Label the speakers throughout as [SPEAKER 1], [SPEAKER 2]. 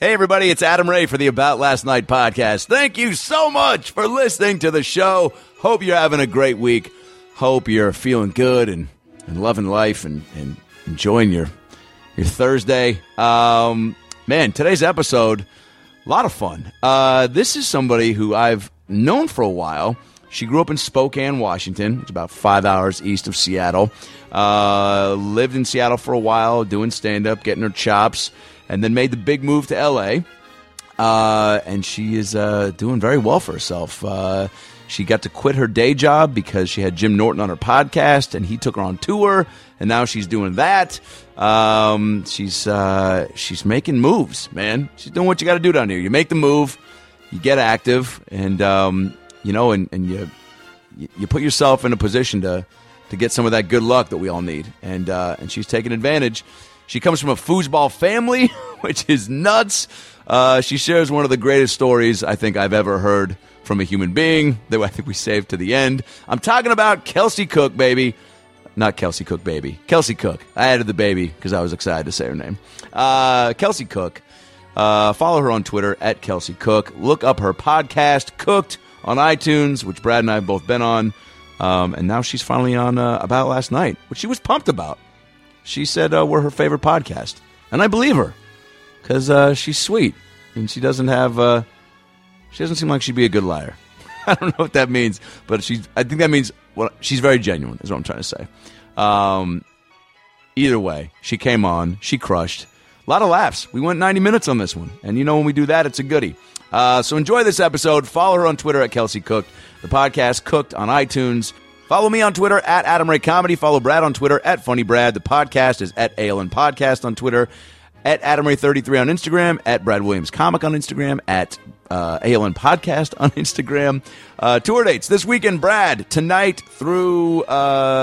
[SPEAKER 1] Hey, everybody, it's Adam Ray for the About Last Night podcast. Thank you so much for listening to the show. Hope you're having a great week. Hope you're feeling good and, and loving life and, and enjoying your, your Thursday. Um, man, today's episode, a lot of fun. Uh, this is somebody who I've known for a while. She grew up in Spokane, Washington. It's about five hours east of Seattle. Uh, lived in Seattle for a while, doing stand up, getting her chops, and then made the big move to LA. Uh, and she is uh, doing very well for herself. Uh, she got to quit her day job because she had Jim Norton on her podcast, and he took her on tour, and now she's doing that. Um, she's uh, she's making moves, man. She's doing what you got to do down here. You make the move, you get active, and um, you know, and, and you you put yourself in a position to to get some of that good luck that we all need, and uh, and she's taking advantage. She comes from a foosball family, which is nuts. Uh, she shares one of the greatest stories I think I've ever heard from a human being that I think we saved to the end. I'm talking about Kelsey Cook, baby. Not Kelsey Cook, baby. Kelsey Cook. I added the baby because I was excited to say her name. Uh, Kelsey Cook. Uh, follow her on Twitter at Kelsey Cook. Look up her podcast, Cooked, on iTunes, which Brad and I have both been on. Um, and now she's finally on uh, About Last Night, which she was pumped about. She said uh, we're her favorite podcast. And I believe her because uh, she's sweet and she doesn't have, uh, she doesn't seem like she'd be a good liar. I don't know what that means, but she's, I think that means, well, she's very genuine, is what I'm trying to say. Um, either way, she came on, she crushed. A lot of laughs. We went 90 minutes on this one. And you know, when we do that, it's a goodie. Uh, so enjoy this episode. Follow her on Twitter at Kelsey Cooked, the podcast Cooked on iTunes. Follow me on Twitter at Adam Ray Comedy. Follow Brad on Twitter at Funny Brad. The podcast is at ALN Podcast on Twitter, at Adam Ray33 on Instagram, at Brad Williams Comic on Instagram, at uh, ALN Podcast on Instagram. Uh, tour dates this weekend, Brad, tonight through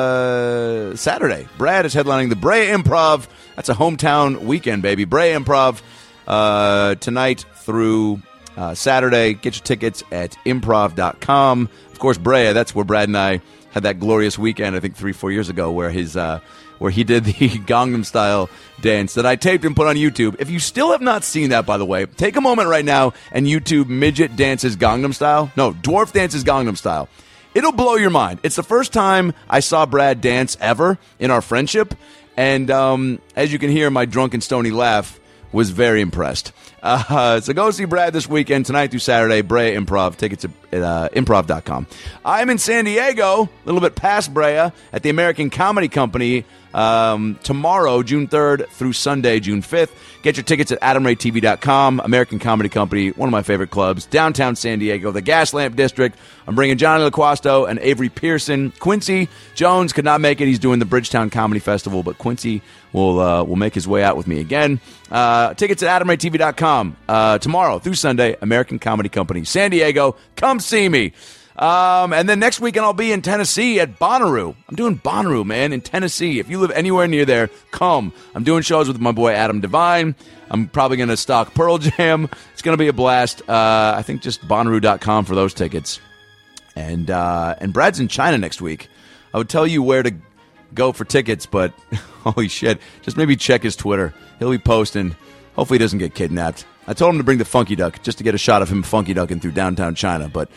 [SPEAKER 1] uh, Saturday. Brad is headlining the Brea Improv. That's a hometown weekend, baby. Brea Improv uh, tonight through uh, Saturday. Get your tickets at improv.com. Of course, Brea, that's where Brad and I had that glorious weekend, I think three, four years ago, where his. Uh, where he did the Gangnam Style dance that I taped and put on YouTube. If you still have not seen that, by the way, take a moment right now and YouTube Midget Dances Gangnam Style. No, Dwarf Dances Gangnam Style. It'll blow your mind. It's the first time I saw Brad dance ever in our friendship. And um, as you can hear, my drunken stony laugh was very impressed. Uh, so go see Brad this weekend, tonight through Saturday, Brea Improv. Tickets at uh, improv.com. I'm in San Diego, a little bit past Brea, at the American Comedy Company um, tomorrow, June 3rd through Sunday, June 5th. Get your tickets at adamraytv.com. American Comedy Company, one of my favorite clubs, downtown San Diego, the Gaslamp District. I'm bringing Johnny LaQuasto and Avery Pearson. Quincy Jones could not make it. He's doing the Bridgetown Comedy Festival, but Quincy will uh, will make his way out with me again. Uh, tickets at adamraytv.com uh, tomorrow through Sunday, American Comedy Company, San Diego. Come see me. Um, and then next weekend I'll be in Tennessee at Bonnaroo. I'm doing Bonnaroo, man, in Tennessee. If you live anywhere near there, come. I'm doing shows with my boy Adam Devine. I'm probably going to stock Pearl Jam. It's going to be a blast. Uh, I think just Bonnaroo.com for those tickets. And uh, and Brad's in China next week. I would tell you where to go for tickets, but holy shit, just maybe check his Twitter. He'll be posting. Hopefully, he doesn't get kidnapped. I told him to bring the Funky Duck just to get a shot of him Funky Ducking through downtown China, but.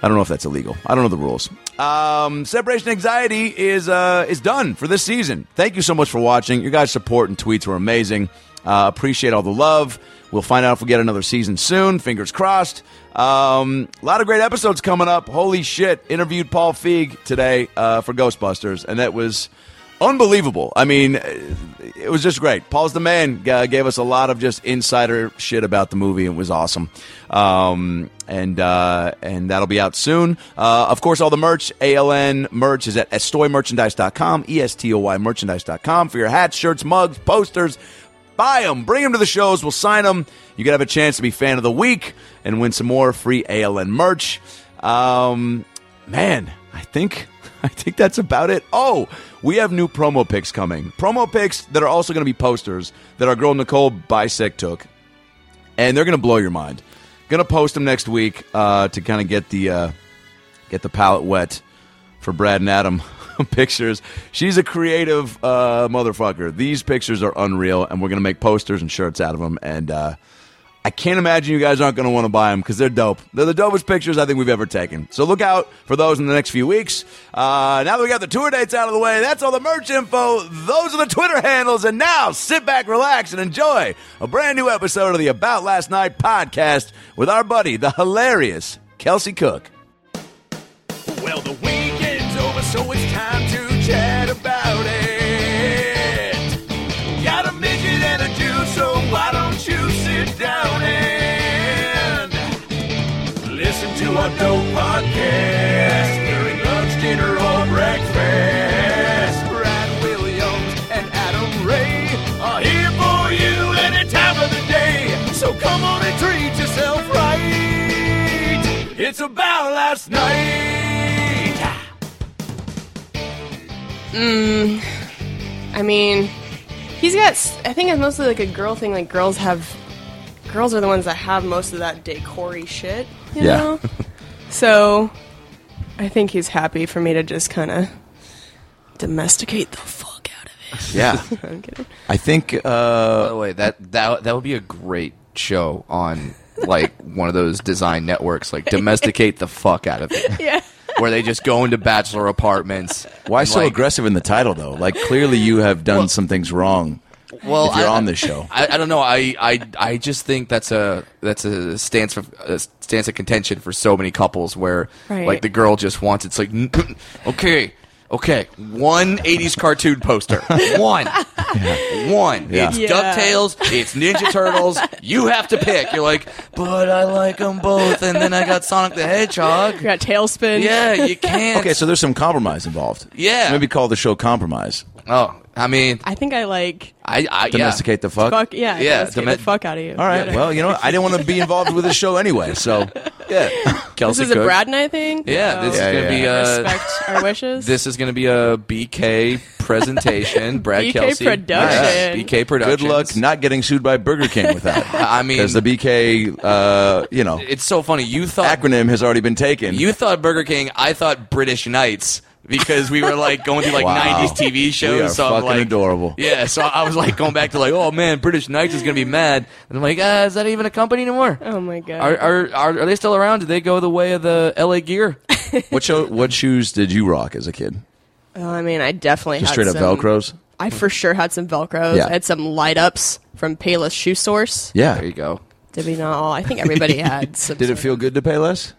[SPEAKER 1] I don't know if that's illegal. I don't know the rules. Um, separation anxiety is uh, is done for this season. Thank you so much for watching. Your guys' support and tweets were amazing. Uh, appreciate all the love. We'll find out if we get another season soon. Fingers crossed. Um, a lot of great episodes coming up. Holy shit! Interviewed Paul Feig today uh, for Ghostbusters, and that was unbelievable. I mean, it was just great. Paul's the man. Uh, gave us a lot of just insider shit about the movie. It was awesome. Um, and uh, and that'll be out soon. Uh, of course, all the merch, ALN merch is at estoymerchandise.com, E-S-T-O-Y merchandise.com for your hats, shirts, mugs, posters. Buy them. Bring them to the shows. We'll sign them. You could have a chance to be fan of the week and win some more free ALN merch. Um, man, I think I think that's about it. Oh, we have new promo pics coming. Promo pics that are also going to be posters that our girl Nicole Bisek took, and they're going to blow your mind. Going to post them next week uh, to kind of get the uh, get the palette wet for Brad and Adam pictures. She's a creative uh, motherfucker. These pictures are unreal, and we're gonna make posters and shirts out of them. And uh, I can't imagine you guys aren't gonna want to buy them because they're dope. They're the dopest pictures I think we've ever taken. So look out for those in the next few weeks. Uh, now that we got the tour dates out of the way, that's all the merch info. Those are the Twitter handles. And now sit back, relax, and enjoy a brand new episode of the About Last Night podcast with our buddy, the hilarious Kelsey Cook. Well, the weekend's over, so it's time to chat about it. Got a midget and a Jew, so why don't you sit down and listen to our dope podcast during lunch, dinner, or breakfast? Brad Williams and Adam Ray are here for you any time of the day, so come on and treat yourself right. It's about last night.
[SPEAKER 2] I mean, he's got. s- I think it's mostly like a girl thing. Like girls have, girls are the ones that have most of that decory shit. You
[SPEAKER 1] Yeah.
[SPEAKER 2] Know? so, I think he's happy for me to just kind of domesticate the fuck out of it.
[SPEAKER 1] Yeah,
[SPEAKER 2] I'm kidding.
[SPEAKER 1] I think. Uh,
[SPEAKER 3] By the way, that that that would be a great show on like one of those design networks, like domesticate the fuck out of it,
[SPEAKER 2] Yeah.
[SPEAKER 3] where they just go into bachelor apartments.
[SPEAKER 1] why
[SPEAKER 3] and,
[SPEAKER 1] so
[SPEAKER 3] like,
[SPEAKER 1] aggressive in the title, though? Like, clearly you have done
[SPEAKER 3] Well-
[SPEAKER 1] some things wrong.
[SPEAKER 3] Well,
[SPEAKER 1] if you're
[SPEAKER 3] I-
[SPEAKER 1] on this show,
[SPEAKER 3] I, I don't know. I, I I just think that's a that's a stance of a stance of contention for so many couples where
[SPEAKER 2] Right.
[SPEAKER 3] like the girl just wants it's like "Mm, okay okay one 80s cartoon poster one one
[SPEAKER 1] Yeah.
[SPEAKER 3] it's
[SPEAKER 2] Yeah.
[SPEAKER 3] Ducktales it's Ninja Turtles you have to pick you're like but I like them both and then I got Sonic the Hedgehog
[SPEAKER 2] We got tailspin.
[SPEAKER 3] yeah you can't
[SPEAKER 1] okay, so there's some compromise involved.
[SPEAKER 3] Yeah.
[SPEAKER 1] maybe call the show compromise.
[SPEAKER 3] oh I mean
[SPEAKER 2] I think I like
[SPEAKER 3] I, I yeah.
[SPEAKER 1] Domesticate the fuck.
[SPEAKER 2] fuck. Yeah. I
[SPEAKER 3] Yeah,
[SPEAKER 2] Domesticate
[SPEAKER 3] domes-
[SPEAKER 2] the fuck out of you.
[SPEAKER 1] All right. Well, you know, what? I didn't want to be involved with the show anyway. So yeah,
[SPEAKER 3] Kelsey
[SPEAKER 2] This is a
[SPEAKER 3] Cook.
[SPEAKER 2] Brad and I thing.
[SPEAKER 3] yeah this
[SPEAKER 1] Yeah,
[SPEAKER 2] So,
[SPEAKER 3] is gonna
[SPEAKER 1] yeah.
[SPEAKER 3] be uh,
[SPEAKER 2] respect our wishes.
[SPEAKER 3] This is going to be a BK presentation. Brad
[SPEAKER 2] BK
[SPEAKER 3] Kelsey.
[SPEAKER 2] production.
[SPEAKER 3] Nice. BK
[SPEAKER 1] good
[SPEAKER 3] production.
[SPEAKER 1] luck not getting sued by Burger King with that.
[SPEAKER 3] I mean,
[SPEAKER 1] Because the BK, uh, you know,
[SPEAKER 3] it's so funny. You thought
[SPEAKER 1] acronym has already been taken.
[SPEAKER 3] you thought Burger King. I thought British Knights because we were like going through like
[SPEAKER 1] Wow.
[SPEAKER 3] 90s TV shows.
[SPEAKER 1] We are
[SPEAKER 3] so I'm
[SPEAKER 1] fucking
[SPEAKER 3] like-
[SPEAKER 1] adorable.
[SPEAKER 3] Yeah. So I was like going back to like, oh man, British Knights is going to be mad. And I'm like, ah, is that even a company anymore?
[SPEAKER 2] oh my god.
[SPEAKER 3] Are, are, are, are they still around? Did they go the way of the LA Gear?
[SPEAKER 1] What show, what shoes did you rock as a kid?
[SPEAKER 2] Oh, I mean, I definitely
[SPEAKER 1] Just
[SPEAKER 2] had
[SPEAKER 1] straight up
[SPEAKER 2] some-
[SPEAKER 1] Velcros.
[SPEAKER 2] I for sure had some Velcros.
[SPEAKER 1] Yeah.
[SPEAKER 2] I had some light ups from Payless Shoe Source.
[SPEAKER 3] There you
[SPEAKER 1] Yeah.
[SPEAKER 3] go.
[SPEAKER 2] Did we not all? I think everybody had. Some
[SPEAKER 1] Did it feel good to pay less?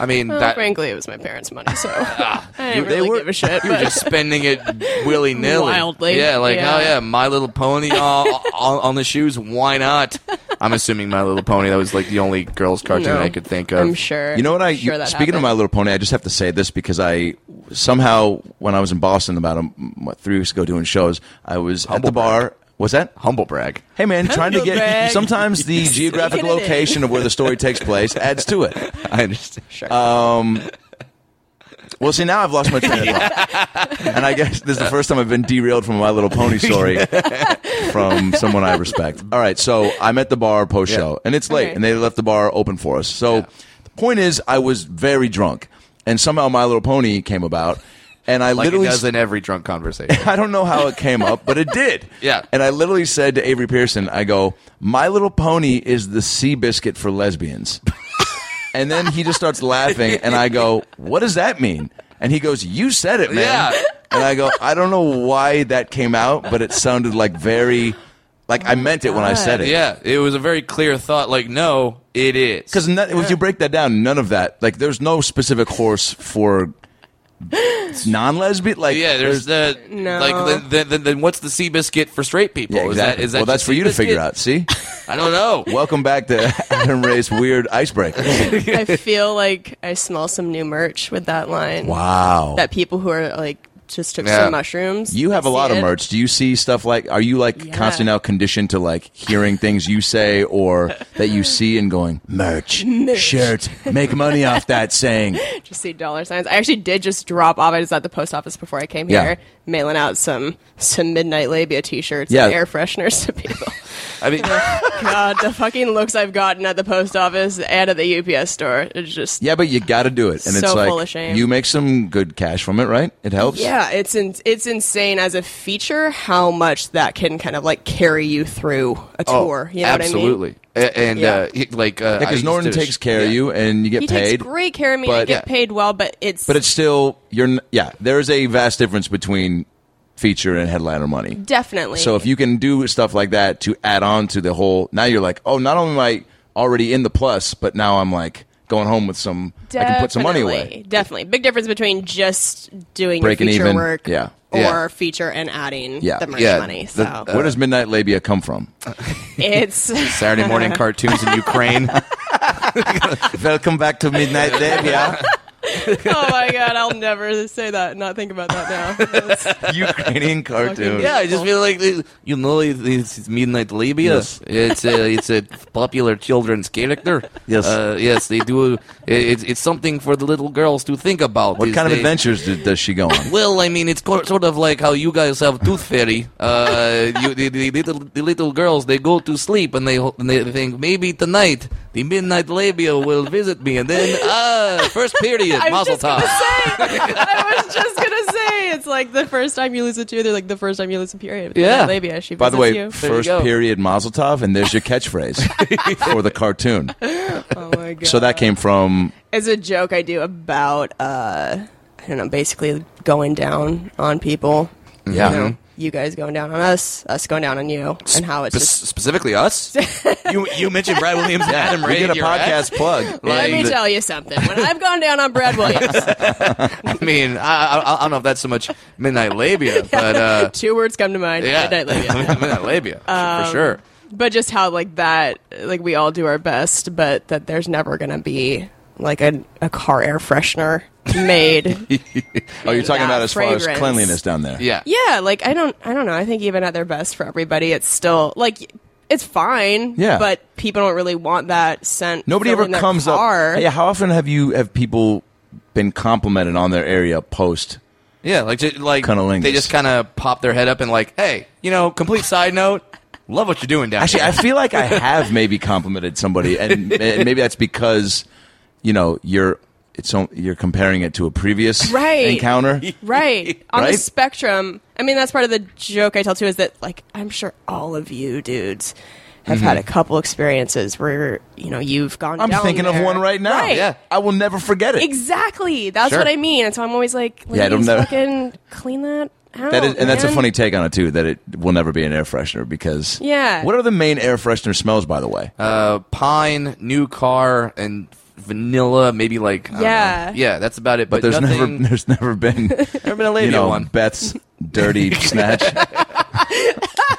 [SPEAKER 3] I mean,
[SPEAKER 2] Well,
[SPEAKER 3] that
[SPEAKER 2] frankly, it was my parents' money, so
[SPEAKER 1] Ah.
[SPEAKER 2] I didn't
[SPEAKER 3] You- they
[SPEAKER 2] really
[SPEAKER 3] were-
[SPEAKER 2] give a shit.
[SPEAKER 3] You were
[SPEAKER 2] but-
[SPEAKER 3] just spending it willy nilly,
[SPEAKER 2] Wildly.
[SPEAKER 3] Yeah, like
[SPEAKER 2] Yeah.
[SPEAKER 3] oh yeah, My Little Pony uh, on, on the shoes. Why not? I'm assuming My Little Pony. That was like the only girls' cartoon
[SPEAKER 2] No.
[SPEAKER 3] I could think of.
[SPEAKER 2] I'm sure.
[SPEAKER 1] You know what I?
[SPEAKER 2] I'm sure
[SPEAKER 1] you-
[SPEAKER 2] that
[SPEAKER 1] speaking of My
[SPEAKER 2] happened.
[SPEAKER 1] Little Pony, I just have to say this because I somehow when I was in Boston about a, m- what, three weeks ago doing shows, I was at the
[SPEAKER 3] Humble
[SPEAKER 1] bar. Was that?
[SPEAKER 3] Humble brag.
[SPEAKER 1] Hey man, trying to
[SPEAKER 2] Humble
[SPEAKER 1] get
[SPEAKER 2] brag.
[SPEAKER 1] sometimes the geographic
[SPEAKER 2] Sneaking it in.
[SPEAKER 1] location of where the story takes place adds to it.
[SPEAKER 3] I understand. Uh,
[SPEAKER 1] Well, see, now I've lost my train of thought, and I guess this is the first time I've been derailed from My Little Pony story from someone I respect. All right, so I'm at the bar post show,
[SPEAKER 3] Yeah.
[SPEAKER 1] and it's late,
[SPEAKER 2] Okay.
[SPEAKER 1] and they left the bar open for us. So
[SPEAKER 3] Yeah.
[SPEAKER 1] the point is, I was very drunk, and somehow My Little Pony came about, and I
[SPEAKER 3] Like
[SPEAKER 1] literally
[SPEAKER 3] it does in every drunk conversation.
[SPEAKER 1] I don't know how it came up, but it did.
[SPEAKER 3] Yeah.
[SPEAKER 1] And I literally said to Avery Pearson, I go, My Little Pony is the sea biscuit for lesbians. and then he just starts laughing, and I go, What does that mean? And he goes, You said it, man.
[SPEAKER 3] Yeah.
[SPEAKER 1] And I go, I don't know why that came out, but it sounded like very, like I meant it when I said it.
[SPEAKER 3] yeah, it was a very clear thought. Like, no, it is.
[SPEAKER 1] Because if you break that down, none of that, like there's no specific horse for non lesbian. Like,
[SPEAKER 3] yeah, there's the
[SPEAKER 2] No.
[SPEAKER 3] like then then, then then what's the sea biscuit for straight people?
[SPEAKER 1] Yeah, exactly.
[SPEAKER 3] Is that, is that
[SPEAKER 1] well, that's
[SPEAKER 3] just
[SPEAKER 1] for you to
[SPEAKER 3] Seabiscuit?
[SPEAKER 1] figure out. See?
[SPEAKER 3] I don't know.
[SPEAKER 1] Welcome back to Adam Ray's weird icebreaker.
[SPEAKER 2] I feel like I smell some new merch with that line.
[SPEAKER 1] Wow.
[SPEAKER 2] That people who are like just took
[SPEAKER 3] Yeah.
[SPEAKER 2] some mushrooms.
[SPEAKER 1] You have a
[SPEAKER 2] See
[SPEAKER 1] lot of
[SPEAKER 2] it?
[SPEAKER 1] merch. Do you see stuff like? Are you like
[SPEAKER 2] Yeah.
[SPEAKER 1] constantly now conditioned to like hearing things you say or that you see and going merch, shirt, make money off that saying?
[SPEAKER 2] Just see dollar signs. I actually did just drop off. I was at the post office before I came
[SPEAKER 1] Yeah.
[SPEAKER 2] here, mailing out some some midnight labia T-shirts
[SPEAKER 1] Yeah.
[SPEAKER 2] and air fresheners to people.
[SPEAKER 3] I mean,
[SPEAKER 2] God, the fucking looks I've gotten at the post office and at the UPS store. It's just
[SPEAKER 1] Yeah, but you got to do it, and it's
[SPEAKER 2] So
[SPEAKER 1] like
[SPEAKER 2] full of shame.
[SPEAKER 1] you make some good cash from it, right? It helps.
[SPEAKER 2] Yeah, it's in, it's insane as a feature how much that can kind of like carry you through a
[SPEAKER 3] oh,
[SPEAKER 2] tour. You know what I mean?
[SPEAKER 3] absolutely. A- And
[SPEAKER 2] Yeah.
[SPEAKER 3] uh, he- like, uh, I
[SPEAKER 1] because
[SPEAKER 3] used
[SPEAKER 1] Norton
[SPEAKER 3] to-
[SPEAKER 1] takes care of
[SPEAKER 3] yeah.
[SPEAKER 1] you, and you get
[SPEAKER 2] He
[SPEAKER 1] paid.
[SPEAKER 2] takes great care of me. I
[SPEAKER 1] but-
[SPEAKER 2] get
[SPEAKER 3] yeah.
[SPEAKER 2] paid well, but it's
[SPEAKER 1] but it's still you're n- yeah. There is a vast difference between feature and headliner money.
[SPEAKER 2] definitely
[SPEAKER 1] So if you can do stuff like that to add on to the whole, now you're like, oh, not only am I already in the plus, but now I'm like going home with some. I can put some money away.
[SPEAKER 2] Definitely, Definitely, big difference between just doing
[SPEAKER 1] Breaking
[SPEAKER 2] your feature
[SPEAKER 1] even,
[SPEAKER 2] work,
[SPEAKER 1] yeah.
[SPEAKER 2] or
[SPEAKER 3] Yeah.
[SPEAKER 2] feature and adding
[SPEAKER 1] Yeah.
[SPEAKER 2] the merch
[SPEAKER 3] Yeah,
[SPEAKER 2] money. So
[SPEAKER 3] the- uh,
[SPEAKER 1] Where does midnight labia come from?
[SPEAKER 2] it's
[SPEAKER 3] Saturday morning cartoons in Ukraine.
[SPEAKER 1] Welcome back to midnight labia.
[SPEAKER 2] oh my god, I'll never say that. and Not think about that now. That's-
[SPEAKER 1] Ukrainian cartoon.
[SPEAKER 3] Yeah, I just feel like the- you know it's it's Midnight Libyas. It's a it's a popular children's character.
[SPEAKER 1] Yes.
[SPEAKER 3] uh, yes, they do. It's it's something for the little girls to think about.
[SPEAKER 1] What
[SPEAKER 3] is
[SPEAKER 1] kind of
[SPEAKER 3] they-
[SPEAKER 1] adventures did, does she go on?
[SPEAKER 3] Well, I mean, it's co- sort of like how you guys have Tooth Fairy. Uh, you, the, the little the little girls they go to sleep and they ho- and they think maybe tonight the Midnight Labia will visit me, and then ah, first period,
[SPEAKER 2] I was
[SPEAKER 3] Mazel
[SPEAKER 2] just gonna
[SPEAKER 3] tov.
[SPEAKER 2] say. I was just gonna say. It's like the first time you lose a tooth, or like the first time you lose a period.
[SPEAKER 3] Yeah.
[SPEAKER 2] That labia. She
[SPEAKER 1] By the
[SPEAKER 2] visits
[SPEAKER 1] way,
[SPEAKER 2] you.
[SPEAKER 3] you
[SPEAKER 1] first
[SPEAKER 3] go.
[SPEAKER 1] period Mazel Tov, and there's your catchphrase for the cartoon.
[SPEAKER 2] oh my god.
[SPEAKER 1] So that came from
[SPEAKER 2] It's a joke I do about uh I don't know, basically going down on people.
[SPEAKER 1] Mm-hmm. Yeah.
[SPEAKER 2] You, know, you guys going down on us, us going down on you, and how it's just
[SPEAKER 3] specifically us. you you mentioned Brad Williams, and Adam
[SPEAKER 1] we
[SPEAKER 3] Ray.
[SPEAKER 1] did a
[SPEAKER 3] in your act.
[SPEAKER 1] podcast plug.
[SPEAKER 3] Let
[SPEAKER 2] Let me
[SPEAKER 1] and-
[SPEAKER 2] tell you something. When I've gone down on Brad Williams,
[SPEAKER 3] I mean, I, I, I don't know if that's so much midnight labia, but uh,
[SPEAKER 2] two words come to mind.
[SPEAKER 3] yeah,
[SPEAKER 2] Midnight Labia. Um,
[SPEAKER 3] midnight labia for sure.
[SPEAKER 2] But just how like that, like we all do our best, but that there's never gonna be like a, a car air freshener made.
[SPEAKER 1] Oh, you're talking
[SPEAKER 2] Yeah,
[SPEAKER 1] about as far as
[SPEAKER 2] fragrance.
[SPEAKER 1] cleanliness down there.
[SPEAKER 3] Yeah,
[SPEAKER 2] yeah, like I don't, I don't know. I think even at their best for everybody, it's still like it's fine.
[SPEAKER 1] Yeah.
[SPEAKER 2] but people don't really want that scent.
[SPEAKER 1] Nobody ever
[SPEAKER 2] filling their
[SPEAKER 1] comes
[SPEAKER 2] car.
[SPEAKER 1] up. Yeah, how often have you have people been complimented on their area post?
[SPEAKER 3] yeah, like just, like
[SPEAKER 1] Cunnilingus.
[SPEAKER 3] they just kind of pop their head up and like, hey, you know, complete side note, love what you're doing down
[SPEAKER 1] Actually,
[SPEAKER 3] here.
[SPEAKER 1] I feel like I have maybe complimented somebody, and, and maybe that's because you know you're it's on, you're comparing it to a previous
[SPEAKER 2] Right.
[SPEAKER 1] encounter.
[SPEAKER 2] Right. On the
[SPEAKER 1] Right?
[SPEAKER 2] spectrum. I mean, that's part of the joke I tell too is that, like, I'm sure all of you dudes have had a couple experiences where, you know, you've gone
[SPEAKER 1] Mm-hmm. I'm
[SPEAKER 2] down
[SPEAKER 1] thinking of
[SPEAKER 2] there.
[SPEAKER 1] one right now.
[SPEAKER 2] Right.
[SPEAKER 3] Yeah.
[SPEAKER 1] I will never forget it.
[SPEAKER 2] Exactly. That's
[SPEAKER 3] Sure.
[SPEAKER 2] what I mean. And so I'm always like,
[SPEAKER 1] Yeah, I don't
[SPEAKER 2] ladies,
[SPEAKER 1] know.
[SPEAKER 2] fucking clean that out.
[SPEAKER 1] That is, and that's a
[SPEAKER 2] man.
[SPEAKER 1] funny take on it too. That it will never be an air freshener because
[SPEAKER 2] Yeah.
[SPEAKER 1] What are the main air freshener smells, by the way?
[SPEAKER 3] uh, pine, new car, and vanilla, maybe like I don't
[SPEAKER 2] Yeah.
[SPEAKER 3] know. yeah, that's about it. But,
[SPEAKER 1] but there's
[SPEAKER 3] nothing,
[SPEAKER 1] never there's never been
[SPEAKER 3] never been a labia
[SPEAKER 1] you know
[SPEAKER 3] one.
[SPEAKER 1] Beth's dirty snatch.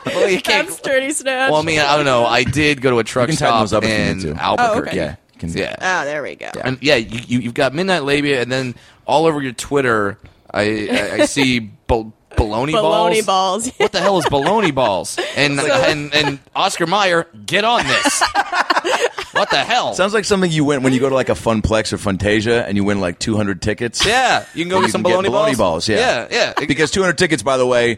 [SPEAKER 3] Well, you can't-
[SPEAKER 2] That's dirty snatch.
[SPEAKER 3] well, I mean, I don't know. I did go to a truck
[SPEAKER 1] You can tighten
[SPEAKER 3] stop
[SPEAKER 1] those up if you need to.
[SPEAKER 3] in
[SPEAKER 1] Oh,
[SPEAKER 3] Albuquerque.
[SPEAKER 2] okay.
[SPEAKER 1] Yeah, you can-
[SPEAKER 3] yeah.
[SPEAKER 2] oh, there we go.
[SPEAKER 3] And yeah, you, you, you've got Midnight Labia, and then all over your Twitter, I I, I see bol- baloney balls.
[SPEAKER 2] Baloney balls.
[SPEAKER 3] What the hell is baloney balls? And and and Oscar Meyer, get on this. what the hell?
[SPEAKER 1] Sounds like something you win when you go to like a Funplex or Funtasia and you win like 200 tickets.
[SPEAKER 3] yeah, you can go
[SPEAKER 1] You
[SPEAKER 3] get some
[SPEAKER 1] can get
[SPEAKER 3] baloney,
[SPEAKER 1] baloney balls, yeah.
[SPEAKER 3] yeah, yeah. It-
[SPEAKER 1] Because 200 tickets, by the way,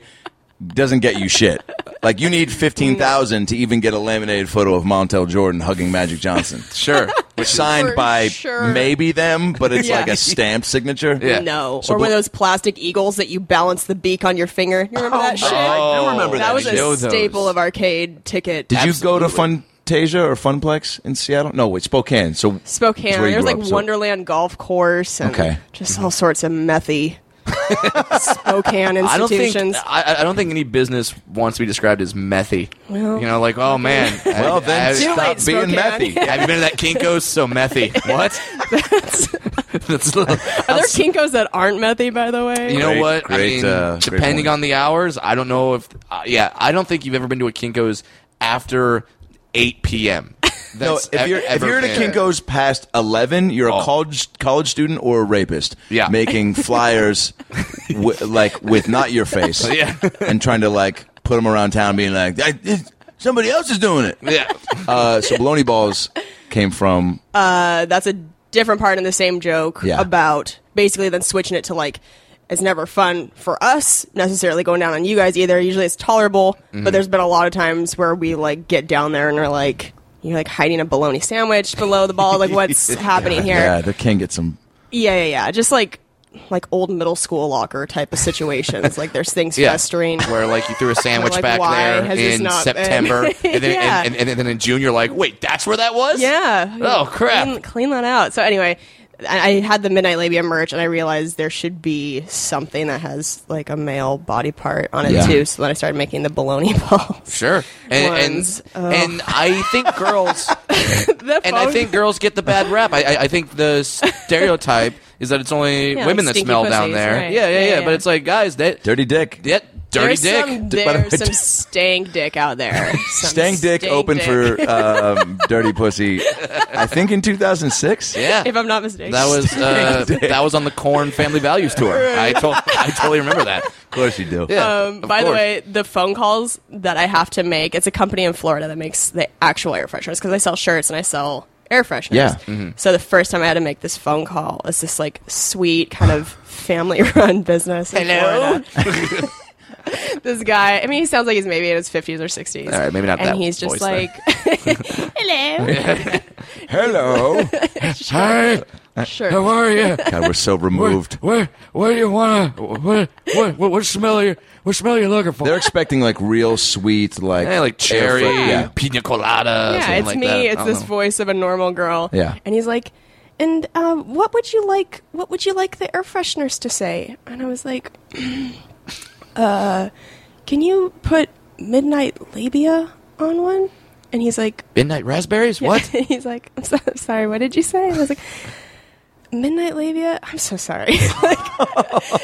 [SPEAKER 1] doesn't get you shit. Like you need 15,000 to even get a laminated photo of Montel Jordan hugging Magic Johnson.
[SPEAKER 3] sure.
[SPEAKER 1] Which signed
[SPEAKER 2] For
[SPEAKER 1] by
[SPEAKER 2] sure.
[SPEAKER 1] maybe them, but it's
[SPEAKER 2] Yeah.
[SPEAKER 1] like a stamped signature.
[SPEAKER 3] Yeah.
[SPEAKER 2] No.
[SPEAKER 1] So
[SPEAKER 2] or one of
[SPEAKER 1] bl-
[SPEAKER 2] those plastic eagles that you balance the beak on your finger. You remember that shit?
[SPEAKER 1] Oh, I do remember
[SPEAKER 2] that was
[SPEAKER 3] I know
[SPEAKER 2] a
[SPEAKER 3] those.
[SPEAKER 2] staple of arcade ticket.
[SPEAKER 1] Did you go to Funtasia or Funplex in Seattle? No, wait, Spokane. So is
[SPEAKER 2] Spokane.
[SPEAKER 1] where you
[SPEAKER 2] There was
[SPEAKER 1] grew
[SPEAKER 2] like
[SPEAKER 1] up, so-
[SPEAKER 2] Wonderland golf course and
[SPEAKER 1] Okay. Mm-hmm.
[SPEAKER 2] just all sorts of methy Spokane institutions.
[SPEAKER 3] I don't think I, I- I don't think any business wants to be described as methy.
[SPEAKER 2] Well-
[SPEAKER 3] you know, like oh man.
[SPEAKER 1] Well, then
[SPEAKER 3] I- I-
[SPEAKER 1] stop
[SPEAKER 2] late,
[SPEAKER 1] being
[SPEAKER 2] Spokane.
[SPEAKER 1] methy.
[SPEAKER 3] have you been to that Kinko's? So methy. What? That's a little-
[SPEAKER 2] Are there kinkos that aren't methy, by the way?
[SPEAKER 3] You know
[SPEAKER 1] Great-
[SPEAKER 3] what?
[SPEAKER 1] great,
[SPEAKER 3] I mean,
[SPEAKER 1] uh, great
[SPEAKER 3] depending
[SPEAKER 1] point.
[SPEAKER 3] on the hours, I don't know if. Uh, yeah, I don't think you've ever been to a Kinko's after 8 p.m. That's
[SPEAKER 1] no, if
[SPEAKER 3] e-
[SPEAKER 1] you're if
[SPEAKER 3] ever
[SPEAKER 1] you're at a
[SPEAKER 3] been.
[SPEAKER 1] Kinko's past eleven, you're a
[SPEAKER 3] Oh.
[SPEAKER 1] college college student or a rapist.
[SPEAKER 3] Yeah.
[SPEAKER 1] making flyers wi- like with not your face,
[SPEAKER 3] Yeah.
[SPEAKER 1] and trying to like put them around town, being like, I, it- somebody else is doing it.
[SPEAKER 3] Yeah.
[SPEAKER 1] Uh, so bologna balls came from
[SPEAKER 2] Uh, that's a different part in the same joke
[SPEAKER 1] Yeah.
[SPEAKER 2] about basically then switching it to like it's never fun for us necessarily going down on you guys either. Usually it's tolerable,
[SPEAKER 1] Mm-hmm.
[SPEAKER 2] but there's been a lot of times where we like get down there and are like you're like hiding a bologna sandwich below the ball. Like what's happening here?
[SPEAKER 1] yeah. The king gets some.
[SPEAKER 2] Yeah, yeah, yeah. Just like like old middle school locker type of situations. like there's things
[SPEAKER 3] Yeah.
[SPEAKER 2] festering.
[SPEAKER 3] Where like you threw a sandwich
[SPEAKER 2] Like,
[SPEAKER 3] back
[SPEAKER 2] why
[SPEAKER 3] there
[SPEAKER 2] has this
[SPEAKER 3] in
[SPEAKER 2] not been-
[SPEAKER 3] September, and then
[SPEAKER 2] Yeah.
[SPEAKER 3] and, and, and then in June you're like, wait, that's where that was?
[SPEAKER 2] Yeah.
[SPEAKER 3] Oh, crap.
[SPEAKER 2] Clean, clean that out. So anyway, I, I had the Midnight Labia merch, and I realized there should be something that has like a male body part on it
[SPEAKER 1] Yeah.
[SPEAKER 2] too. So then I started making the bologna balls.
[SPEAKER 3] Sure. And
[SPEAKER 2] Ones.
[SPEAKER 3] and, and I think girls and I think girls get the bad rap. I, I, I think the stereotype is that it's only
[SPEAKER 2] Yeah,
[SPEAKER 3] women
[SPEAKER 2] like
[SPEAKER 3] that
[SPEAKER 2] stinky
[SPEAKER 3] smell down
[SPEAKER 2] pussies,
[SPEAKER 3] there.
[SPEAKER 2] right.
[SPEAKER 3] Yeah, yeah, yeah,
[SPEAKER 2] Yeah, yeah.
[SPEAKER 3] But it's like guys that
[SPEAKER 1] Dirty dick.
[SPEAKER 3] that dirty
[SPEAKER 2] there's
[SPEAKER 3] dick.
[SPEAKER 2] Some,
[SPEAKER 1] D- by the way,
[SPEAKER 2] there's
[SPEAKER 1] d-
[SPEAKER 2] some stank dick out there. Some
[SPEAKER 1] Stank dick
[SPEAKER 2] stank
[SPEAKER 1] open
[SPEAKER 2] dick.
[SPEAKER 1] for um, dirty pussy. I think in 2006.
[SPEAKER 3] yeah.
[SPEAKER 2] If I'm not mistaken,
[SPEAKER 3] That was uh, that was on the Corn Family Values tour. I to- I totally remember that.
[SPEAKER 1] Of course you do.
[SPEAKER 3] Yeah.
[SPEAKER 2] Um,
[SPEAKER 3] of
[SPEAKER 2] by the
[SPEAKER 3] course.
[SPEAKER 2] way, the phone calls that I have to make, it's a company in Florida that makes the actual air fresheners because I sell shirts and I sell air fresheners.
[SPEAKER 1] Yeah.
[SPEAKER 2] So the first time I had to make this phone call, it's this like sweet kind of family run business. in
[SPEAKER 3] Hello?
[SPEAKER 2] Florida. this guy, I mean, he sounds like he's maybe in his 50s or 60s.
[SPEAKER 3] All right, maybe not
[SPEAKER 2] And
[SPEAKER 3] that
[SPEAKER 2] he's just
[SPEAKER 3] voice then.
[SPEAKER 2] like, hello.
[SPEAKER 1] Hello.
[SPEAKER 3] Hi,
[SPEAKER 2] Sure.
[SPEAKER 3] are you?
[SPEAKER 1] God, we're so removed.
[SPEAKER 3] What what do you want to what what what what smell are you what smell are you looking for?
[SPEAKER 1] They're expecting like real sweet, like
[SPEAKER 3] Yeah, like
[SPEAKER 1] air
[SPEAKER 3] cherry,
[SPEAKER 1] fre-
[SPEAKER 3] yeah.
[SPEAKER 1] Yeah.
[SPEAKER 3] pina colada.
[SPEAKER 2] Yeah,
[SPEAKER 3] something
[SPEAKER 2] it's
[SPEAKER 3] like
[SPEAKER 2] me.
[SPEAKER 3] that. I
[SPEAKER 2] It's
[SPEAKER 3] don't
[SPEAKER 2] this
[SPEAKER 3] know.
[SPEAKER 2] voice of a normal girl.
[SPEAKER 1] Yeah.
[SPEAKER 2] And he's like, and um, what would you like? What would you like the air fresheners to say? And I was like, uh, can you put midnight labia on one? And he's like,
[SPEAKER 3] midnight raspberries. What?
[SPEAKER 2] he's like, I'm, so, I'm sorry. What did you say? And I was like. Midnight labia. I'm so sorry. like,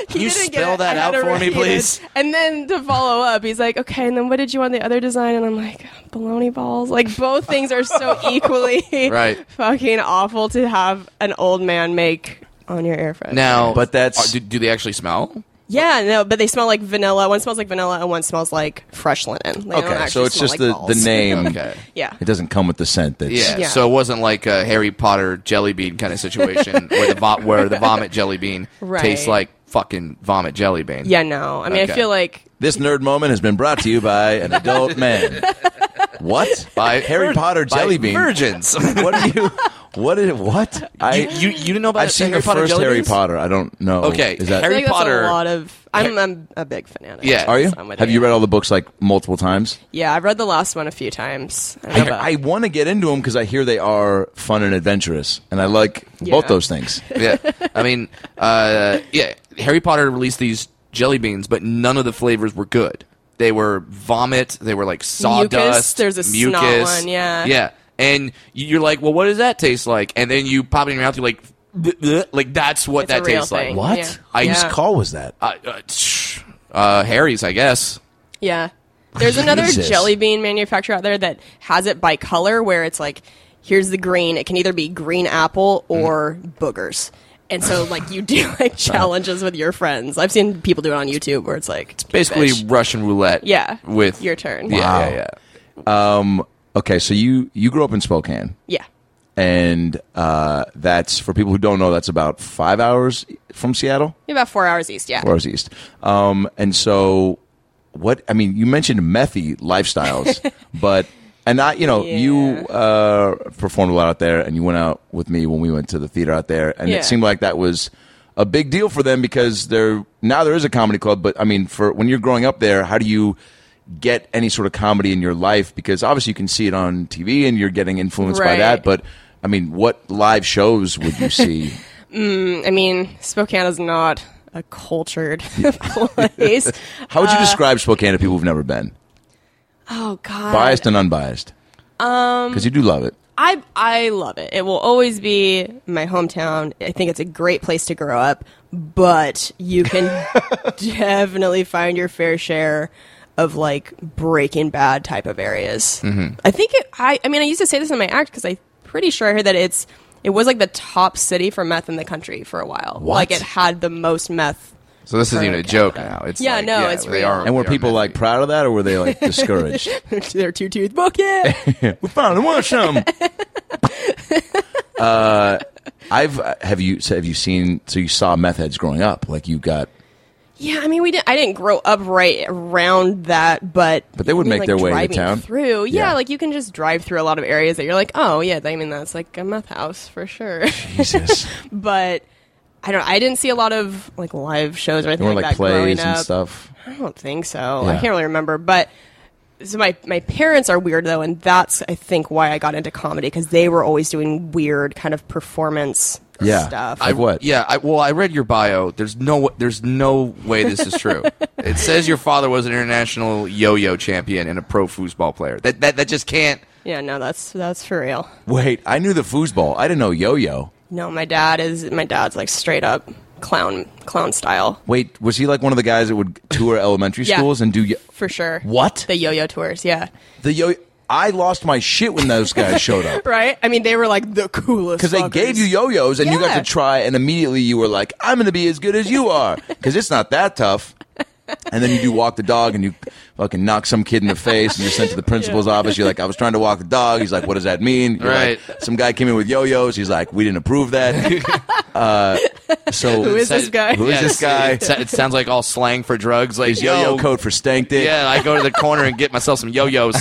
[SPEAKER 3] Can you spell that out for me, please?
[SPEAKER 2] And then to follow up, he's like, "Okay." And then what did you want the other design? And I'm like, "Baloney balls." Like both things are so equally
[SPEAKER 3] Right.
[SPEAKER 2] fucking awful to have an old man make on your air fryer.
[SPEAKER 3] Now,
[SPEAKER 1] But that's-
[SPEAKER 3] are- do, do they actually smell?
[SPEAKER 2] Yeah, no, but they smell like vanilla. One smells like vanilla, and one smells like fresh linen. They don't
[SPEAKER 1] Okay, so
[SPEAKER 2] actually
[SPEAKER 1] it's
[SPEAKER 2] smell
[SPEAKER 1] just
[SPEAKER 2] like
[SPEAKER 1] the, the
[SPEAKER 2] balls.
[SPEAKER 1] name.
[SPEAKER 3] Okay.
[SPEAKER 2] Yeah.
[SPEAKER 1] It doesn't come with the scent. That's,
[SPEAKER 3] Yeah,
[SPEAKER 2] Yeah.
[SPEAKER 3] so it wasn't like a Harry Potter jelly bean kind of situation where the vo- where the vomit jelly bean
[SPEAKER 2] Right.
[SPEAKER 3] tastes like fucking vomit jelly bean.
[SPEAKER 2] Yeah, no. I mean,
[SPEAKER 3] Okay.
[SPEAKER 2] I feel like
[SPEAKER 1] This nerd moment has been brought to you by an adult man. What?
[SPEAKER 3] by
[SPEAKER 1] Harry
[SPEAKER 3] vir-
[SPEAKER 1] Potter
[SPEAKER 3] by
[SPEAKER 1] jelly bean.
[SPEAKER 3] virgins.
[SPEAKER 1] What are you? What is what? I
[SPEAKER 3] you, you you didn't know about
[SPEAKER 1] I've seen
[SPEAKER 3] Harry
[SPEAKER 1] the
[SPEAKER 3] Potter
[SPEAKER 1] first
[SPEAKER 3] jelly
[SPEAKER 1] Harry
[SPEAKER 3] beans?
[SPEAKER 1] Potter. I don't know.
[SPEAKER 3] Okay,
[SPEAKER 1] Is that
[SPEAKER 2] I feel
[SPEAKER 3] Harry
[SPEAKER 2] like that's
[SPEAKER 3] Potter-
[SPEAKER 2] a lot of. I'm, I'm a big fan of it.
[SPEAKER 3] Yeah.
[SPEAKER 1] Are you?
[SPEAKER 2] so I'm with
[SPEAKER 1] Have you read all the books like multiple times?
[SPEAKER 2] Yeah, I've read the last one a few times. I, don't know about-
[SPEAKER 1] I, I want to get into them because I hear they are fun and adventurous, and I like both those things.
[SPEAKER 3] yeah, I mean, uh, yeah, Harry Potter released these jelly beans, but none of the flavors were good. They were vomit. They were like sawdust.
[SPEAKER 2] there's a snot
[SPEAKER 3] mucus.
[SPEAKER 2] one, yeah.
[SPEAKER 3] yeah. And y- you're like, well, what does that taste like? And then you pop it in your mouth. You're like, "Bleh, bleh," like that's what
[SPEAKER 2] It's
[SPEAKER 3] that
[SPEAKER 2] a real
[SPEAKER 3] tastes
[SPEAKER 2] thing.
[SPEAKER 1] What?
[SPEAKER 3] like.
[SPEAKER 2] Yeah.
[SPEAKER 3] I used
[SPEAKER 1] Whose
[SPEAKER 2] Yeah.
[SPEAKER 1] call was that?
[SPEAKER 3] Uh, uh, tsh, uh, Harry's, I guess.
[SPEAKER 2] Yeah. There's another
[SPEAKER 1] Jesus.
[SPEAKER 2] jelly bean manufacturer out there that has it by color where it's like, here's the green. It can either be green apple
[SPEAKER 1] Mm-hmm.
[SPEAKER 2] or boogers. And so, like, you do like challenges with your friends. I've seen people do it on YouTube where it's like,
[SPEAKER 3] Basically,
[SPEAKER 2] bitch.
[SPEAKER 3] Russian roulette.
[SPEAKER 2] yeah.
[SPEAKER 3] With
[SPEAKER 2] your turn.
[SPEAKER 3] Yeah,
[SPEAKER 1] Wow.
[SPEAKER 3] yeah, yeah.
[SPEAKER 1] Okay, so you you grew up in Spokane,
[SPEAKER 2] Yeah.
[SPEAKER 1] and uh, that's for people who don't know. That's about five hours from Seattle,
[SPEAKER 2] About four hours east. Yeah.
[SPEAKER 1] four hours east. Um, and so, what? I mean, you mentioned methy lifestyles, but and I, you know, you uh, performed a lot out there, and you went out with me when we went to the theater out there, and
[SPEAKER 2] Yeah.
[SPEAKER 1] it seemed like that was a big deal for them because they're now there is a comedy club, but I mean, for when you're growing up there, how do you? get any sort of comedy in your life because obviously you can see it on TV and you're getting influenced by
[SPEAKER 2] Right.
[SPEAKER 1] that. But I mean, what live shows would you see?
[SPEAKER 2] I mean, Spokane is not a cultured place.
[SPEAKER 1] How would you
[SPEAKER 2] Uh,
[SPEAKER 1] describe Spokane to people who've never been,
[SPEAKER 2] Oh, God.
[SPEAKER 1] biased and unbiased? Um, because you do love it.
[SPEAKER 2] I I love it. It will always be my hometown. I think it's a great place to grow up, but you can definitely find your fair share of like Breaking Bad type of areas.
[SPEAKER 1] Mm-hmm.
[SPEAKER 2] I think it. I I mean, I used to say this in my act because I pretty sure I heard that it's it was like the top city for meth in the country for a while.
[SPEAKER 1] What?
[SPEAKER 2] Like it had the most meth
[SPEAKER 3] So this isn't even a joke now. It's
[SPEAKER 2] Yeah,
[SPEAKER 3] like,
[SPEAKER 2] no, it's
[SPEAKER 3] they
[SPEAKER 2] real.
[SPEAKER 3] Are,
[SPEAKER 1] And were
[SPEAKER 3] they are
[SPEAKER 1] people
[SPEAKER 3] meant
[SPEAKER 1] like
[SPEAKER 3] to be.
[SPEAKER 1] proud of that, or were they like discouraged?
[SPEAKER 2] They're two tooth bucket.
[SPEAKER 1] we finally won some. uh, I've have you so have you seen? So you saw meth heads growing up, like you got,
[SPEAKER 2] yeah, I mean, we didn't. I didn't grow up right around that, but
[SPEAKER 1] But they would
[SPEAKER 2] I
[SPEAKER 1] make
[SPEAKER 2] mean, like,
[SPEAKER 1] their way to
[SPEAKER 2] driving
[SPEAKER 1] town.
[SPEAKER 2] through. Yeah,
[SPEAKER 1] Yeah.
[SPEAKER 2] like you can just drive through a lot of areas that you're like, oh yeah, I mean that's like a meth house for sure.
[SPEAKER 1] Jesus.
[SPEAKER 2] but I don't. I didn't see a lot of like live shows or
[SPEAKER 1] They
[SPEAKER 2] anything
[SPEAKER 1] were
[SPEAKER 2] like,
[SPEAKER 1] like
[SPEAKER 2] that growing
[SPEAKER 1] plays
[SPEAKER 2] up.
[SPEAKER 1] and stuff.
[SPEAKER 2] I don't think so. I
[SPEAKER 1] Yeah.
[SPEAKER 2] can't really remember, but. So my, my parents are weird though, and that's I think why I got into comedy because they were always doing weird kind of performance
[SPEAKER 1] Yeah.
[SPEAKER 2] stuff.
[SPEAKER 1] I- Like what?
[SPEAKER 3] Yeah, I, well, I read your bio. There's no, there's no way this is true. it says your father was an international yo-yo champion and a pro foosball player. That that that just can't.
[SPEAKER 2] yeah, no, that's that's for real.
[SPEAKER 1] Wait, I knew the foosball. I didn't know yo-yo.
[SPEAKER 2] No, my dad is my dad's like straight up clown clown style
[SPEAKER 1] Wait, was he like one of the guys that would tour elementary
[SPEAKER 2] Yeah.
[SPEAKER 1] schools and do? Yo-
[SPEAKER 2] for sure.
[SPEAKER 1] What?
[SPEAKER 2] the yo-yo tours? Yeah,
[SPEAKER 1] the yo? I lost my shit when those guys showed up.
[SPEAKER 2] right. I mean, they were like the coolest
[SPEAKER 1] Because they
[SPEAKER 2] fuckers.
[SPEAKER 1] gave you yo-yos and you got
[SPEAKER 2] Yeah.
[SPEAKER 1] to try, and immediately you were like, "I'm going to be as good as you are," because it's not that tough. And then you do walk the dog, and you fucking knock some kid in the face, and you're sent to the principal's office. You're like, "I was trying to walk the dog." He's like, "What does that mean?" You're
[SPEAKER 3] Right.
[SPEAKER 1] Like, some guy came in with yo-yos. He's like, "We didn't approve that." uh, so
[SPEAKER 2] Who is this guy?
[SPEAKER 1] Who is
[SPEAKER 3] Yeah,
[SPEAKER 1] this guy?
[SPEAKER 3] It, it sounds like all slang for drugs. Like
[SPEAKER 1] His yo-yo
[SPEAKER 3] yo,
[SPEAKER 1] code for stank dick.
[SPEAKER 3] Yeah, I go to the corner and get myself some yo-yos.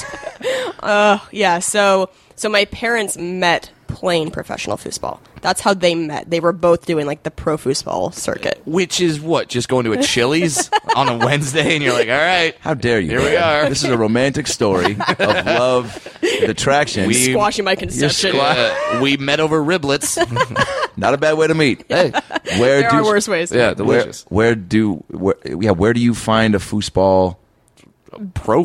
[SPEAKER 2] Yeah. So so my parents met playing professional foosball. That's how they met. They were both doing like the pro foosball circuit.
[SPEAKER 3] Which is what? Just going to a Chili's on a Wednesday, and you're like, all right.
[SPEAKER 1] How dare you?
[SPEAKER 3] Here we
[SPEAKER 1] man.
[SPEAKER 3] are.
[SPEAKER 1] This is a romantic story of love, and attraction.
[SPEAKER 3] We-
[SPEAKER 2] Squashing my conception.
[SPEAKER 1] squash-
[SPEAKER 3] uh, we met over riblets.
[SPEAKER 1] Not a bad way to meet.
[SPEAKER 3] hey,
[SPEAKER 1] Where
[SPEAKER 2] There
[SPEAKER 1] do
[SPEAKER 2] are worse ways.
[SPEAKER 3] yeah, delicious.
[SPEAKER 1] Where, where do where, yeah? Where do you find a foosball?
[SPEAKER 3] Pro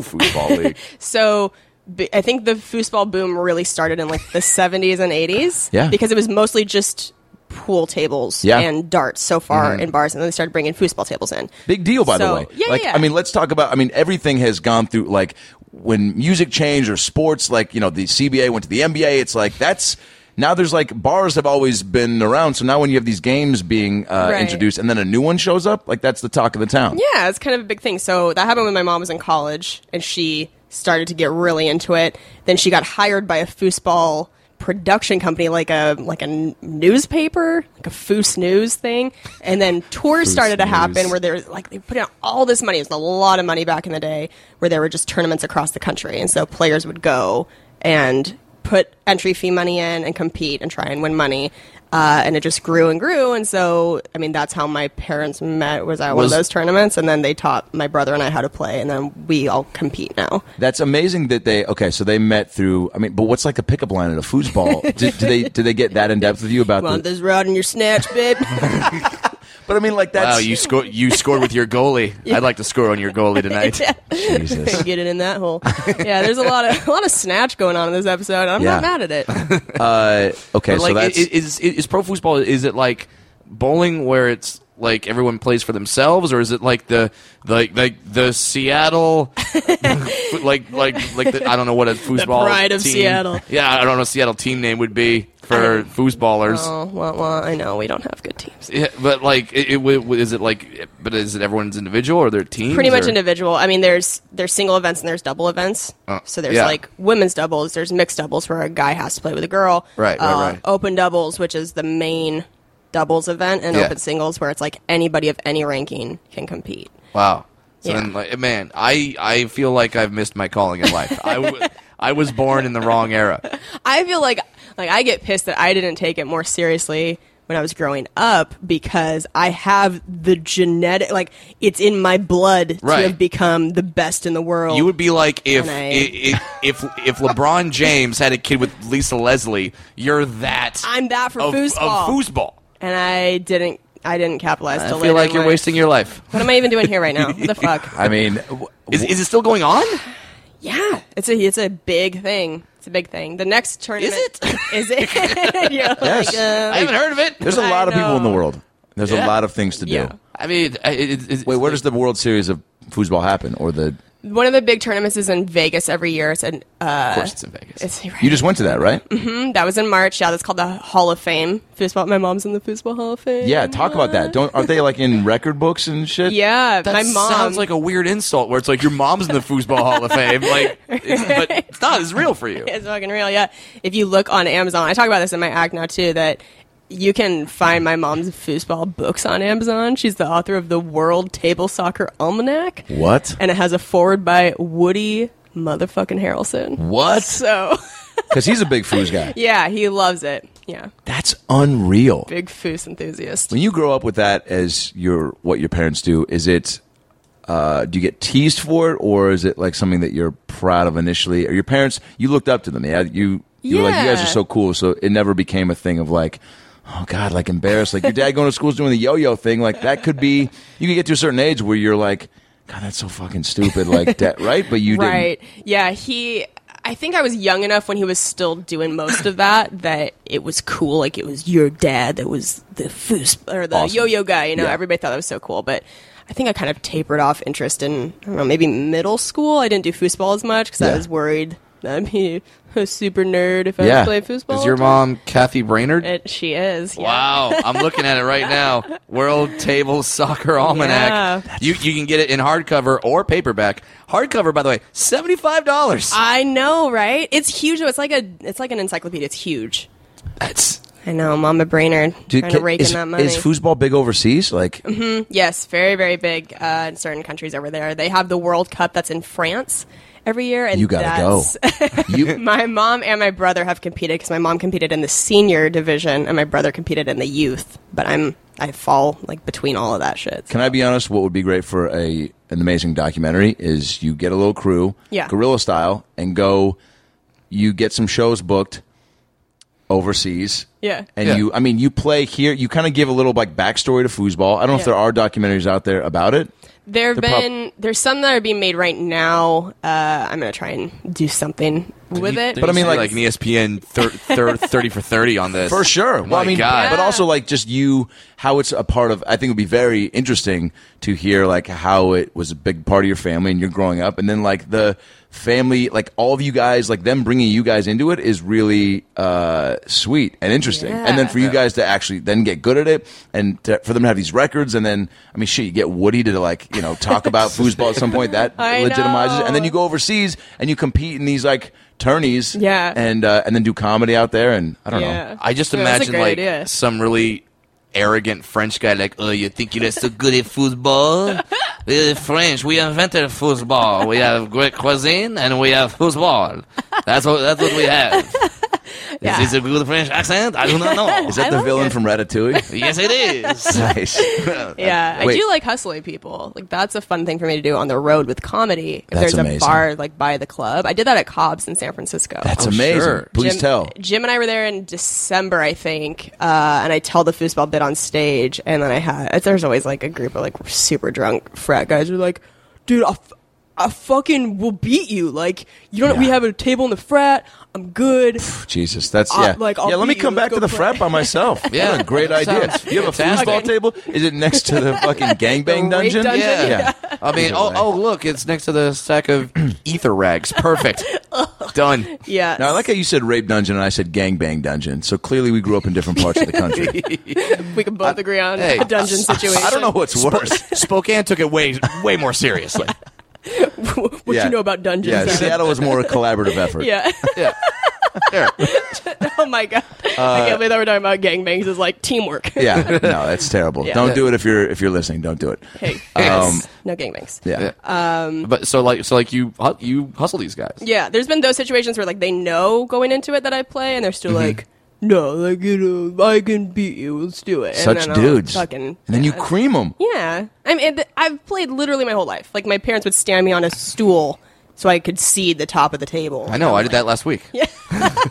[SPEAKER 3] foosball league.
[SPEAKER 2] So b- I think the foosball boom really started in like the 70s and 80s.
[SPEAKER 1] Yeah.
[SPEAKER 2] Because it was mostly just pool tables
[SPEAKER 1] Yeah. Mm-hmm.
[SPEAKER 2] and darts so far in bars, and then they started bringing foosball tables in.
[SPEAKER 1] Big deal, by the
[SPEAKER 2] So-
[SPEAKER 1] way.
[SPEAKER 2] yeah,
[SPEAKER 1] like,
[SPEAKER 2] yeah.
[SPEAKER 1] I mean, let's talk about. I mean, everything has gone through like when music changed or sports, like you know, the CBA went to the NBA. It's like that's now there's like bars have always been around. So now when you have these games being uh,
[SPEAKER 2] Right.
[SPEAKER 1] introduced and then a new one shows up, like that's the talk of the town.
[SPEAKER 2] Yeah, it's kind of a big thing. So that happened when my mom was in college, and she started to get really into it. Then she got hired by a foosball production company, like a like a n- newspaper, like a foos news thing. And then tours started to happen where there was like they put out all this money. It was a lot of money back in the day, where there were just tournaments across the country, and so players would go and put entry fee money in and compete and try and win money. Uh, and it just grew and grew, and so I mean that's how my parents met was at one of
[SPEAKER 3] Was-
[SPEAKER 2] those tournaments, and then they taught my brother and I how to play, and then we all compete now.
[SPEAKER 1] That's amazing that they okay. So they met through. I mean, but what's like a pickup line at a foosball? do, do they do they get that in depth with you about?
[SPEAKER 2] Want
[SPEAKER 1] the,
[SPEAKER 2] this rod in your snatch, babe?
[SPEAKER 1] but I mean, like that's
[SPEAKER 3] Wow, oh, you scored. You scored with your goalie. I'd like to score on your goalie tonight.
[SPEAKER 1] Jesus.
[SPEAKER 2] Get it in that hole. Yeah, there's a lot of a lot of snatch going on in this episode. and I'm
[SPEAKER 1] Yeah.
[SPEAKER 2] not mad at it.
[SPEAKER 1] Uh, okay,
[SPEAKER 3] But
[SPEAKER 1] so
[SPEAKER 3] like,
[SPEAKER 1] that's
[SPEAKER 3] i- is, is is pro foosball? Is it like bowling where it's like everyone plays for themselves, or is it like the like like the Seattle like like like the, I don't know what a foosball
[SPEAKER 2] pride of
[SPEAKER 3] team-
[SPEAKER 2] Seattle.
[SPEAKER 3] Yeah, I don't know what Seattle team name would be for foosballers.
[SPEAKER 2] Oh, well, well, I know we don't have good teams.
[SPEAKER 3] Yeah, but like, it, it, w- w- is it like? But is it everyone's individual or their team?
[SPEAKER 2] Pretty much
[SPEAKER 3] or?
[SPEAKER 2] individual. I mean, there's there's single events and there's double events. so there's
[SPEAKER 3] Oh, yeah.
[SPEAKER 2] like women's doubles, there's mixed doubles where a guy has to play with a girl. Uh,
[SPEAKER 3] Right, right, right.
[SPEAKER 2] Open doubles, which is the main doubles event, and
[SPEAKER 3] Yeah.
[SPEAKER 2] open singles where it's like anybody of any ranking can compete.
[SPEAKER 3] Wow. So
[SPEAKER 2] Yeah.
[SPEAKER 3] then, like, man, I I feel like I've missed my calling in life. I, w- I was born in the wrong era.
[SPEAKER 2] I feel like like I get pissed that I didn't take it more seriously when I was growing up because I have the genetic like it's in my blood
[SPEAKER 3] Right.
[SPEAKER 2] to have become the best in the world.
[SPEAKER 3] You would be like if
[SPEAKER 2] And I-
[SPEAKER 3] if, if if LeBron James had a kid with Lisa Leslie, you're that
[SPEAKER 2] I'm that for
[SPEAKER 3] of,
[SPEAKER 2] foosball.
[SPEAKER 3] of foosball.
[SPEAKER 2] and I didn't I didn't capitalize
[SPEAKER 3] I
[SPEAKER 2] till later
[SPEAKER 3] feel like
[SPEAKER 2] in
[SPEAKER 3] you're
[SPEAKER 2] life.
[SPEAKER 3] wasting your life.
[SPEAKER 2] What am I even doing here right now? What the fuck?
[SPEAKER 1] I mean, w-
[SPEAKER 3] Is, is it still going on?
[SPEAKER 2] Yeah, it's a it's a big thing. It's a big thing. The next tournament
[SPEAKER 3] it?
[SPEAKER 2] Is it? You're like,
[SPEAKER 1] Yes.
[SPEAKER 2] uh,
[SPEAKER 3] I haven't heard of it.
[SPEAKER 1] there's a
[SPEAKER 2] I
[SPEAKER 1] lot of people in the
[SPEAKER 2] know.
[SPEAKER 1] world. There's a
[SPEAKER 3] Yeah.
[SPEAKER 1] lot of things to do.
[SPEAKER 2] Yeah.
[SPEAKER 3] I mean, I- it, it,
[SPEAKER 1] Wait,
[SPEAKER 3] it's
[SPEAKER 1] where
[SPEAKER 3] like-
[SPEAKER 1] does the World Series of foosball happen, or the
[SPEAKER 2] one of the big tournaments is in Vegas every year. It's an uh,
[SPEAKER 3] Of course, it's in Vegas.
[SPEAKER 2] it's,
[SPEAKER 1] You just went to that, right?
[SPEAKER 2] that was in March. Yeah, that's called the Hall of Fame. Foosball. My mom's in the Foosball Hall of Fame.
[SPEAKER 1] Yeah, talk about that. Don't aren't they like in record books and shit?
[SPEAKER 2] Yeah,
[SPEAKER 3] that
[SPEAKER 2] my mom.
[SPEAKER 3] sounds like a weird insult where it's like your mom's in the foosball hall of fame. Like, it's, but it's not. It's real for you.
[SPEAKER 2] It's fucking real, yeah. If you look on Amazon, I talk about this in my act now too. That you can find my mom's foosball books on Amazon. She's the author of the World Table Soccer Almanac,
[SPEAKER 1] What?
[SPEAKER 2] and it has a forward by Woody motherfucking Harrelson.
[SPEAKER 1] What?
[SPEAKER 2] So
[SPEAKER 1] Because he's a big foos guy.
[SPEAKER 2] yeah, he loves it. Yeah,
[SPEAKER 1] That's unreal.
[SPEAKER 2] big foos enthusiast.
[SPEAKER 1] When you grow up with that as your what your parents do, is it? Uh, do you get teased for it, or is it like something that you're proud of initially? Or your parents, you looked up to them. Yeah, you you were like, you guys
[SPEAKER 2] Yeah.
[SPEAKER 1] are so cool. So it never became a thing of like, oh god, like embarrassed. Like your dad going to school's doing the yo-yo thing. Like that could be. You could get to a certain age where you're like, God, that's so fucking stupid. Like that, right? But you
[SPEAKER 2] right. Yeah, he. I think I was young enough when he was still doing most of that that it was cool. Like it was your dad that was the foos or the
[SPEAKER 1] Awesome.
[SPEAKER 2] yo-yo guy. You know,
[SPEAKER 1] Yeah.
[SPEAKER 2] everybody thought that was so cool, but. I think I kind of tapered off interest in I don't know maybe middle school. I didn't do foosball as much because
[SPEAKER 1] Yeah.
[SPEAKER 2] I was worried that I'd be a super nerd if I
[SPEAKER 1] Yeah.
[SPEAKER 2] was playing foosball.
[SPEAKER 3] Is your mom Kathy Brainerd?
[SPEAKER 2] It, she is. yeah.
[SPEAKER 3] Wow, I'm looking at it right now. World Table Soccer Almanac.
[SPEAKER 2] Yeah.
[SPEAKER 3] You you can get it in hardcover or paperback. Hardcover, by the way, seventy five dollars.
[SPEAKER 2] I know, right? It's huge. It's like a it's like an encyclopedia. It's huge.
[SPEAKER 3] That's
[SPEAKER 2] I know, Mama Brainerd
[SPEAKER 1] Didn't,
[SPEAKER 2] trying
[SPEAKER 1] Dude,
[SPEAKER 2] to rake
[SPEAKER 1] is,
[SPEAKER 2] in that money.
[SPEAKER 1] is foosball big overseas? Like,
[SPEAKER 2] Yes, very, very big uh, in certain countries over there. They have the World Cup that's in France every year, and
[SPEAKER 1] you gotta go.
[SPEAKER 2] that's-
[SPEAKER 1] You,
[SPEAKER 2] My mom and my brother have competed because my mom competed in the senior division and my brother competed in the youth. But I'm I fall like between all of that shit.
[SPEAKER 1] Can I be honest? What would be great for a an amazing documentary is you get a little crew,
[SPEAKER 2] Yeah.
[SPEAKER 1] guerrilla style, and go. You get some shows booked overseas,
[SPEAKER 2] Yeah.
[SPEAKER 1] and
[SPEAKER 3] Yeah.
[SPEAKER 1] you. I mean, you play here. You kind of give a little like backstory to foosball. I don't know if
[SPEAKER 2] Yeah.
[SPEAKER 1] there are documentaries out there about it.
[SPEAKER 2] There have
[SPEAKER 1] They're prob-
[SPEAKER 2] been there's some that are being made right now. Uh, I'm gonna try and do something with
[SPEAKER 3] you-
[SPEAKER 2] it.
[SPEAKER 3] there
[SPEAKER 1] But I
[SPEAKER 3] used
[SPEAKER 1] mean,
[SPEAKER 3] to be,
[SPEAKER 1] like-
[SPEAKER 3] an E ESPN thir- thir- thirty for thirty on this
[SPEAKER 1] For sure.
[SPEAKER 3] My
[SPEAKER 1] well, I mean,
[SPEAKER 3] God.
[SPEAKER 1] but
[SPEAKER 2] Yeah.
[SPEAKER 1] also like just you, how it's a part of. I think it would be very interesting to hear like how it was a big part of your family and you're growing up, and then like the family, like all of you guys, like them bringing you guys into it is really uh, sweet and interesting. And then for you guys to actually then get good at it, and to, for them to have these records, and then I mean, shit, you get Woody to like you know talk about foosball at some point that
[SPEAKER 2] I
[SPEAKER 1] legitimizes, it. and then
[SPEAKER 2] know.
[SPEAKER 1] you go overseas and you compete in these like. Tourneys,
[SPEAKER 2] Yeah.
[SPEAKER 1] and uh, and then do comedy out there, and I don't know.
[SPEAKER 2] yeah.
[SPEAKER 3] I just
[SPEAKER 2] Yeah, that's a
[SPEAKER 3] imagine
[SPEAKER 2] great
[SPEAKER 3] like
[SPEAKER 2] idea.
[SPEAKER 3] some really arrogant French guy like, "Oh, you think you're so good at football? We're French. We invented football. We have great cuisine and we have football. That's what that's what we have."
[SPEAKER 2] Yeah.
[SPEAKER 3] Is this a good French accent? I do not know.
[SPEAKER 1] Is that the villain from Ratatouille?
[SPEAKER 3] yes, it is.
[SPEAKER 1] nice.
[SPEAKER 2] Yeah,
[SPEAKER 1] Wait.
[SPEAKER 2] I do like hustling people. Like that's a fun thing for me to do on the road with comedy. If
[SPEAKER 1] That's
[SPEAKER 2] there's
[SPEAKER 1] amazing.
[SPEAKER 2] a bar like by the club, I did that at Cobb's in San Francisco.
[SPEAKER 1] That's
[SPEAKER 3] Oh,
[SPEAKER 1] amazing.
[SPEAKER 3] sure.
[SPEAKER 1] Please
[SPEAKER 2] Jim,
[SPEAKER 1] tell.
[SPEAKER 2] Jim and I were there in December, I think, uh, and I tell the foosball bit on stage, and then I had there's always like a group of like super drunk frat guys who are like, dude, I, f- I fucking will beat you. Like you don't. We
[SPEAKER 1] Yeah.
[SPEAKER 2] have a table in the frat. I'm good.
[SPEAKER 1] Jesus, that's
[SPEAKER 2] I'll-
[SPEAKER 1] yeah.
[SPEAKER 2] like, I'll
[SPEAKER 1] yeah, let me
[SPEAKER 2] beat you.
[SPEAKER 1] come back
[SPEAKER 2] Go
[SPEAKER 1] to the
[SPEAKER 2] play.
[SPEAKER 1] frat by myself.
[SPEAKER 3] Yeah.
[SPEAKER 1] what a great
[SPEAKER 3] That
[SPEAKER 1] idea.
[SPEAKER 3] sounds
[SPEAKER 1] You have a
[SPEAKER 3] fantastic.
[SPEAKER 1] foosball table? Is it next to the fucking gangbang
[SPEAKER 2] The rape
[SPEAKER 1] dungeon?
[SPEAKER 2] dungeon?
[SPEAKER 3] Yeah.
[SPEAKER 1] yeah.
[SPEAKER 3] I mean, oh, oh, look, it's next to the stack of ether rags. Perfect.
[SPEAKER 2] Oh.
[SPEAKER 3] Done.
[SPEAKER 2] Yeah.
[SPEAKER 1] Now I like how you said rape dungeon and I said gangbang dungeon. So clearly we grew up in different parts of the country.
[SPEAKER 2] we can both agree on
[SPEAKER 3] hey,
[SPEAKER 2] a dungeon situation.
[SPEAKER 1] I don't know what's worse.
[SPEAKER 3] Spokane took it way, way more seriously.
[SPEAKER 2] what
[SPEAKER 1] Yeah.
[SPEAKER 2] you know about dungeons.
[SPEAKER 1] Yeah,
[SPEAKER 2] Adam?
[SPEAKER 1] Seattle was more a collaborative effort.
[SPEAKER 2] Yeah.
[SPEAKER 3] Yeah. There.
[SPEAKER 2] Oh my god! I can't believe that we're talking about gangbangs. Is like teamwork.
[SPEAKER 1] Yeah. No, that's terrible.
[SPEAKER 2] Yeah.
[SPEAKER 1] Don't do it if you're if you're listening. Don't do it.
[SPEAKER 2] Hey,
[SPEAKER 3] Um,
[SPEAKER 2] no gangbangs. Yeah.
[SPEAKER 1] Yeah.
[SPEAKER 2] Um,
[SPEAKER 3] But so like so like you hu- you hustle these guys.
[SPEAKER 2] there's been those situations where like they know going into it that I play, and they're still like, "No, like you know, I can beat you. Let's do it." And
[SPEAKER 1] Such
[SPEAKER 2] then I'll
[SPEAKER 1] dudes.
[SPEAKER 2] Fucking
[SPEAKER 1] and then you cream them.
[SPEAKER 2] yeah. I mean, it, I've played literally my whole life. Like my parents would stand me on a stool so I could see the top of the table.
[SPEAKER 3] I know. I did that last week. Yeah,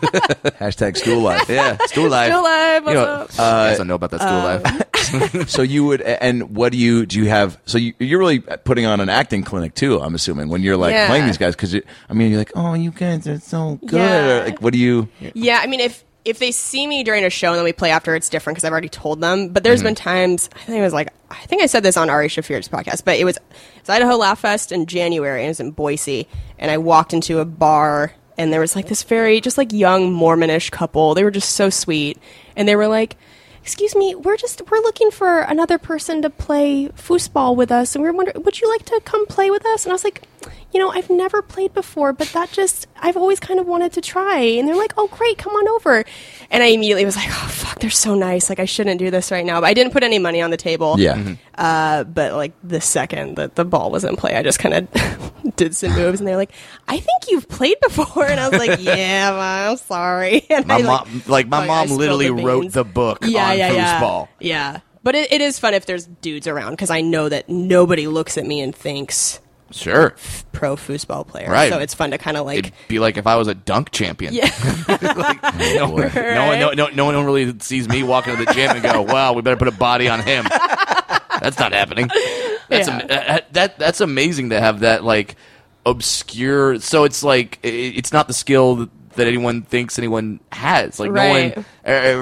[SPEAKER 1] Hashtag school life.
[SPEAKER 3] stool life.
[SPEAKER 2] Still alive. What's
[SPEAKER 3] You know,
[SPEAKER 2] up?
[SPEAKER 3] I guess I know about that stool
[SPEAKER 2] Um,
[SPEAKER 3] life.
[SPEAKER 1] so you would and what do you do you have so you, you're really putting on an acting clinic too i'm assuming when you're like
[SPEAKER 2] Yeah.
[SPEAKER 1] playing these guys because i mean you're like oh you guys are so good
[SPEAKER 2] Yeah.
[SPEAKER 1] or, like what do you
[SPEAKER 2] Yeah, I mean, if if they see me during a show and then we play after, it's different because I've already told them. But there's been times I think it was like I think I said this on Ari Shafir's podcast, but it was it's Idaho Laugh Fest in January and it was in Boise, and I walked into a bar and there was like this very just like young Mormonish couple. They were just so sweet, and they were like. Excuse me, we're just we're looking for another person to play foosball with us, and we we're wondering, would you like to come play with us? And I was like, you know, I've never played before, but that just, I've always kind of wanted to try. And they're like, oh, great, come on over. And I immediately was like, oh, fuck, they're so nice. Like, I shouldn't do this right now. But I didn't put any money on the table.
[SPEAKER 1] Yeah.
[SPEAKER 2] Uh, but like the second that the ball was in play, I just kind of did some moves, and they're like, "I think you've played before," and I was like, "Yeah, Ma, I'm sorry." And
[SPEAKER 1] My
[SPEAKER 2] I,
[SPEAKER 1] mom, like my
[SPEAKER 2] oh, yeah, I
[SPEAKER 1] mom,
[SPEAKER 2] spilled
[SPEAKER 1] literally
[SPEAKER 2] the
[SPEAKER 1] wrote
[SPEAKER 2] beans.
[SPEAKER 1] the book
[SPEAKER 2] yeah,
[SPEAKER 1] on
[SPEAKER 2] yeah, yeah.
[SPEAKER 1] foosball.
[SPEAKER 2] Yeah, but it, it is fun if there's dudes around because I know that nobody looks at me and thinks
[SPEAKER 3] Sure.
[SPEAKER 2] pro foosball player.
[SPEAKER 3] Right.
[SPEAKER 2] So it's fun to kind of like
[SPEAKER 3] It'd be like if I was a dunk champion.
[SPEAKER 2] Yeah.
[SPEAKER 3] Like, no, one- no, one- no, no, no one really sees me walk into the gym and go, "Wow, we better put a body on him." That's not happening. That's am- uh, that that's amazing to have that like obscure. So it's like i- it's not the skill that anyone thinks anyone has. Like
[SPEAKER 2] Right.
[SPEAKER 3] no one, e-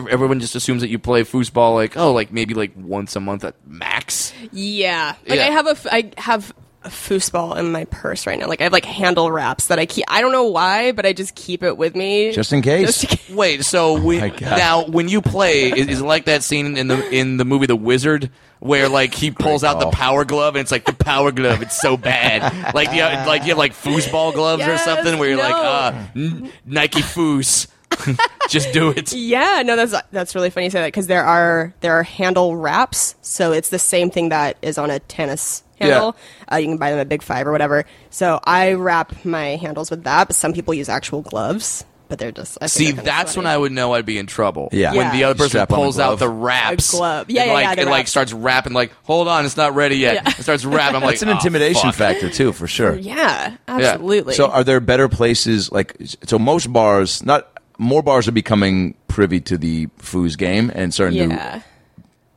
[SPEAKER 3] e- everyone just assumes that you play foosball. Like oh, like maybe like once a month at max.
[SPEAKER 2] Yeah, like
[SPEAKER 3] Yeah.
[SPEAKER 2] I have a f- I have a foosball in my purse right now. Like I have like handle wraps that I keep. I don't know why, but I just keep it with me
[SPEAKER 1] Just in case.
[SPEAKER 2] Just in case.
[SPEAKER 3] Wait, so we,
[SPEAKER 1] my God.
[SPEAKER 3] now when you play, is, is it like that scene in the in the movie The Wizard where like he pulls out the
[SPEAKER 1] call.
[SPEAKER 3] power glove and it's like the power glove, it's so bad. Like you have, like you have like foosball gloves
[SPEAKER 2] Yes,
[SPEAKER 3] or something where you're like
[SPEAKER 2] no.
[SPEAKER 3] uh, n- Nike foos, just do it.
[SPEAKER 2] Yeah, no, that's that's really funny you say that because there are there are handle wraps, so it's the same thing that is on a tennis handle. Uh, you can buy them at Big Five or whatever. So I wrap my handles with that, but some people use actual gloves, but they're just I
[SPEAKER 3] See, that's when I would know I'd be in trouble.
[SPEAKER 1] Yeah.
[SPEAKER 3] When the
[SPEAKER 2] Yeah.
[SPEAKER 3] other person
[SPEAKER 1] Strap on a
[SPEAKER 3] pulls out
[SPEAKER 1] glove.
[SPEAKER 3] the wraps.
[SPEAKER 2] A glove. Yeah,
[SPEAKER 3] and,
[SPEAKER 2] yeah,
[SPEAKER 3] like,
[SPEAKER 2] yeah, the
[SPEAKER 3] It like
[SPEAKER 2] wraps.
[SPEAKER 3] starts rapping like, hold on, it's not ready yet.
[SPEAKER 2] Yeah.
[SPEAKER 3] It starts rapping. I'm like, "Oh,
[SPEAKER 1] That's an intimidation
[SPEAKER 3] fact.
[SPEAKER 1] factor too, for sure.
[SPEAKER 2] yeah, absolutely.
[SPEAKER 1] So, are there better places like so? Most bars, not more bars, are becoming privy to the foos game and starting
[SPEAKER 2] yeah.
[SPEAKER 1] to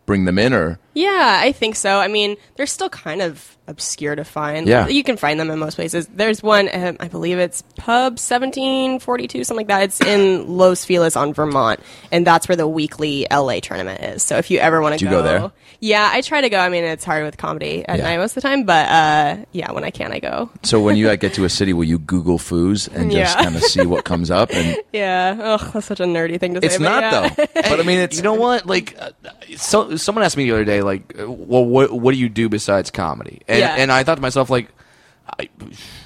[SPEAKER 1] bring them in, or
[SPEAKER 2] Yeah, I think so. I mean, they're still kind of obscure to find.
[SPEAKER 1] Yeah.
[SPEAKER 2] You can find them in most places. There's one, um, I believe it's Pub 1742, something like that. It's in Los Feliz on Vermont, and that's where the weekly LA tournament is. So if you ever want to
[SPEAKER 1] you go there?
[SPEAKER 2] Yeah, I try to go. I mean, it's hard with comedy at
[SPEAKER 1] Yeah.
[SPEAKER 2] night most of the time, but uh, yeah, when I can, I go.
[SPEAKER 1] so when you like, get to a city, will you Google foos and just
[SPEAKER 2] Yeah.
[SPEAKER 1] kind of see what comes up? And
[SPEAKER 2] Yeah. Oh, that's such a nerdy thing to say.
[SPEAKER 1] it's
[SPEAKER 2] but
[SPEAKER 1] not
[SPEAKER 2] yeah.
[SPEAKER 1] though, but I mean, it's
[SPEAKER 3] you know what? Like, uh, so someone asked me the other day, like, uh, well, what what do you do besides comedy? And
[SPEAKER 2] Yeah.
[SPEAKER 3] and I thought to myself, like, I,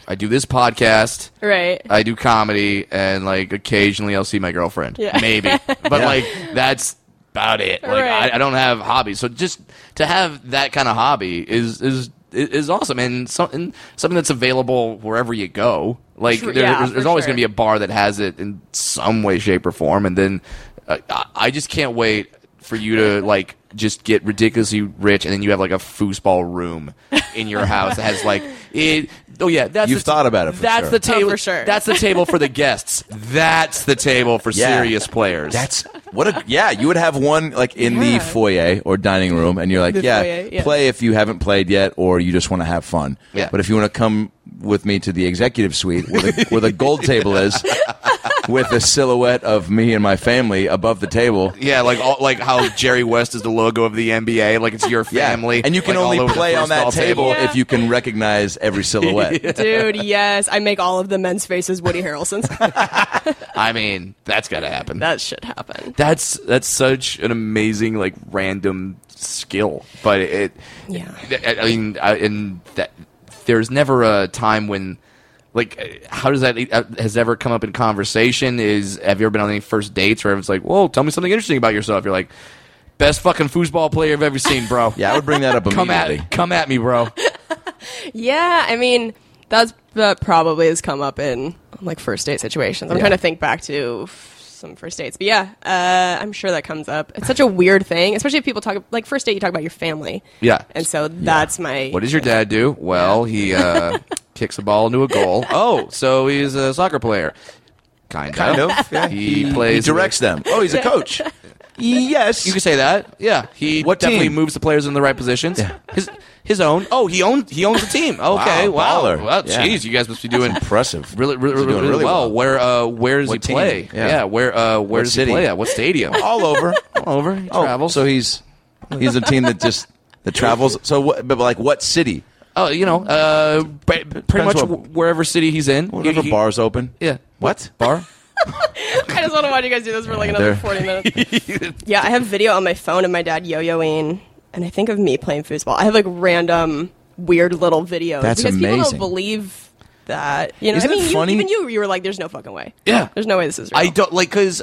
[SPEAKER 3] I do this podcast,
[SPEAKER 2] Right.
[SPEAKER 3] I do comedy, and like occasionally I'll see my girlfriend,
[SPEAKER 2] Yeah.
[SPEAKER 3] maybe, but like that's about it. Like
[SPEAKER 2] Right.
[SPEAKER 3] I, I don't have hobbies, so just to have that kind of hobby is is is awesome and something something that's available wherever you go. Like
[SPEAKER 2] Sure,
[SPEAKER 3] there-
[SPEAKER 2] yeah,
[SPEAKER 3] there's,
[SPEAKER 2] for
[SPEAKER 3] there's always
[SPEAKER 2] sure.
[SPEAKER 3] going to be a bar that has it in some way, shape, or form, and then uh, I- I just can't wait for you to like just get ridiculously rich, and then you have like a foosball room in your house that has like it. Oh yeah, that's
[SPEAKER 1] You've
[SPEAKER 3] the ta-
[SPEAKER 1] thought about it for
[SPEAKER 3] that's
[SPEAKER 1] sure.
[SPEAKER 3] the table
[SPEAKER 2] for sure.
[SPEAKER 3] That's the table for the guests. That's the table for
[SPEAKER 1] Yeah.
[SPEAKER 3] serious players.
[SPEAKER 1] That's what a yeah. You would have one like in the
[SPEAKER 2] Yeah.
[SPEAKER 1] foyer or dining room, and you're like,
[SPEAKER 2] The
[SPEAKER 1] yeah,
[SPEAKER 2] foyer, yeah.
[SPEAKER 1] play if you haven't played yet, or you just want to have fun.
[SPEAKER 3] Yeah.
[SPEAKER 1] But if you want to come with me to the executive suite, where the, where the gold table is, with a silhouette of me and my family above the table.
[SPEAKER 3] yeah, like all, like how Jerry West is the logo of the NBA, like it's your
[SPEAKER 1] Yeah,
[SPEAKER 3] family,
[SPEAKER 1] and you can
[SPEAKER 3] like, all
[SPEAKER 1] only
[SPEAKER 3] over the
[SPEAKER 1] play on that
[SPEAKER 3] foosball
[SPEAKER 1] table
[SPEAKER 2] table.
[SPEAKER 1] if you can recognize every silhouette.
[SPEAKER 2] Dude, yes. I make all of the men's faces Woody Harrelson's.
[SPEAKER 3] I mean, that's got to happen.
[SPEAKER 2] that should happen.
[SPEAKER 3] that's that's such an amazing like random skill but it
[SPEAKER 2] Yeah.
[SPEAKER 3] I- i mean I, and that there's never a time when like uh, how does that uh, has ever come up in conversation is have you ever been on any first dates where everyone's like whoa tell me something interesting about yourself you're like best fucking foosball player i've ever seen bro
[SPEAKER 1] Yeah, I would bring that up
[SPEAKER 3] come at
[SPEAKER 1] immediately.
[SPEAKER 3] me come at me bro
[SPEAKER 2] Yeah, I mean, that's that probably has come up in like first date situations. I'm trying to think back to f- some first dates, but yeah, uh, I'm sure that comes up. It's such a weird thing, especially if people talk like first date. You talk about your family,
[SPEAKER 3] Yeah.
[SPEAKER 2] and so that's my
[SPEAKER 3] what does your dad do well he uh kicks a ball into a goal oh so he's a soccer player kind of
[SPEAKER 1] Kind of. Yeah.
[SPEAKER 3] he, plays
[SPEAKER 1] He directs them. Oh, he's a coach. yes.
[SPEAKER 3] You can say that. Yeah, he
[SPEAKER 1] What
[SPEAKER 3] definitely
[SPEAKER 1] team?
[SPEAKER 3] moves the players in the right positions. His his own. Oh, he owns he owns a team. Okay, wow.
[SPEAKER 1] baller.
[SPEAKER 3] Well,
[SPEAKER 1] Yeah.
[SPEAKER 3] jeez, you guys must be doing
[SPEAKER 1] Impressive.
[SPEAKER 3] really, really,
[SPEAKER 1] He's doing
[SPEAKER 3] really
[SPEAKER 1] really
[SPEAKER 3] well.
[SPEAKER 1] well.
[SPEAKER 3] Where uh, where does
[SPEAKER 1] What
[SPEAKER 3] he
[SPEAKER 1] team?
[SPEAKER 3] play?
[SPEAKER 1] Yeah.
[SPEAKER 3] where uh, where does
[SPEAKER 1] city?
[SPEAKER 3] he play at? What stadium?
[SPEAKER 1] all over.
[SPEAKER 3] All over. He
[SPEAKER 1] Oh,
[SPEAKER 3] travels.
[SPEAKER 1] so he's he's a team that just that travels. So what? But like, what city?
[SPEAKER 3] Oh, you know, uh, pre- pretty much
[SPEAKER 1] what-
[SPEAKER 3] wh- wherever city he's in.
[SPEAKER 1] Whatever
[SPEAKER 3] he- he-
[SPEAKER 1] bars open.
[SPEAKER 3] Yeah.
[SPEAKER 1] What?
[SPEAKER 3] bar?
[SPEAKER 2] I just want to watch you guys do this for like
[SPEAKER 1] There.
[SPEAKER 2] another 40 minutes. yeah, I have video on my phone of my dad yo-yoing, and I think of me playing foosball. I have like random weird little videos
[SPEAKER 1] That's
[SPEAKER 2] because people
[SPEAKER 1] amazing.
[SPEAKER 2] don't believe that. You know,
[SPEAKER 1] Isn't
[SPEAKER 2] I
[SPEAKER 1] it
[SPEAKER 2] mean, you-
[SPEAKER 1] funny?
[SPEAKER 2] even you, you were like, "There's no fucking way."
[SPEAKER 3] Yeah.
[SPEAKER 2] there's no way this is. Real.
[SPEAKER 3] I don't like because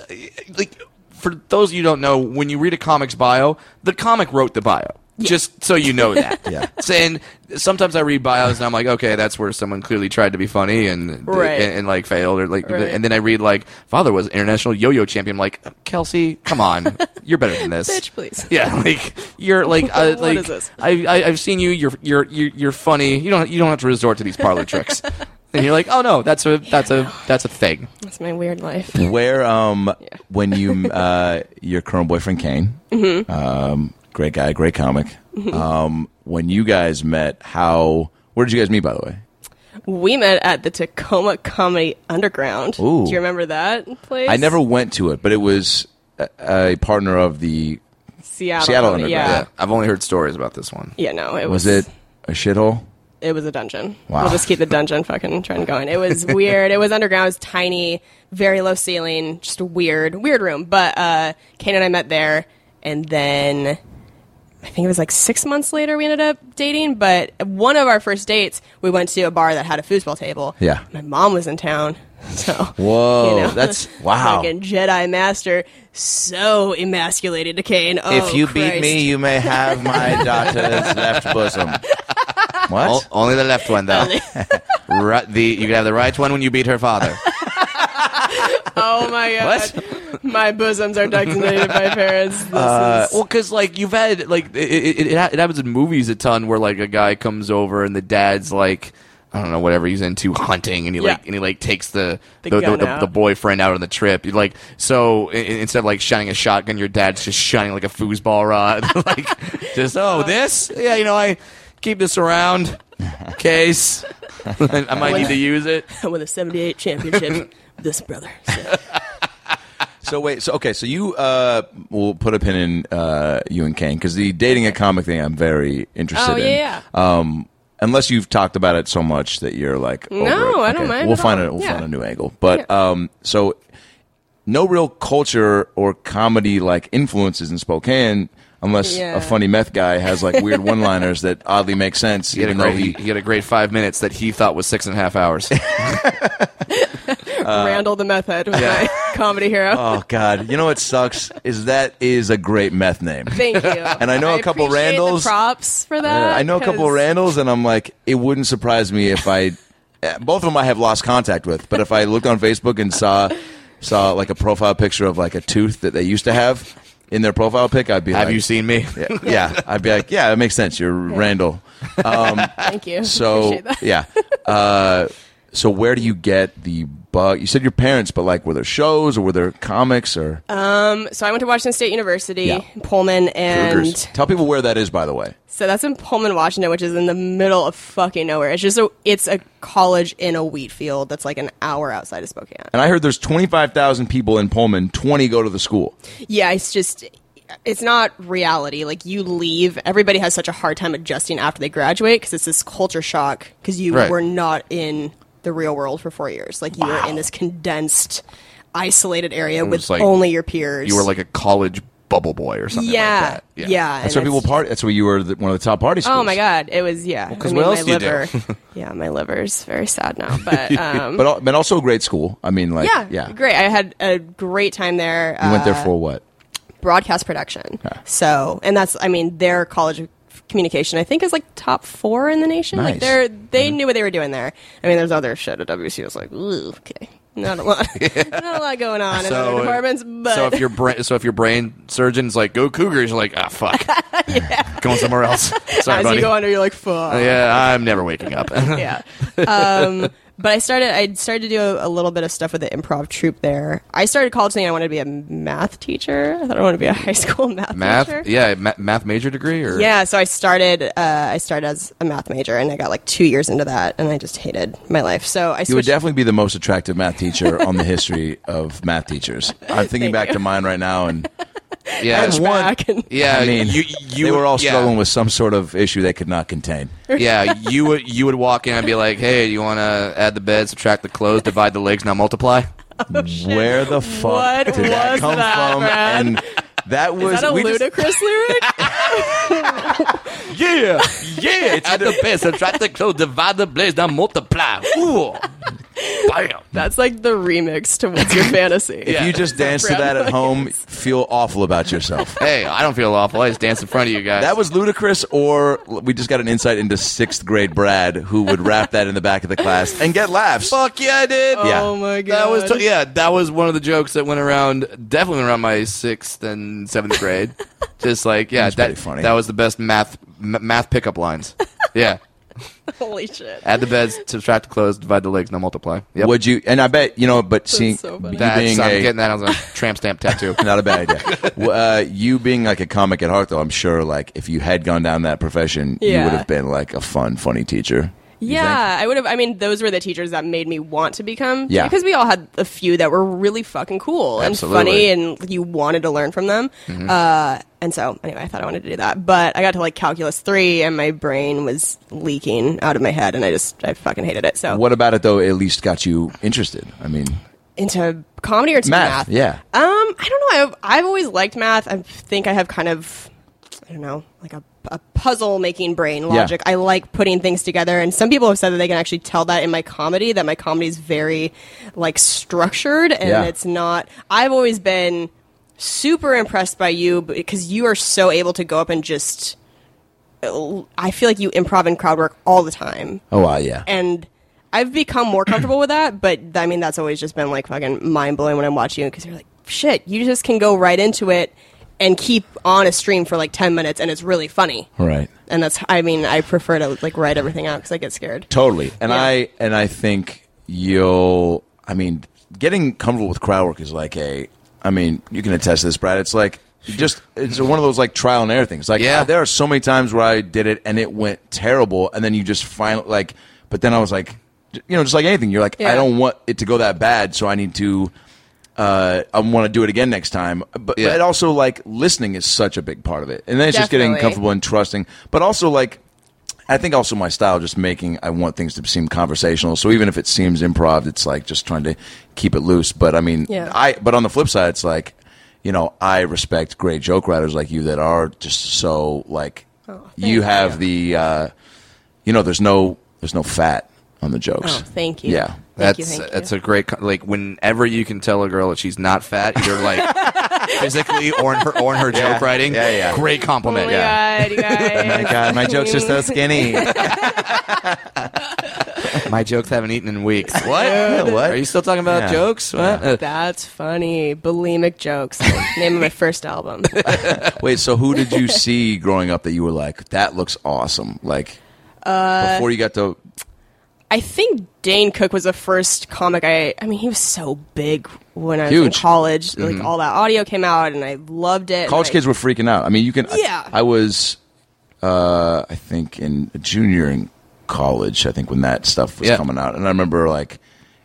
[SPEAKER 3] like for those of you who don't know, when you read a comic's bio, the comic wrote the bio. Just so you know that.
[SPEAKER 1] Yeah.
[SPEAKER 3] And sometimes I read bios and I'm like, okay, that's where someone clearly tried to be funny and
[SPEAKER 2] Right.
[SPEAKER 3] and, and, like failed or like.
[SPEAKER 2] Right.
[SPEAKER 3] And then I read like father was international yo-yo champion. I'm like Kelsey, come on, you're better than this.
[SPEAKER 2] Bitch, please.
[SPEAKER 3] Yeah, like you're like uh,
[SPEAKER 2] What
[SPEAKER 3] like
[SPEAKER 2] is this?
[SPEAKER 3] I, I I've seen you. You're you're you're, you're funny. You don't you don't have to resort to these parlor tricks. And you're like, oh no, that's a that's a that's a thing.
[SPEAKER 2] That's my weird life.
[SPEAKER 1] Where um when you uh your current boyfriend Kane, um great guy, great comic. Um when you guys met, how where did you guys meet by the way?
[SPEAKER 2] We met at the Tacoma Comedy Underground.
[SPEAKER 1] Ooh.
[SPEAKER 2] Do you remember that place?
[SPEAKER 1] I never went to it, but it was a, a partner of the
[SPEAKER 2] Seattle.
[SPEAKER 1] Seattle Underground.
[SPEAKER 2] Yeah.
[SPEAKER 3] Yeah, I've only heard stories about this one.
[SPEAKER 2] yeah, no, it was.
[SPEAKER 1] was it a shithole?
[SPEAKER 2] it was a dungeon.
[SPEAKER 1] Wow.
[SPEAKER 2] We'll just keep the dungeon fucking trend going. It was weird. it was underground. It was tiny, very low ceiling, just a weird, weird room. But uh, Kane and I met there, and then I think it was like six months later we ended up dating. But one of our first dates, we went to a bar that had a foosball table.
[SPEAKER 1] Yeah.
[SPEAKER 2] my mom was in town, so
[SPEAKER 1] Whoa,
[SPEAKER 2] you know,
[SPEAKER 1] that's wow.
[SPEAKER 2] Fucking Jedi Master, so emasculated to Kane. Oh,
[SPEAKER 1] if you beat
[SPEAKER 2] Christ.
[SPEAKER 1] me, you may have my daughter's left bosom. What?
[SPEAKER 3] O- only the left one though. Ri- the you can have the right one when you beat her father.
[SPEAKER 2] oh my god, my bosoms are designated by parents. This
[SPEAKER 1] Uh,
[SPEAKER 2] is-
[SPEAKER 3] well, because like you've had like it, it, it, ha- it happens in movies a ton where like a guy comes over and the dad's like. I don't know whatever he's into hunting and he
[SPEAKER 2] Yeah.
[SPEAKER 3] like and he like takes the the,
[SPEAKER 2] The
[SPEAKER 3] the,
[SPEAKER 2] gun
[SPEAKER 3] the,
[SPEAKER 2] out.
[SPEAKER 3] the boyfriend out on the trip You're like so i- i- instead of like shining a shotgun your dad's just shining like a foosball rod like just oh this yeah you know I keep this around case I might need to use it
[SPEAKER 2] I won the 78 championship. this brother.
[SPEAKER 1] So wait, so okay, so you uh, will put a pin in uh, you and Kane because the dating a comic thing I'm very interested
[SPEAKER 2] Oh,
[SPEAKER 1] in.
[SPEAKER 2] yeah,
[SPEAKER 1] Um, unless you've talked about it so much that you're like, over
[SPEAKER 2] No,
[SPEAKER 1] it.
[SPEAKER 2] I don't
[SPEAKER 1] Okay,
[SPEAKER 2] mind
[SPEAKER 1] We'll
[SPEAKER 2] at
[SPEAKER 1] find
[SPEAKER 2] all.
[SPEAKER 1] a we'll
[SPEAKER 2] Yeah.
[SPEAKER 1] find a new angle, but um, so no real culture or comedy like influences in Spokane. Unless
[SPEAKER 2] Yeah.
[SPEAKER 1] a funny meth guy has like weird one-liners that oddly make sense,
[SPEAKER 3] He had, a
[SPEAKER 1] even though
[SPEAKER 3] great,
[SPEAKER 1] he
[SPEAKER 3] he, had a great five minutes that he thought was six and a half hours.
[SPEAKER 2] Randall the meth head was my comedy hero.
[SPEAKER 1] Oh God! You know what sucks is that is a great meth name.
[SPEAKER 2] Thank you. And
[SPEAKER 1] I know a couple Randalls.
[SPEAKER 2] props for that.
[SPEAKER 1] I know a couple of
[SPEAKER 2] 'cause
[SPEAKER 1] Randalls, and I'm like, it wouldn't surprise me if I, eh, both of them I have lost contact with. But if I looked on Facebook and saw, saw like a profile picture of like a tooth that they used to have in their profile pic, I'd be
[SPEAKER 3] Have
[SPEAKER 1] like,
[SPEAKER 3] you seen me?
[SPEAKER 1] Yeah, yeah. I'd be like, yeah, it makes sense. You're Randall.
[SPEAKER 2] Thank you.
[SPEAKER 1] So
[SPEAKER 2] Appreciate that.
[SPEAKER 1] yeah. Uh, so where do you get the bug? You said your parents, but like, were there shows or were there comics or
[SPEAKER 2] Um, So I went to Washington State University,
[SPEAKER 1] Yeah.
[SPEAKER 2] Pullman, and
[SPEAKER 1] Cougars? Tell people where that is, by the way.
[SPEAKER 2] so that's in Pullman, Washington, which is in the middle of fucking nowhere. It's just a, it's a college in a wheat field that's like an hour outside of Spokane.
[SPEAKER 1] And I heard there's 25,000 people in Pullman, 20 go to the school.
[SPEAKER 2] Yeah, it's just it's not reality. Like you leave, everybody has such a hard time adjusting after they graduate because it's this culture shock because you
[SPEAKER 3] Right.
[SPEAKER 2] were not in the real world for four years. Like you were in this condensed, isolated area with
[SPEAKER 3] was like-
[SPEAKER 2] only your peers.
[SPEAKER 3] You were like a college bubble boy or something
[SPEAKER 2] yeah,
[SPEAKER 3] like that.
[SPEAKER 2] yeah,
[SPEAKER 1] That's
[SPEAKER 2] and
[SPEAKER 1] why people
[SPEAKER 2] it's-
[SPEAKER 1] party. That's why you were the, one of the top party schools.
[SPEAKER 2] Oh my god, it was yeah. Because
[SPEAKER 3] what else do you do?
[SPEAKER 2] yeah, my liver's very sad now, but um,
[SPEAKER 1] But, al- but also a great school. I mean, like,
[SPEAKER 2] yeah,
[SPEAKER 1] yeah.
[SPEAKER 2] great. I had a great time there. uh,
[SPEAKER 1] You went there for what?
[SPEAKER 2] broadcast production. So, and that's, I mean, their college of communication, I think, is like top four in the nation.
[SPEAKER 1] Nice. Mm-hmm.
[SPEAKER 2] Like, they're, they knew what they were doing there. I mean, there's other shit at WC. I was like, ooh, okay. Not a lot, not a lot going on in
[SPEAKER 1] uh,
[SPEAKER 2] other departments, but
[SPEAKER 3] so if your brain, so if your brain surgeon's like go Cougars, you're like ah fuck, going somewhere else. Sorry,
[SPEAKER 2] as
[SPEAKER 3] buddy.
[SPEAKER 1] Oh,
[SPEAKER 2] you go under, you're like, fuck.
[SPEAKER 3] yeah, I'm never waking up.
[SPEAKER 2] yeah. Um, But I started. I started to do a, a little bit of stuff with the improv troupe there. I started college thinking I wanted to be a math teacher. I thought I wanted to be a high school math,
[SPEAKER 3] math,
[SPEAKER 2] teacher.
[SPEAKER 3] yeah, ma- math major degree or
[SPEAKER 2] Yeah, so I started. Uh, I started as a math major, and I got like two years into that, and I just hated my life. So I
[SPEAKER 1] You would
[SPEAKER 2] switched.
[SPEAKER 1] definitely be the most attractive math teacher on the history of math teachers. I'm thinking back to mine right now, and
[SPEAKER 3] yeah,
[SPEAKER 1] And one-
[SPEAKER 2] back and-
[SPEAKER 3] yeah.
[SPEAKER 1] I mean,
[SPEAKER 3] you, you
[SPEAKER 1] they were all
[SPEAKER 3] yeah.
[SPEAKER 1] struggling with some sort of issue they could not contain.
[SPEAKER 3] yeah, you would you would walk in and be like, "Hey, you want to add the bed, subtract the clothes, divide the legs, now multiply?"
[SPEAKER 1] Where the fuck
[SPEAKER 2] What
[SPEAKER 1] did that
[SPEAKER 2] was
[SPEAKER 1] come
[SPEAKER 2] that,
[SPEAKER 1] from?
[SPEAKER 2] Brad?
[SPEAKER 1] And that was
[SPEAKER 2] Is that a
[SPEAKER 1] we just-
[SPEAKER 2] ludicrous lyric?
[SPEAKER 1] yeah, yeah. It's
[SPEAKER 3] add the bed, subtract the clothes, divide the legs, now multiply. Ooh, bam.
[SPEAKER 2] That's like the remix to "What's Your Fantasy."
[SPEAKER 1] If you just dance to
[SPEAKER 2] Brad
[SPEAKER 1] that at home, feel awful about yourself.
[SPEAKER 3] Hey, I don't feel awful. I just danced in front of you guys.
[SPEAKER 1] That was ludicrous, or we just got an insight into sixth grade Brad who would rap that in the back of the class and get laughs.
[SPEAKER 3] fuck yeah, I did.
[SPEAKER 1] Yeah.
[SPEAKER 2] Oh my god.
[SPEAKER 3] That was t- yeah. That was one of the jokes that went around. Definitely went around my sixth and seventh grade. Just like yeah,
[SPEAKER 1] That's
[SPEAKER 3] that
[SPEAKER 1] pretty funny.
[SPEAKER 3] that was the best math m- math pickup lines. Yeah,
[SPEAKER 2] Holy shit.
[SPEAKER 3] add the beds, subtract the clothes, divide the legs, now multiply. Yep.
[SPEAKER 1] Would you? And I bet you know. But seeing
[SPEAKER 2] so funny.
[SPEAKER 1] you
[SPEAKER 3] That's
[SPEAKER 1] being
[SPEAKER 3] I'm
[SPEAKER 1] a
[SPEAKER 3] getting that on a tramp stamp tattoo.
[SPEAKER 1] not a bad idea. W- uh, you being like a comic at heart, though, I'm sure like if you had gone down that profession, you
[SPEAKER 2] Yeah.
[SPEAKER 1] would have been like a fun, funny teacher. you think?
[SPEAKER 2] Yeah, I would have. I mean, those were the teachers that made me want to become.
[SPEAKER 1] Yeah.
[SPEAKER 2] because we all had a few that were really fucking cool
[SPEAKER 3] Absolutely.
[SPEAKER 2] and funny, and you wanted to learn from them.
[SPEAKER 1] Mm-hmm.
[SPEAKER 2] Uh, and so, anyway, I thought I wanted to do that, but I got to like calculus three, and my brain was leaking out of my head, and I just I fucking hated it. So,
[SPEAKER 1] What about it though? At least got you interested. I mean,
[SPEAKER 2] into comedy or into
[SPEAKER 1] math.
[SPEAKER 2] math?
[SPEAKER 1] Yeah.
[SPEAKER 2] Um, I don't know. I've, I've always liked math. I think I have kind of, I don't know, like a, a puzzle making brain logic. I like putting things together. And some people have said that they can actually tell that in my comedy, that my comedy is very, like, structured and
[SPEAKER 1] Yeah.
[SPEAKER 2] it's not. I've always been super impressed by you because you are so able to go up and just. uh, I feel like you improv and crowd work all the time
[SPEAKER 1] Oh wow, yeah.
[SPEAKER 2] and I've become more comfortable with that. But I mean, that's always just been like fucking mind blowing when I'm watching you because you're like, shit, you just can go right into it and keep on a stream for like ten minutes, and it's really funny.
[SPEAKER 1] right.
[SPEAKER 2] And that's, I mean, I prefer to like write everything out because I get scared.
[SPEAKER 1] Totally. And
[SPEAKER 2] Yeah.
[SPEAKER 1] I and I think you'll. I mean, getting comfortable with crowd work is like a. I mean, you can attest to this, Brad. It's like you just it's one of those like trial and error things. Like
[SPEAKER 3] Yeah.
[SPEAKER 1] uh, there are so many times where I did it and it went terrible, and then you just finally like. But then I was like, you know, just like anything, you're like, I
[SPEAKER 2] Yeah.
[SPEAKER 1] don't want it to go that bad, so I need to. Uh, I want to do it again next time, but,
[SPEAKER 3] Yeah.
[SPEAKER 1] but it also like listening is such a big part of it, and then it's just getting
[SPEAKER 2] Definitely.
[SPEAKER 1] comfortable and trusting, but also like I think also my style, just making I want things to seem conversational. So even if it seems improv, it's like just trying to keep it loose. But I mean,
[SPEAKER 2] Yeah.
[SPEAKER 1] I but on the flip side, it's like you know I respect great joke writers like you that are just so like
[SPEAKER 2] Oh,
[SPEAKER 1] you have the uh, you know there's no there's no fat on the jokes.
[SPEAKER 2] Oh, thank you.
[SPEAKER 1] Yeah.
[SPEAKER 2] Thank
[SPEAKER 3] that's
[SPEAKER 2] you, thank
[SPEAKER 3] that's
[SPEAKER 2] you.
[SPEAKER 3] a great co- like whenever you can tell a girl that she's not fat, you're like physically or in her or in her joke writing.
[SPEAKER 1] Yeah, yeah.
[SPEAKER 3] Great
[SPEAKER 2] Oh
[SPEAKER 3] compliment.
[SPEAKER 2] my
[SPEAKER 3] yeah.
[SPEAKER 2] god, you guys.
[SPEAKER 1] my jokes are so skinny.
[SPEAKER 3] My jokes haven't eaten in weeks. What?
[SPEAKER 1] what?
[SPEAKER 3] Are you still talking about
[SPEAKER 1] Yeah.
[SPEAKER 3] jokes? What? Uh,
[SPEAKER 2] That's funny. Bulimic jokes. Name of my first album.
[SPEAKER 1] Wait, so who did you see growing up that you were like that looks awesome? Like
[SPEAKER 2] Uh,
[SPEAKER 1] before you got to
[SPEAKER 2] I think Dane Cook was the first comic I. I mean, he was so big when I was
[SPEAKER 1] Huge.
[SPEAKER 2] in college.
[SPEAKER 3] Mm-hmm.
[SPEAKER 2] Like all that audio came out, and I loved it.
[SPEAKER 1] college
[SPEAKER 2] and I-
[SPEAKER 1] kids were freaking out. I mean, you can. I-
[SPEAKER 2] Yeah.
[SPEAKER 1] I, was, uh, I think, in a junior in college. I think when that stuff was
[SPEAKER 3] Yeah.
[SPEAKER 1] coming out, and I remember like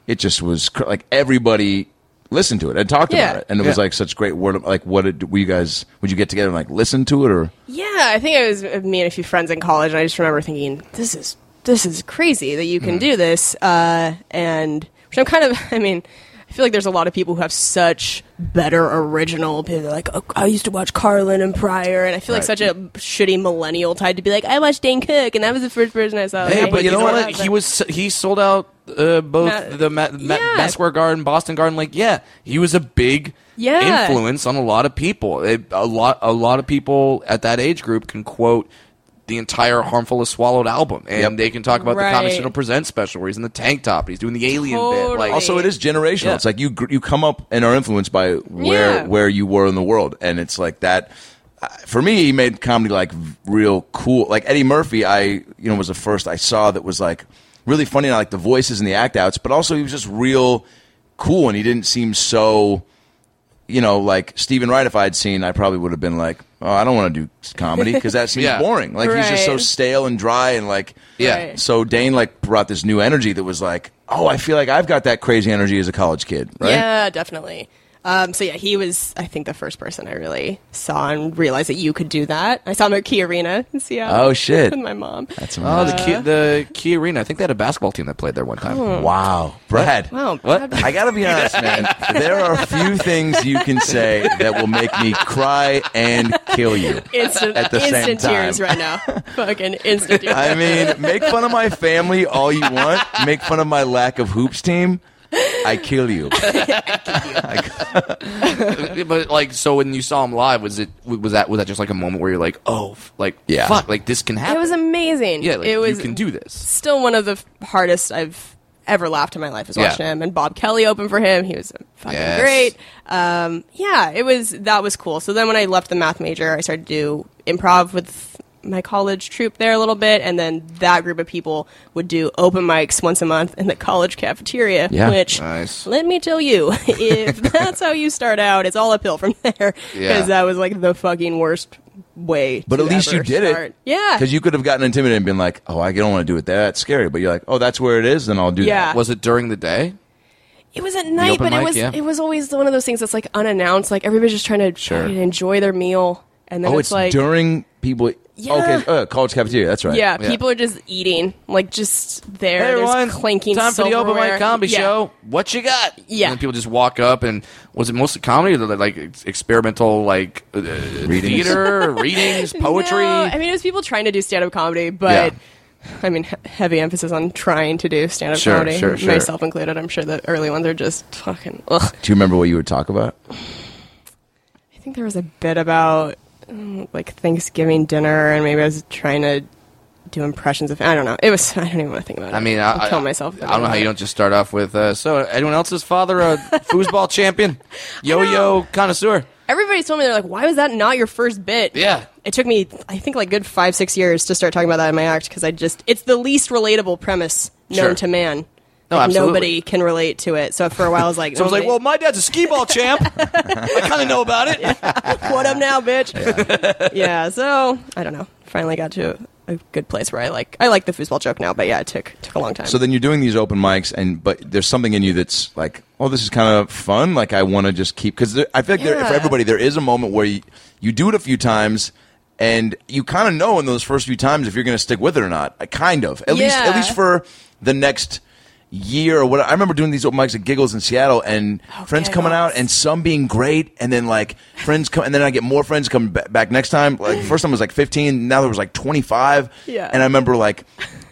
[SPEAKER 1] it just was cr- like everybody listened to it and talked
[SPEAKER 2] Yeah.
[SPEAKER 1] about it, and it was
[SPEAKER 3] Yeah.
[SPEAKER 1] like such great word. Of, like, what did were you guys? Would you get together and like listen to it or?
[SPEAKER 2] Yeah, I think it was me and a few friends in college, and I just remember thinking, "This is this is crazy that you
[SPEAKER 3] Mm-hmm.
[SPEAKER 2] can do this." Uh, and which I'm kind of, I mean, I feel like there's a lot of people who have such better original. People are like, oh, "I used to watch Carlin and Pryor," and I feel like
[SPEAKER 1] Right.
[SPEAKER 2] such a shitty millennial type to be like, "I watched Dane Cook, and that was the first person I saw."
[SPEAKER 3] Hey,
[SPEAKER 2] Like,
[SPEAKER 3] but you
[SPEAKER 2] he's
[SPEAKER 3] know
[SPEAKER 2] one
[SPEAKER 3] what?
[SPEAKER 2] of
[SPEAKER 3] He
[SPEAKER 2] the-
[SPEAKER 3] was he sold out uh, both
[SPEAKER 2] Ma-
[SPEAKER 3] the Ma- Ma-
[SPEAKER 2] Yeah.
[SPEAKER 3] Madison Square Garden, Boston Garden. Like, yeah, he was a big
[SPEAKER 2] Yeah.
[SPEAKER 3] influence on a lot of people. It- a lot a lot of people at that age group can quote the entire "Harmful is Swallowed" album, and
[SPEAKER 1] Yep.
[SPEAKER 3] they can talk about the Comedy
[SPEAKER 2] Right.
[SPEAKER 3] Central Presents special where he's in the tank top, and he's doing the alien bit. Like,
[SPEAKER 2] Totally.
[SPEAKER 1] Also, it is generational.
[SPEAKER 3] Yeah.
[SPEAKER 1] It's like you gr- you come up and are influenced by where
[SPEAKER 2] Yeah.
[SPEAKER 1] where you were in the world, and it's like that. uh, For me, he made comedy like v- real cool. Like Eddie Murphy, I you know was the first I saw that was like really funny, like the voices and the act outs, but also he was just real cool and he didn't seem so, you know, like Stephen Wright. If I had seen, I probably would have been like, oh, I don't want to do comedy because that seems
[SPEAKER 3] Yeah.
[SPEAKER 1] boring. Like he's just so
[SPEAKER 2] Right.
[SPEAKER 1] stale and dry and like,
[SPEAKER 3] Yeah.
[SPEAKER 2] Right.
[SPEAKER 1] So Dane like brought this new energy that was like, oh, I feel like I've got that crazy energy as a college kid, right?
[SPEAKER 2] Yeah, definitely. Um, so yeah, he was I think the first person I really saw and realized that you could do that. I saw him at Key Arena in Seattle.
[SPEAKER 1] Oh, shit.
[SPEAKER 2] With my mom.
[SPEAKER 1] That's
[SPEAKER 3] Oh,
[SPEAKER 1] amazing.
[SPEAKER 3] the key, the key arena. I think they had a basketball team that played there one time.
[SPEAKER 1] wow, Brad.
[SPEAKER 2] Wow.
[SPEAKER 3] What?
[SPEAKER 2] God.
[SPEAKER 1] I gotta be honest, man. There are few things you can say that will make me cry and kill you.
[SPEAKER 2] Instant,
[SPEAKER 1] At the same
[SPEAKER 2] instant tears
[SPEAKER 1] time.
[SPEAKER 2] right now. Fucking instant tears.
[SPEAKER 1] I mean, make fun of my family all you want. Make fun of my lack of hoops team. I kill you.
[SPEAKER 3] but like, so when you saw him live, was it was that was that just like a moment where you're like, oh, f- like
[SPEAKER 1] Yeah.
[SPEAKER 3] fuck, like this can happen.
[SPEAKER 2] it was amazing.
[SPEAKER 3] yeah, like,
[SPEAKER 2] it was
[SPEAKER 3] you can do this.
[SPEAKER 2] still one of the f- hardest I've ever laughed in my life is
[SPEAKER 3] Yeah.
[SPEAKER 2] watching him and Bob Kelly opened for him. He was fucking
[SPEAKER 3] Yes.
[SPEAKER 2] great. Um, yeah, it was that was cool. So then when I left the math major, I started to do improv with my college troupe there a little bit, and then that group of people would do open mics once a month in the college cafeteria,
[SPEAKER 1] Yeah.
[SPEAKER 2] which
[SPEAKER 3] Nice.
[SPEAKER 2] let me tell you, if that's how you start out, it's all uphill from there because
[SPEAKER 3] Yeah.
[SPEAKER 2] that was like the fucking worst way.
[SPEAKER 1] But
[SPEAKER 2] to
[SPEAKER 1] at least you
[SPEAKER 2] ever
[SPEAKER 1] did
[SPEAKER 2] start.
[SPEAKER 1] it.
[SPEAKER 2] yeah.
[SPEAKER 1] Because you could have gotten intimidated and been like, oh, I don't want to do it. That's scary. But you're like, oh, that's where it is. Then I'll do
[SPEAKER 2] Yeah.
[SPEAKER 1] that.
[SPEAKER 3] Was it during the day?
[SPEAKER 2] It was at night,
[SPEAKER 3] open
[SPEAKER 2] but it
[SPEAKER 3] mic,
[SPEAKER 2] was
[SPEAKER 3] yeah.
[SPEAKER 2] it was always one of those things that's like unannounced. Like everybody's just trying to
[SPEAKER 3] Sure.
[SPEAKER 2] try and enjoy their meal, and then
[SPEAKER 1] Oh,
[SPEAKER 2] it's,
[SPEAKER 1] it's,
[SPEAKER 2] like
[SPEAKER 1] during people.
[SPEAKER 2] Yeah.
[SPEAKER 1] Okay, uh, college cafeteria. That's right.
[SPEAKER 2] yeah,
[SPEAKER 3] Yeah.
[SPEAKER 2] people are just eating, like just there.
[SPEAKER 3] Hey
[SPEAKER 2] there's
[SPEAKER 3] everyone,
[SPEAKER 2] clanking
[SPEAKER 3] time for the open
[SPEAKER 2] silverware.
[SPEAKER 3] mic comedy
[SPEAKER 2] Yeah.
[SPEAKER 3] show. What you got?
[SPEAKER 2] Yeah.
[SPEAKER 3] and then people just walk up and was it mostly comedy or like ex- experimental like uh, theater, readings, poetry?
[SPEAKER 2] No, I mean, it was people trying to do stand up comedy, but.
[SPEAKER 3] Yeah.
[SPEAKER 2] I mean, he- heavy emphasis on trying to do stand up
[SPEAKER 3] Sure,
[SPEAKER 2] comedy,
[SPEAKER 3] sure, sure.
[SPEAKER 2] myself included. I'm sure the early ones are just fucking. Ugh.
[SPEAKER 1] Do you remember what you would talk about?
[SPEAKER 2] I think there was a bit about um, like Thanksgiving dinner, and maybe I was trying to do impressions of. I don't know. It was. I don't even want to think about it.
[SPEAKER 3] I mean,
[SPEAKER 2] I'll
[SPEAKER 3] I,
[SPEAKER 2] kill
[SPEAKER 3] I-
[SPEAKER 2] myself.
[SPEAKER 3] I don't know how you don't just start off with. Uh, so, anyone else's father a foosball champion, yo-yo connoisseur?
[SPEAKER 2] Everybody's told me they're like, "Why was that not your first bit?"
[SPEAKER 3] Yeah.
[SPEAKER 2] It took me, I think, like good five, six years to start talking about that in my act because I just, it's the least relatable premise known
[SPEAKER 3] Sure.
[SPEAKER 2] to man.
[SPEAKER 3] No,
[SPEAKER 2] Like,
[SPEAKER 3] absolutely.
[SPEAKER 2] Nobody can relate to it. So for a while, I was like,
[SPEAKER 3] So I was like,
[SPEAKER 2] "Nobody-
[SPEAKER 3] well, my dad's a skee ball champ. I kind of know about it.
[SPEAKER 2] what up now, bitch?" Yeah. So I don't know. Finally got to a good place where I like, I like the foosball joke now, but yeah, it took took a long time.
[SPEAKER 1] So then you're doing these open mics, and but there's something in you that's like, oh, this is kind of fun. Like I want to just keep because I feel like there, for
[SPEAKER 2] Yeah.
[SPEAKER 1] everybody there is a moment where you, you do it a few times, and you kind of know in those first few times if you're going to stick with it or not. Uh, Kind of at least at
[SPEAKER 2] Yeah.
[SPEAKER 1] least for the next year or what. I remember doing these open mics at Giggles in Seattle, and friends coming out,
[SPEAKER 2] Oh, Giggles.
[SPEAKER 1] and some being great, and then like friends come, and then I get more friends coming ba- back next time. Like first time was like 15, now there was like 25,
[SPEAKER 2] Yeah.
[SPEAKER 1] and I remember like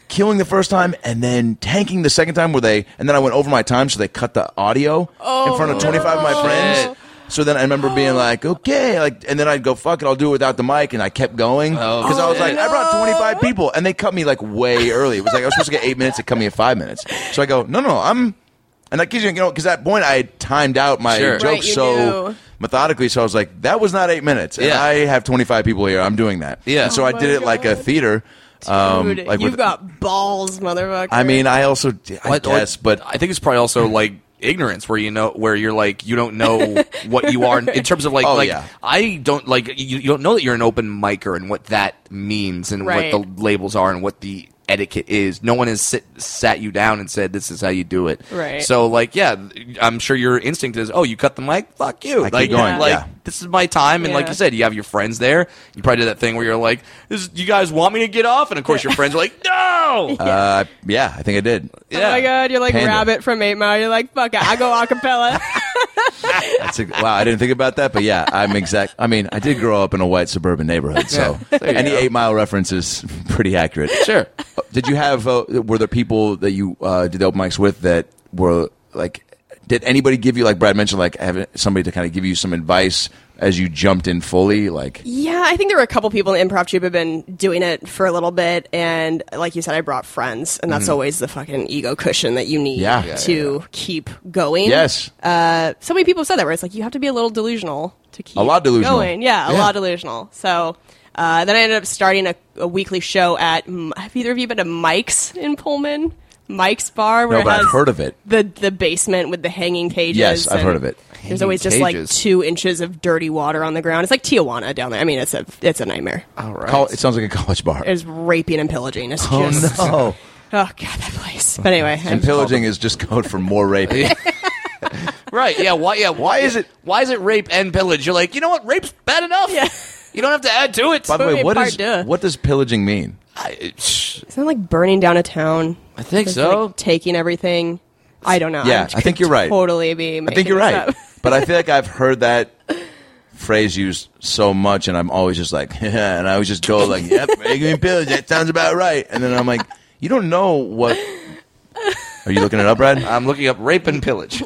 [SPEAKER 1] killing the first time and then tanking the second time where they and then I went over my time so they cut the audio in front of 25 of my friends. So then I remember being like, okay, like, and then I'd go, fuck it, I'll do it without the mic, and I kept going because I was like, I brought 25 people, and they cut me like way early. It was like I was supposed to get eight minutes, it cut me at five minutes. So I go, no, no, I'm, and I because you know, because at that point I had timed out my
[SPEAKER 3] Sure.
[SPEAKER 1] jokes
[SPEAKER 2] Right, you
[SPEAKER 1] so
[SPEAKER 2] knew.
[SPEAKER 1] methodically, so I was like, that was not eight minutes, and
[SPEAKER 3] Yeah.
[SPEAKER 1] I have 25 people here, I'm doing that.
[SPEAKER 3] Yeah.
[SPEAKER 1] And so
[SPEAKER 3] Oh
[SPEAKER 1] I did
[SPEAKER 2] my
[SPEAKER 1] it like a
[SPEAKER 2] God.
[SPEAKER 1] theater. Um,
[SPEAKER 2] Dude,
[SPEAKER 1] like
[SPEAKER 2] you've
[SPEAKER 1] with-
[SPEAKER 2] got balls, motherfucker.
[SPEAKER 1] I mean, I also I
[SPEAKER 3] What- or-
[SPEAKER 1] guess, but
[SPEAKER 3] I think it's probably also like ignorance where you know where you're like you don't know what you are in terms of like
[SPEAKER 1] Oh,
[SPEAKER 3] like
[SPEAKER 1] yeah.
[SPEAKER 3] I don't like you, you don't know that you're an open micer and what that means and
[SPEAKER 2] Right.
[SPEAKER 3] what the labels are and what the etiquette is no one has sit, sat you down and said this is how you do it
[SPEAKER 2] Right.
[SPEAKER 3] so like yeah i'm sure your instinct is oh you cut the mic fuck you
[SPEAKER 1] keep
[SPEAKER 3] like,
[SPEAKER 1] going,
[SPEAKER 3] like
[SPEAKER 1] yeah.
[SPEAKER 3] this is my time and like
[SPEAKER 2] Yeah.
[SPEAKER 3] you said you have your friends there you probably did that thing where you're like this, you guys want me to get off and of course your friends are like no
[SPEAKER 1] uh, yeah, I think I did.
[SPEAKER 3] yeah.
[SPEAKER 2] Oh my god, you're like
[SPEAKER 1] Panda.
[SPEAKER 2] Rabbit from Eight Mile. You're like, fuck it, I go acapella.
[SPEAKER 1] That's a, wow, I didn't think about that, but yeah, I'm exact. I mean, I did grow up in a white suburban neighborhood, so
[SPEAKER 3] Yeah, there you
[SPEAKER 1] any
[SPEAKER 3] go.
[SPEAKER 1] Eight Mile reference is pretty accurate.
[SPEAKER 3] sure
[SPEAKER 1] Did you have? Uh, were there people that you uh, did the open mics with that were like? Did anybody give you like Brad mentioned, like have somebody to kind of give you some advice as you jumped in fully? Like,
[SPEAKER 2] yeah, I think there were a couple people in the improv troupe who've been doing it for a little bit, and like you said, I brought friends, and that's always the fucking ego cushion that you need
[SPEAKER 1] Mm-hmm. Yeah. Yeah,
[SPEAKER 2] to keep going.
[SPEAKER 1] yes,
[SPEAKER 2] Uh, so many people have said that where it's like you have to be a little delusional to keep
[SPEAKER 1] A lot delusional.
[SPEAKER 2] going. Yeah, a
[SPEAKER 1] Yeah.
[SPEAKER 2] lot delusional. So. Uh, then I ended up starting a, a weekly show at. M- Have either of you been to Mike's in Pullman? Mike's Bar, where
[SPEAKER 1] No,
[SPEAKER 2] it
[SPEAKER 1] but
[SPEAKER 2] has
[SPEAKER 1] I've heard of it.
[SPEAKER 2] the the basement with the hanging cages.
[SPEAKER 1] Yes, I've
[SPEAKER 2] and
[SPEAKER 1] heard of it.
[SPEAKER 2] There's always just like
[SPEAKER 3] cages.
[SPEAKER 2] two inches of dirty water on the ground. It's like Tijuana down there. I mean, it's a it's a nightmare.
[SPEAKER 3] All right.
[SPEAKER 1] Col- it sounds like a college bar.
[SPEAKER 2] It's raping and pillaging. It's just
[SPEAKER 1] Oh, no.
[SPEAKER 2] oh god, that place. But anyway,
[SPEAKER 1] And pillaging is just code for more rape.
[SPEAKER 3] Right. Yeah. Why? Yeah.
[SPEAKER 1] Why is it-
[SPEAKER 3] Why is it rape and pillage? You're like, you know what? Rape's bad enough.
[SPEAKER 2] Yeah.
[SPEAKER 3] You don't have to add to it.
[SPEAKER 1] By the way,
[SPEAKER 2] Movie
[SPEAKER 1] what
[SPEAKER 2] part
[SPEAKER 1] is
[SPEAKER 2] deux.
[SPEAKER 1] what does pillaging mean?
[SPEAKER 3] I, shh,
[SPEAKER 2] Isn't that like burning down a town?
[SPEAKER 3] I think
[SPEAKER 2] Just,
[SPEAKER 3] so.
[SPEAKER 2] like, taking everything. I don't know.
[SPEAKER 1] Yeah,
[SPEAKER 2] I'm-
[SPEAKER 1] I think you're right.
[SPEAKER 2] Totally be.
[SPEAKER 1] I think you're right. but I feel like I've heard that phrase used so much, and I'm always just like, and I always just go like, yep, making pillage. That sounds about right. And then I'm like, you don't know what. Are you looking it up, Brad?
[SPEAKER 3] I'm looking up rape and pillage.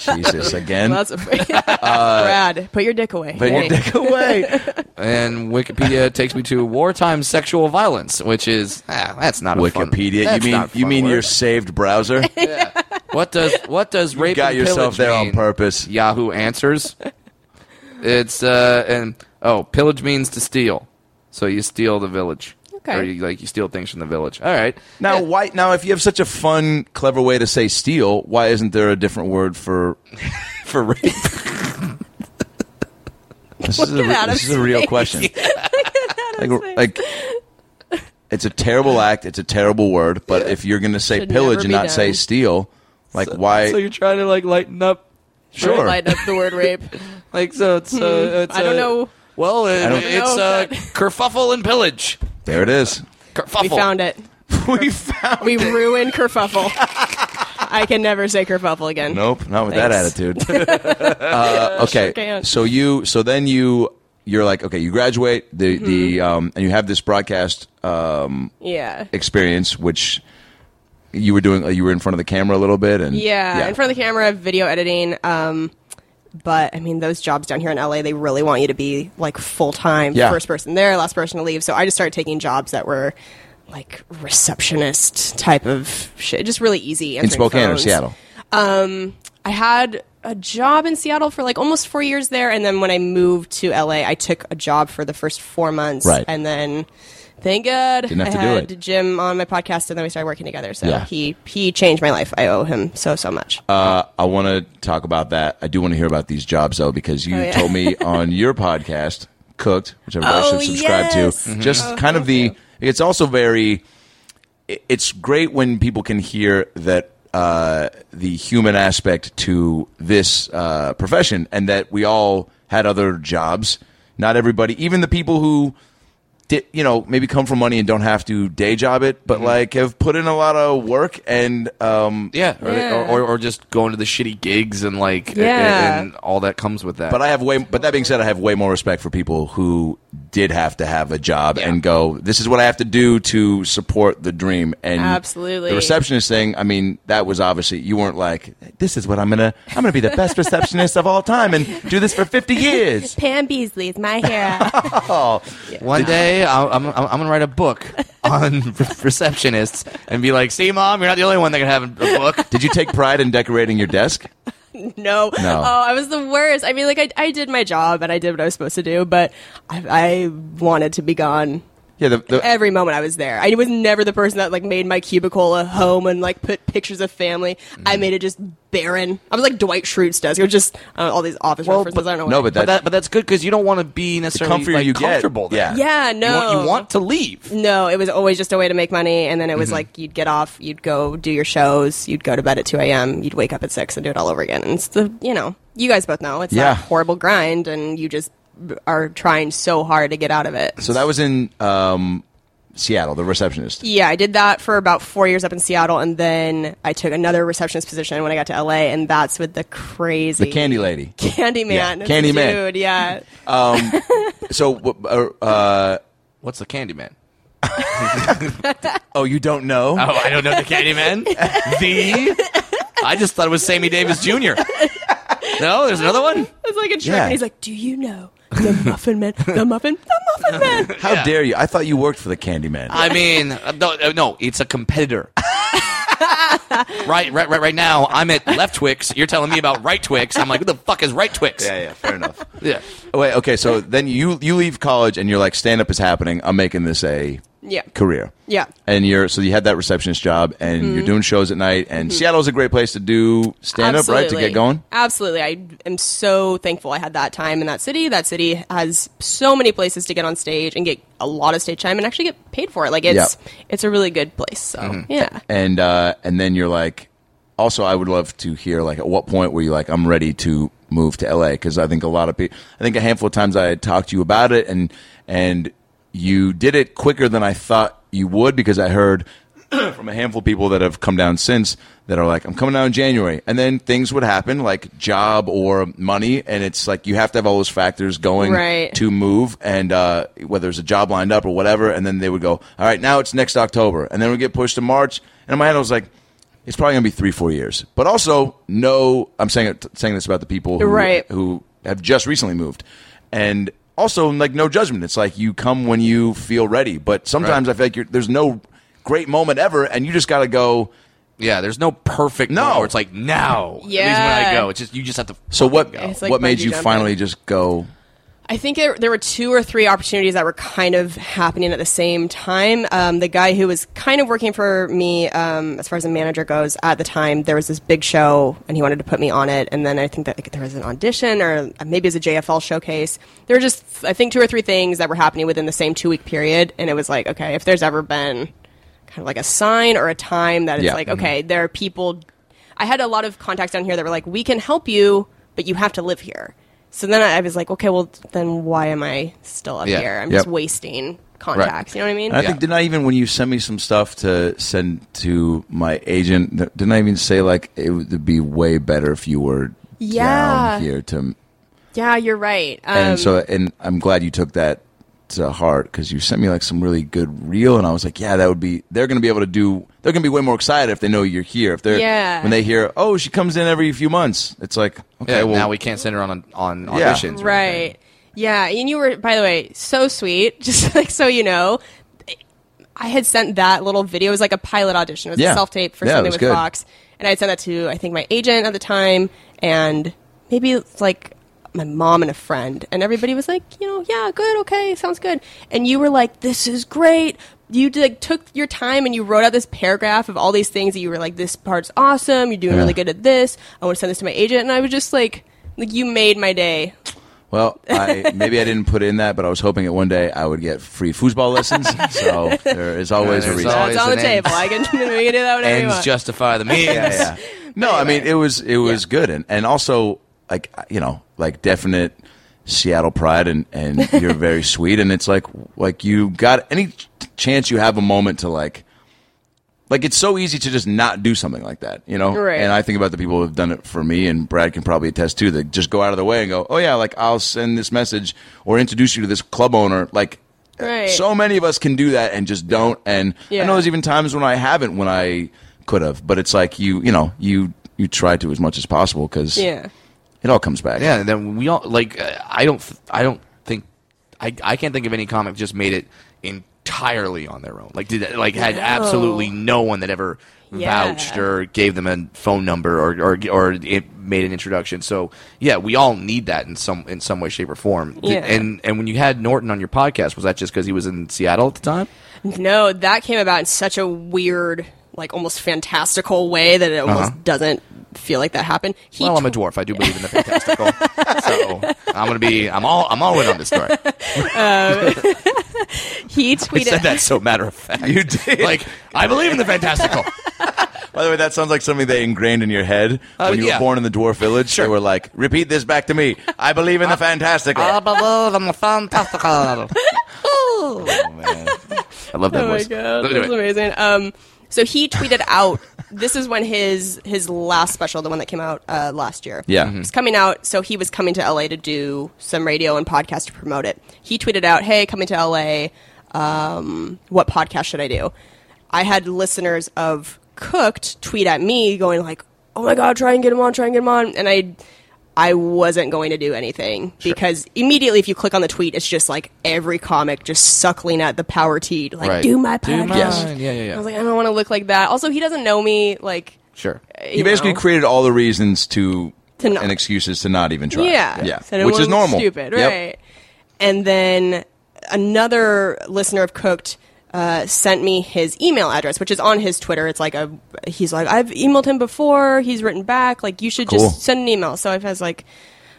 [SPEAKER 1] Jesus, again.
[SPEAKER 2] That's a Brad. Put your dick away.
[SPEAKER 1] Uh, Put your
[SPEAKER 2] Hey.
[SPEAKER 1] dick away.
[SPEAKER 3] and Wikipedia takes me to wartime sexual violence, which is ah, that's not a fun-
[SPEAKER 1] Wikipedia. You
[SPEAKER 3] that's
[SPEAKER 1] mean
[SPEAKER 3] not a
[SPEAKER 1] you
[SPEAKER 3] fun
[SPEAKER 1] mean
[SPEAKER 3] word.
[SPEAKER 1] your saved browser?
[SPEAKER 3] what does what does
[SPEAKER 1] You
[SPEAKER 3] rape
[SPEAKER 1] got
[SPEAKER 3] and
[SPEAKER 1] yourself
[SPEAKER 3] pillage
[SPEAKER 1] there on
[SPEAKER 3] mean?
[SPEAKER 1] purpose.
[SPEAKER 3] Yahoo Answers. It's uh and oh, pillage means to steal. So you steal the village.
[SPEAKER 2] Okay.
[SPEAKER 3] Or you, like you steal things from the village. All right.
[SPEAKER 1] Now, why? Now, if you have such a fun, clever way to say steal, why isn't there a different word for for rape? this is a, re-
[SPEAKER 2] Adam's
[SPEAKER 1] this is a real question. like, like, it's a terrible act. It's a terrible word. But if you're going to say
[SPEAKER 2] Should
[SPEAKER 1] pillage
[SPEAKER 2] never
[SPEAKER 1] and
[SPEAKER 2] be
[SPEAKER 1] not say
[SPEAKER 2] done.
[SPEAKER 1] steal, like why?
[SPEAKER 3] So you're trying to like lighten up
[SPEAKER 1] sure.
[SPEAKER 2] Light up the word rape.
[SPEAKER 3] like so it's uh it's
[SPEAKER 2] I don't
[SPEAKER 3] uh,
[SPEAKER 2] know.
[SPEAKER 3] Well, it,
[SPEAKER 1] don't-
[SPEAKER 3] it's
[SPEAKER 2] know
[SPEAKER 3] uh,
[SPEAKER 2] that-
[SPEAKER 3] kerfuffle and pillage.
[SPEAKER 1] There it is.
[SPEAKER 3] Kerfuffle.
[SPEAKER 2] We found it.
[SPEAKER 1] we found.
[SPEAKER 2] We ruined kerfuffle. I can never say kerfuffle again.
[SPEAKER 1] Nope, not with
[SPEAKER 2] Thanks.
[SPEAKER 1] that attitude. uh, okay,
[SPEAKER 2] can't.
[SPEAKER 1] so you, so then you, you're like, okay, you graduate the
[SPEAKER 2] Mm-hmm.
[SPEAKER 1] the, um, and you have this broadcast um,
[SPEAKER 2] Yeah.
[SPEAKER 1] experience, which you were doing, you were in front of the camera a little bit, and
[SPEAKER 2] Yeah, in front of the camera, video editing. Um, but I mean, those jobs down here in LA, they really want you to be like full time,
[SPEAKER 1] Yeah.
[SPEAKER 2] first person there, last person to leave. So I just started taking jobs that were like receptionist type of shit, just really easy.
[SPEAKER 1] in
[SPEAKER 2] answering
[SPEAKER 1] Spokane
[SPEAKER 2] phones.
[SPEAKER 1] or Seattle.
[SPEAKER 2] I had a job in Seattle for like almost four years there, and then when I moved to LA, I took a job for the first four months,
[SPEAKER 1] Right.
[SPEAKER 2] and then thank God
[SPEAKER 1] Didn't have
[SPEAKER 2] I
[SPEAKER 1] to do
[SPEAKER 2] had
[SPEAKER 1] it.
[SPEAKER 2] Jim on my podcast, and then we started working together. So
[SPEAKER 1] Yeah.
[SPEAKER 2] he he changed my life. I owe him so so much.
[SPEAKER 1] Uh, I want to talk about that. I do want to hear about these jobs though, because you
[SPEAKER 2] Oh, yeah.
[SPEAKER 1] told me on your podcast, Cooked, which everybody
[SPEAKER 2] Oh,
[SPEAKER 1] should subscribe
[SPEAKER 2] yes. Mm-hmm. Oh,
[SPEAKER 1] to. Just kind of the. It's also very. i- It's great when people can hear that uh, the human aspect to this uh, profession, and that we all had other jobs. Not everybody, even the people who di- you know maybe come from money and don't have to day job it,
[SPEAKER 2] Mm-hmm.
[SPEAKER 1] but like have put in a lot of work and um,
[SPEAKER 3] Yeah, or,
[SPEAKER 2] Yeah.
[SPEAKER 3] Or, or or just going to the shitty gigs and like a- a-
[SPEAKER 2] Yeah.
[SPEAKER 3] and, all that comes with that.
[SPEAKER 1] But I have way. But that being said, I have way more respect for people who did have to have a job
[SPEAKER 3] Yeah.
[SPEAKER 1] and go. This is what I have to do to support the dream. And
[SPEAKER 2] Absolutely.
[SPEAKER 1] the receptionist thing. I mean, that was obviously you weren't like, this is what I'm gonna. I'm gonna be the best receptionist of all time and do this for 50 years.
[SPEAKER 2] Pam Beasley is my hero.
[SPEAKER 3] one day I'll, I'm I'm I'm gonna write a book on receptionists and be like, "See, mom, you're not the only one that can have a book."
[SPEAKER 1] Did you take pride in decorating your desk?
[SPEAKER 2] no. Oh, I was the worst. I mean, like, I, I did my job and I did what I was supposed to do, but I, I wanted to be gone
[SPEAKER 1] Yeah. The, the,
[SPEAKER 2] every moment I was there. I was never the person that, like, made my cubicle a home and, like, put pictures of family. I
[SPEAKER 3] Mm.
[SPEAKER 2] made it just barren. I was like Dwight Schrute's desk. It was just I don't know, all these office references. I don't know
[SPEAKER 1] no,
[SPEAKER 2] why.
[SPEAKER 1] but
[SPEAKER 3] But
[SPEAKER 1] that,
[SPEAKER 3] that but that's good because you don't want to be necessarily
[SPEAKER 1] comfier
[SPEAKER 3] like,
[SPEAKER 1] you get,
[SPEAKER 3] comfortable.
[SPEAKER 1] yeah.
[SPEAKER 3] there.
[SPEAKER 2] Yeah,
[SPEAKER 3] You want-
[SPEAKER 2] no.
[SPEAKER 3] you want to leave.
[SPEAKER 2] No, it was always just a way to make money, and then it
[SPEAKER 1] Mm-hmm.
[SPEAKER 2] was like you'd get off, you'd go do your shows, you'd go to bed at two a.m., you'd wake up at six and do it all over again. And it's the you know you guys both know it's
[SPEAKER 1] Yeah.
[SPEAKER 2] that horrible grind, and you just b- are trying so hard to get out of it.
[SPEAKER 1] so that was in um, Seattle. The receptionist.
[SPEAKER 2] yeah, I did that for about four years up in Seattle, and then I took another receptionist position when I got to L.A., and that's with the crazy
[SPEAKER 1] The candy lady.
[SPEAKER 2] candy man,
[SPEAKER 1] Yeah, Candy Man.
[SPEAKER 2] dude, yeah.
[SPEAKER 1] So, w- uh, uh,
[SPEAKER 3] What's the Candyman?
[SPEAKER 1] oh, you don't know?
[SPEAKER 3] Oh, I don't know the Candyman. the I just thought it was Sammy Davis Jr. No, there's another one.
[SPEAKER 2] It's like a trip,
[SPEAKER 1] Yeah.
[SPEAKER 2] and he's like, "Do you know the Muffin Man? The Muffin, the Muffin Man."
[SPEAKER 1] How dare you? I thought you worked for the Candyman.
[SPEAKER 3] I mean, uh, no, uh, no, it's a competitor. right, right, right, right. Now I'm at Left Twix. You're telling me about Right Twix. I'm like, what the fuck is Right Twix?
[SPEAKER 1] Yeah, yeah, fair enough.
[SPEAKER 3] Yeah.
[SPEAKER 1] Wait, okay, so then you you leave college and you're like, stand up is happening. I'm making this a
[SPEAKER 2] Yeah.
[SPEAKER 1] career.
[SPEAKER 2] Yeah. Mm-hmm.
[SPEAKER 1] And you're so you had that receptionist job, and you're doing shows at night. And Seattle's a great place to do stand up, right? To
[SPEAKER 2] Absolutely.
[SPEAKER 1] get going.
[SPEAKER 2] Absolutely. I am so thankful I had that time in that city. That city has so many places to get on stage and get a lot of stage time and actually get paid for it. Like it's it's a really good place. So
[SPEAKER 1] Mm-hmm.
[SPEAKER 2] yeah.
[SPEAKER 1] and uh, and then you're like also i would love to hear like at what point were you like i'm ready to move to la because i think a lot of people i think a handful of times i had talked to you about it and and you did it quicker than i thought you would because i heard from a handful of people that have come down since that are like i'm coming down in january and then things would happen like job or money and it's like you have to have all those factors going
[SPEAKER 2] Right.
[SPEAKER 1] to move and uh, whether it's a job lined up or whatever, and then they would go, all right, now it's next October, and then we get pushed to March. And in my head, I was like, it's probably gonna be three, four years. But also, no, I'm saying it, saying this about the people who
[SPEAKER 2] Right.
[SPEAKER 1] who have just recently moved, and also like no judgment. It's like you come when you feel ready. But sometimes
[SPEAKER 3] Right.
[SPEAKER 1] I feel like you're, there's no great moment ever, and you just gotta go.
[SPEAKER 3] Yeah, there's no perfect
[SPEAKER 1] No.
[SPEAKER 3] moment where it's like now. At least
[SPEAKER 2] Yeah.
[SPEAKER 3] when I go, it's just you just have to.
[SPEAKER 1] So what?
[SPEAKER 3] fucking go.
[SPEAKER 2] like
[SPEAKER 1] what made
[SPEAKER 2] bungee
[SPEAKER 1] you
[SPEAKER 2] jumping.
[SPEAKER 1] finally just go?
[SPEAKER 2] I think there, there were two or three opportunities that were kind of happening at the same time. Um, the guy who was kind of working for me, um, as far as a manager goes, at the time, there was this big show and he wanted to put me on it. And then I think that like, there was an audition or uh, maybe it was a JFL showcase. There were just, I think, two or three things that were happening within the same two week period. And it was like, okay, if there's ever been kind of like a sign or a time that it's
[SPEAKER 1] Yeah. Mm-hmm.
[SPEAKER 2] like, okay, there are people. I had a lot of contacts down here that were like, we can help you, but you have to live here. So then I I was like, okay, well, then why am I still up
[SPEAKER 3] Yeah.
[SPEAKER 2] here? I'm
[SPEAKER 1] Yep.
[SPEAKER 2] just wasting contacts. You know what I mean?
[SPEAKER 1] And I think didn't I even when you sent me some stuff to send to my agent? th- Didn't I even say like it would be way better if you were
[SPEAKER 2] Yeah.
[SPEAKER 1] down here to? And
[SPEAKER 2] yeah, you're right. Um,
[SPEAKER 1] so, and I'm glad you took that to heart because you sent me like some really good reel, and I was like, yeah, that would be. They're going to be able to do. They're going to be way more excited if they know you're here. If they're
[SPEAKER 2] Yeah.
[SPEAKER 1] when they hear, oh, she comes in every few months. It's like okay,
[SPEAKER 3] Yeah,
[SPEAKER 1] well,
[SPEAKER 3] now we can't send her on on
[SPEAKER 1] Yeah.
[SPEAKER 3] auditions. or anything.
[SPEAKER 2] right. Yeah, and you were, by the way, so sweet. Just like so you know, I had sent that little video. It was like a pilot audition. It was
[SPEAKER 1] Yeah.
[SPEAKER 2] a self tape for
[SPEAKER 1] Yeah, it
[SPEAKER 2] something
[SPEAKER 1] was
[SPEAKER 2] with
[SPEAKER 1] good.
[SPEAKER 2] Fox, and I had sent that to I think my agent at the time, and maybe it's like my mom and a friend, and everybody was like, you know, yeah, good, okay, sounds good, and you were like, this is great. You like took your time and you wrote out this paragraph of all these things that you were like, this part's awesome. You're doing
[SPEAKER 1] Yeah.
[SPEAKER 2] really good at this. I want to send this to my agent, and I was just like, like you made my day.
[SPEAKER 1] well, I, maybe I didn't put in that, but I was hoping that one day I would get free foosball lessons. so there is always
[SPEAKER 3] There's
[SPEAKER 1] a reason.
[SPEAKER 3] always
[SPEAKER 2] That's on the
[SPEAKER 3] an end.
[SPEAKER 2] table. I can, we can do that whenever you
[SPEAKER 3] Ends
[SPEAKER 2] want.
[SPEAKER 3] justify the means.
[SPEAKER 1] yeah, yeah. No, I mean it was it was good, and and also like you know like definite Seattle pride, and and you're very sweet, and it's like like you got any ch- chance you have a moment to like. Like it's so easy to just not do something like that, you know.
[SPEAKER 2] Right.
[SPEAKER 1] And I think about the people who have done it for me, and Brad can probably attest too. That just go out of their way and go, "Oh yeah, like I'll send this message or introduce you to this club owner." Like
[SPEAKER 2] Right.
[SPEAKER 1] so many of us can do that and just don't. And I
[SPEAKER 2] Yeah.
[SPEAKER 1] know there's even times when I haven't, when I could have, but it's like you, you know, you you try to as much as possible because
[SPEAKER 2] yeah.
[SPEAKER 1] it all comes back.
[SPEAKER 3] Yeah, and then we all like. uh, I don't. th- I don't think. I I can't think of any comic just made it entirely on their own. Like did like had absolutely no one that ever
[SPEAKER 2] Yeah.
[SPEAKER 3] vouched or gave them a phone number or or or it made an introduction. So yeah, we all need that in some in some way, shape, or form. Did-
[SPEAKER 2] Yeah.
[SPEAKER 3] And and when you had Norton on your podcast, was that just because he was in Seattle at the time?
[SPEAKER 2] No, that came about in such a weird, like almost fantastical way that it almost doesn't feel like that happened. He
[SPEAKER 3] Uh-huh. well, I'm a dwarf. I do believe in the fantastical. so I'm gonna be. I'm all. I'm all in on this story.
[SPEAKER 2] he
[SPEAKER 3] I said
[SPEAKER 2] tweeted.
[SPEAKER 3] that so matter of fact.
[SPEAKER 1] You did.
[SPEAKER 3] Like I believe in the fantastical.
[SPEAKER 1] By the way, that sounds like something they ingrained in your head
[SPEAKER 2] Oh,
[SPEAKER 3] Uh,
[SPEAKER 1] when you
[SPEAKER 3] yeah.
[SPEAKER 1] were born in the dwarf village. They were like, "Repeat this back to me. I believe
[SPEAKER 2] Uh,
[SPEAKER 1] in the fantastical."
[SPEAKER 3] I believe in the fantastical. I love that
[SPEAKER 2] Oh my
[SPEAKER 3] voice.
[SPEAKER 2] god,
[SPEAKER 3] Anyway,
[SPEAKER 2] that's amazing. Um, so he tweeted out. this is when his his last special, the one that came out uh, last year,
[SPEAKER 1] Yeah.
[SPEAKER 3] Mm-hmm.
[SPEAKER 2] was coming out. So he was coming to LA to do some radio and podcast to promote it. He tweeted out, "Hey, coming to LA. Um, what podcast should I do?" I had listeners of Cooked tweet at me going like, "Oh my god, try and get him on, try and get him on," and I. I wasn't going to do anything because immediately, if you click on the tweet, it's just like every comic just suckling at the power teat, like
[SPEAKER 3] Right.
[SPEAKER 2] do my
[SPEAKER 3] Do
[SPEAKER 2] podcast.
[SPEAKER 3] mine.
[SPEAKER 1] Yes.
[SPEAKER 3] Yeah, yeah, yeah.
[SPEAKER 2] I was like, I don't want to look like that. Also, he doesn't know me. Like,
[SPEAKER 3] sure.
[SPEAKER 1] you basically
[SPEAKER 2] know.
[SPEAKER 1] created all the reasons to,
[SPEAKER 2] To not-
[SPEAKER 1] and excuses to not even try.
[SPEAKER 2] Yeah,
[SPEAKER 1] yeah,
[SPEAKER 2] So I didn't
[SPEAKER 1] which
[SPEAKER 2] wanna
[SPEAKER 1] is
[SPEAKER 2] look
[SPEAKER 1] normal.
[SPEAKER 2] Stupid,
[SPEAKER 1] Yep.
[SPEAKER 2] right? And then another listener of Cooked uh, sent me his email address, which is on his Twitter. It's like a he's like I've emailed him before. He's written back. Like you should
[SPEAKER 1] Cool.
[SPEAKER 2] just send an email. So I was like,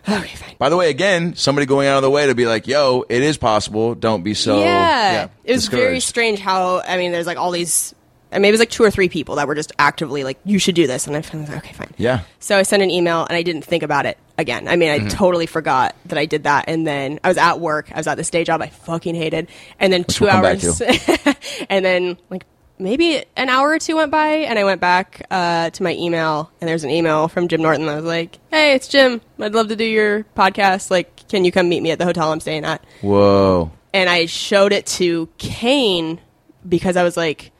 [SPEAKER 2] okay, fine.
[SPEAKER 1] By the way, again, somebody going out of the way to be like, "Yo, it is possible. Don't be so."
[SPEAKER 2] yeah. it was very
[SPEAKER 1] discouraged.
[SPEAKER 2] strange how I mean, there's like all these. I mean, it was like two or three people that were just actively like, "You should do this," and I was like, "Okay, fine."
[SPEAKER 1] Yeah.
[SPEAKER 2] So I sent an email and I didn't think about it again. I mean, I
[SPEAKER 1] Mm-hmm.
[SPEAKER 2] totally forgot that I did that. And then I was at work. I was at this day job I fucking hated. And then two
[SPEAKER 1] we'll come back
[SPEAKER 2] hours. and then like maybe an hour or two went by and I went back uh, to my email and there's an email from Jim Norton that was like, hey, it's Jim. I'd love to do your podcast. Like, can you come meet me at the hotel I'm staying at?
[SPEAKER 1] Whoa.
[SPEAKER 2] and I showed it to Kane because I was like,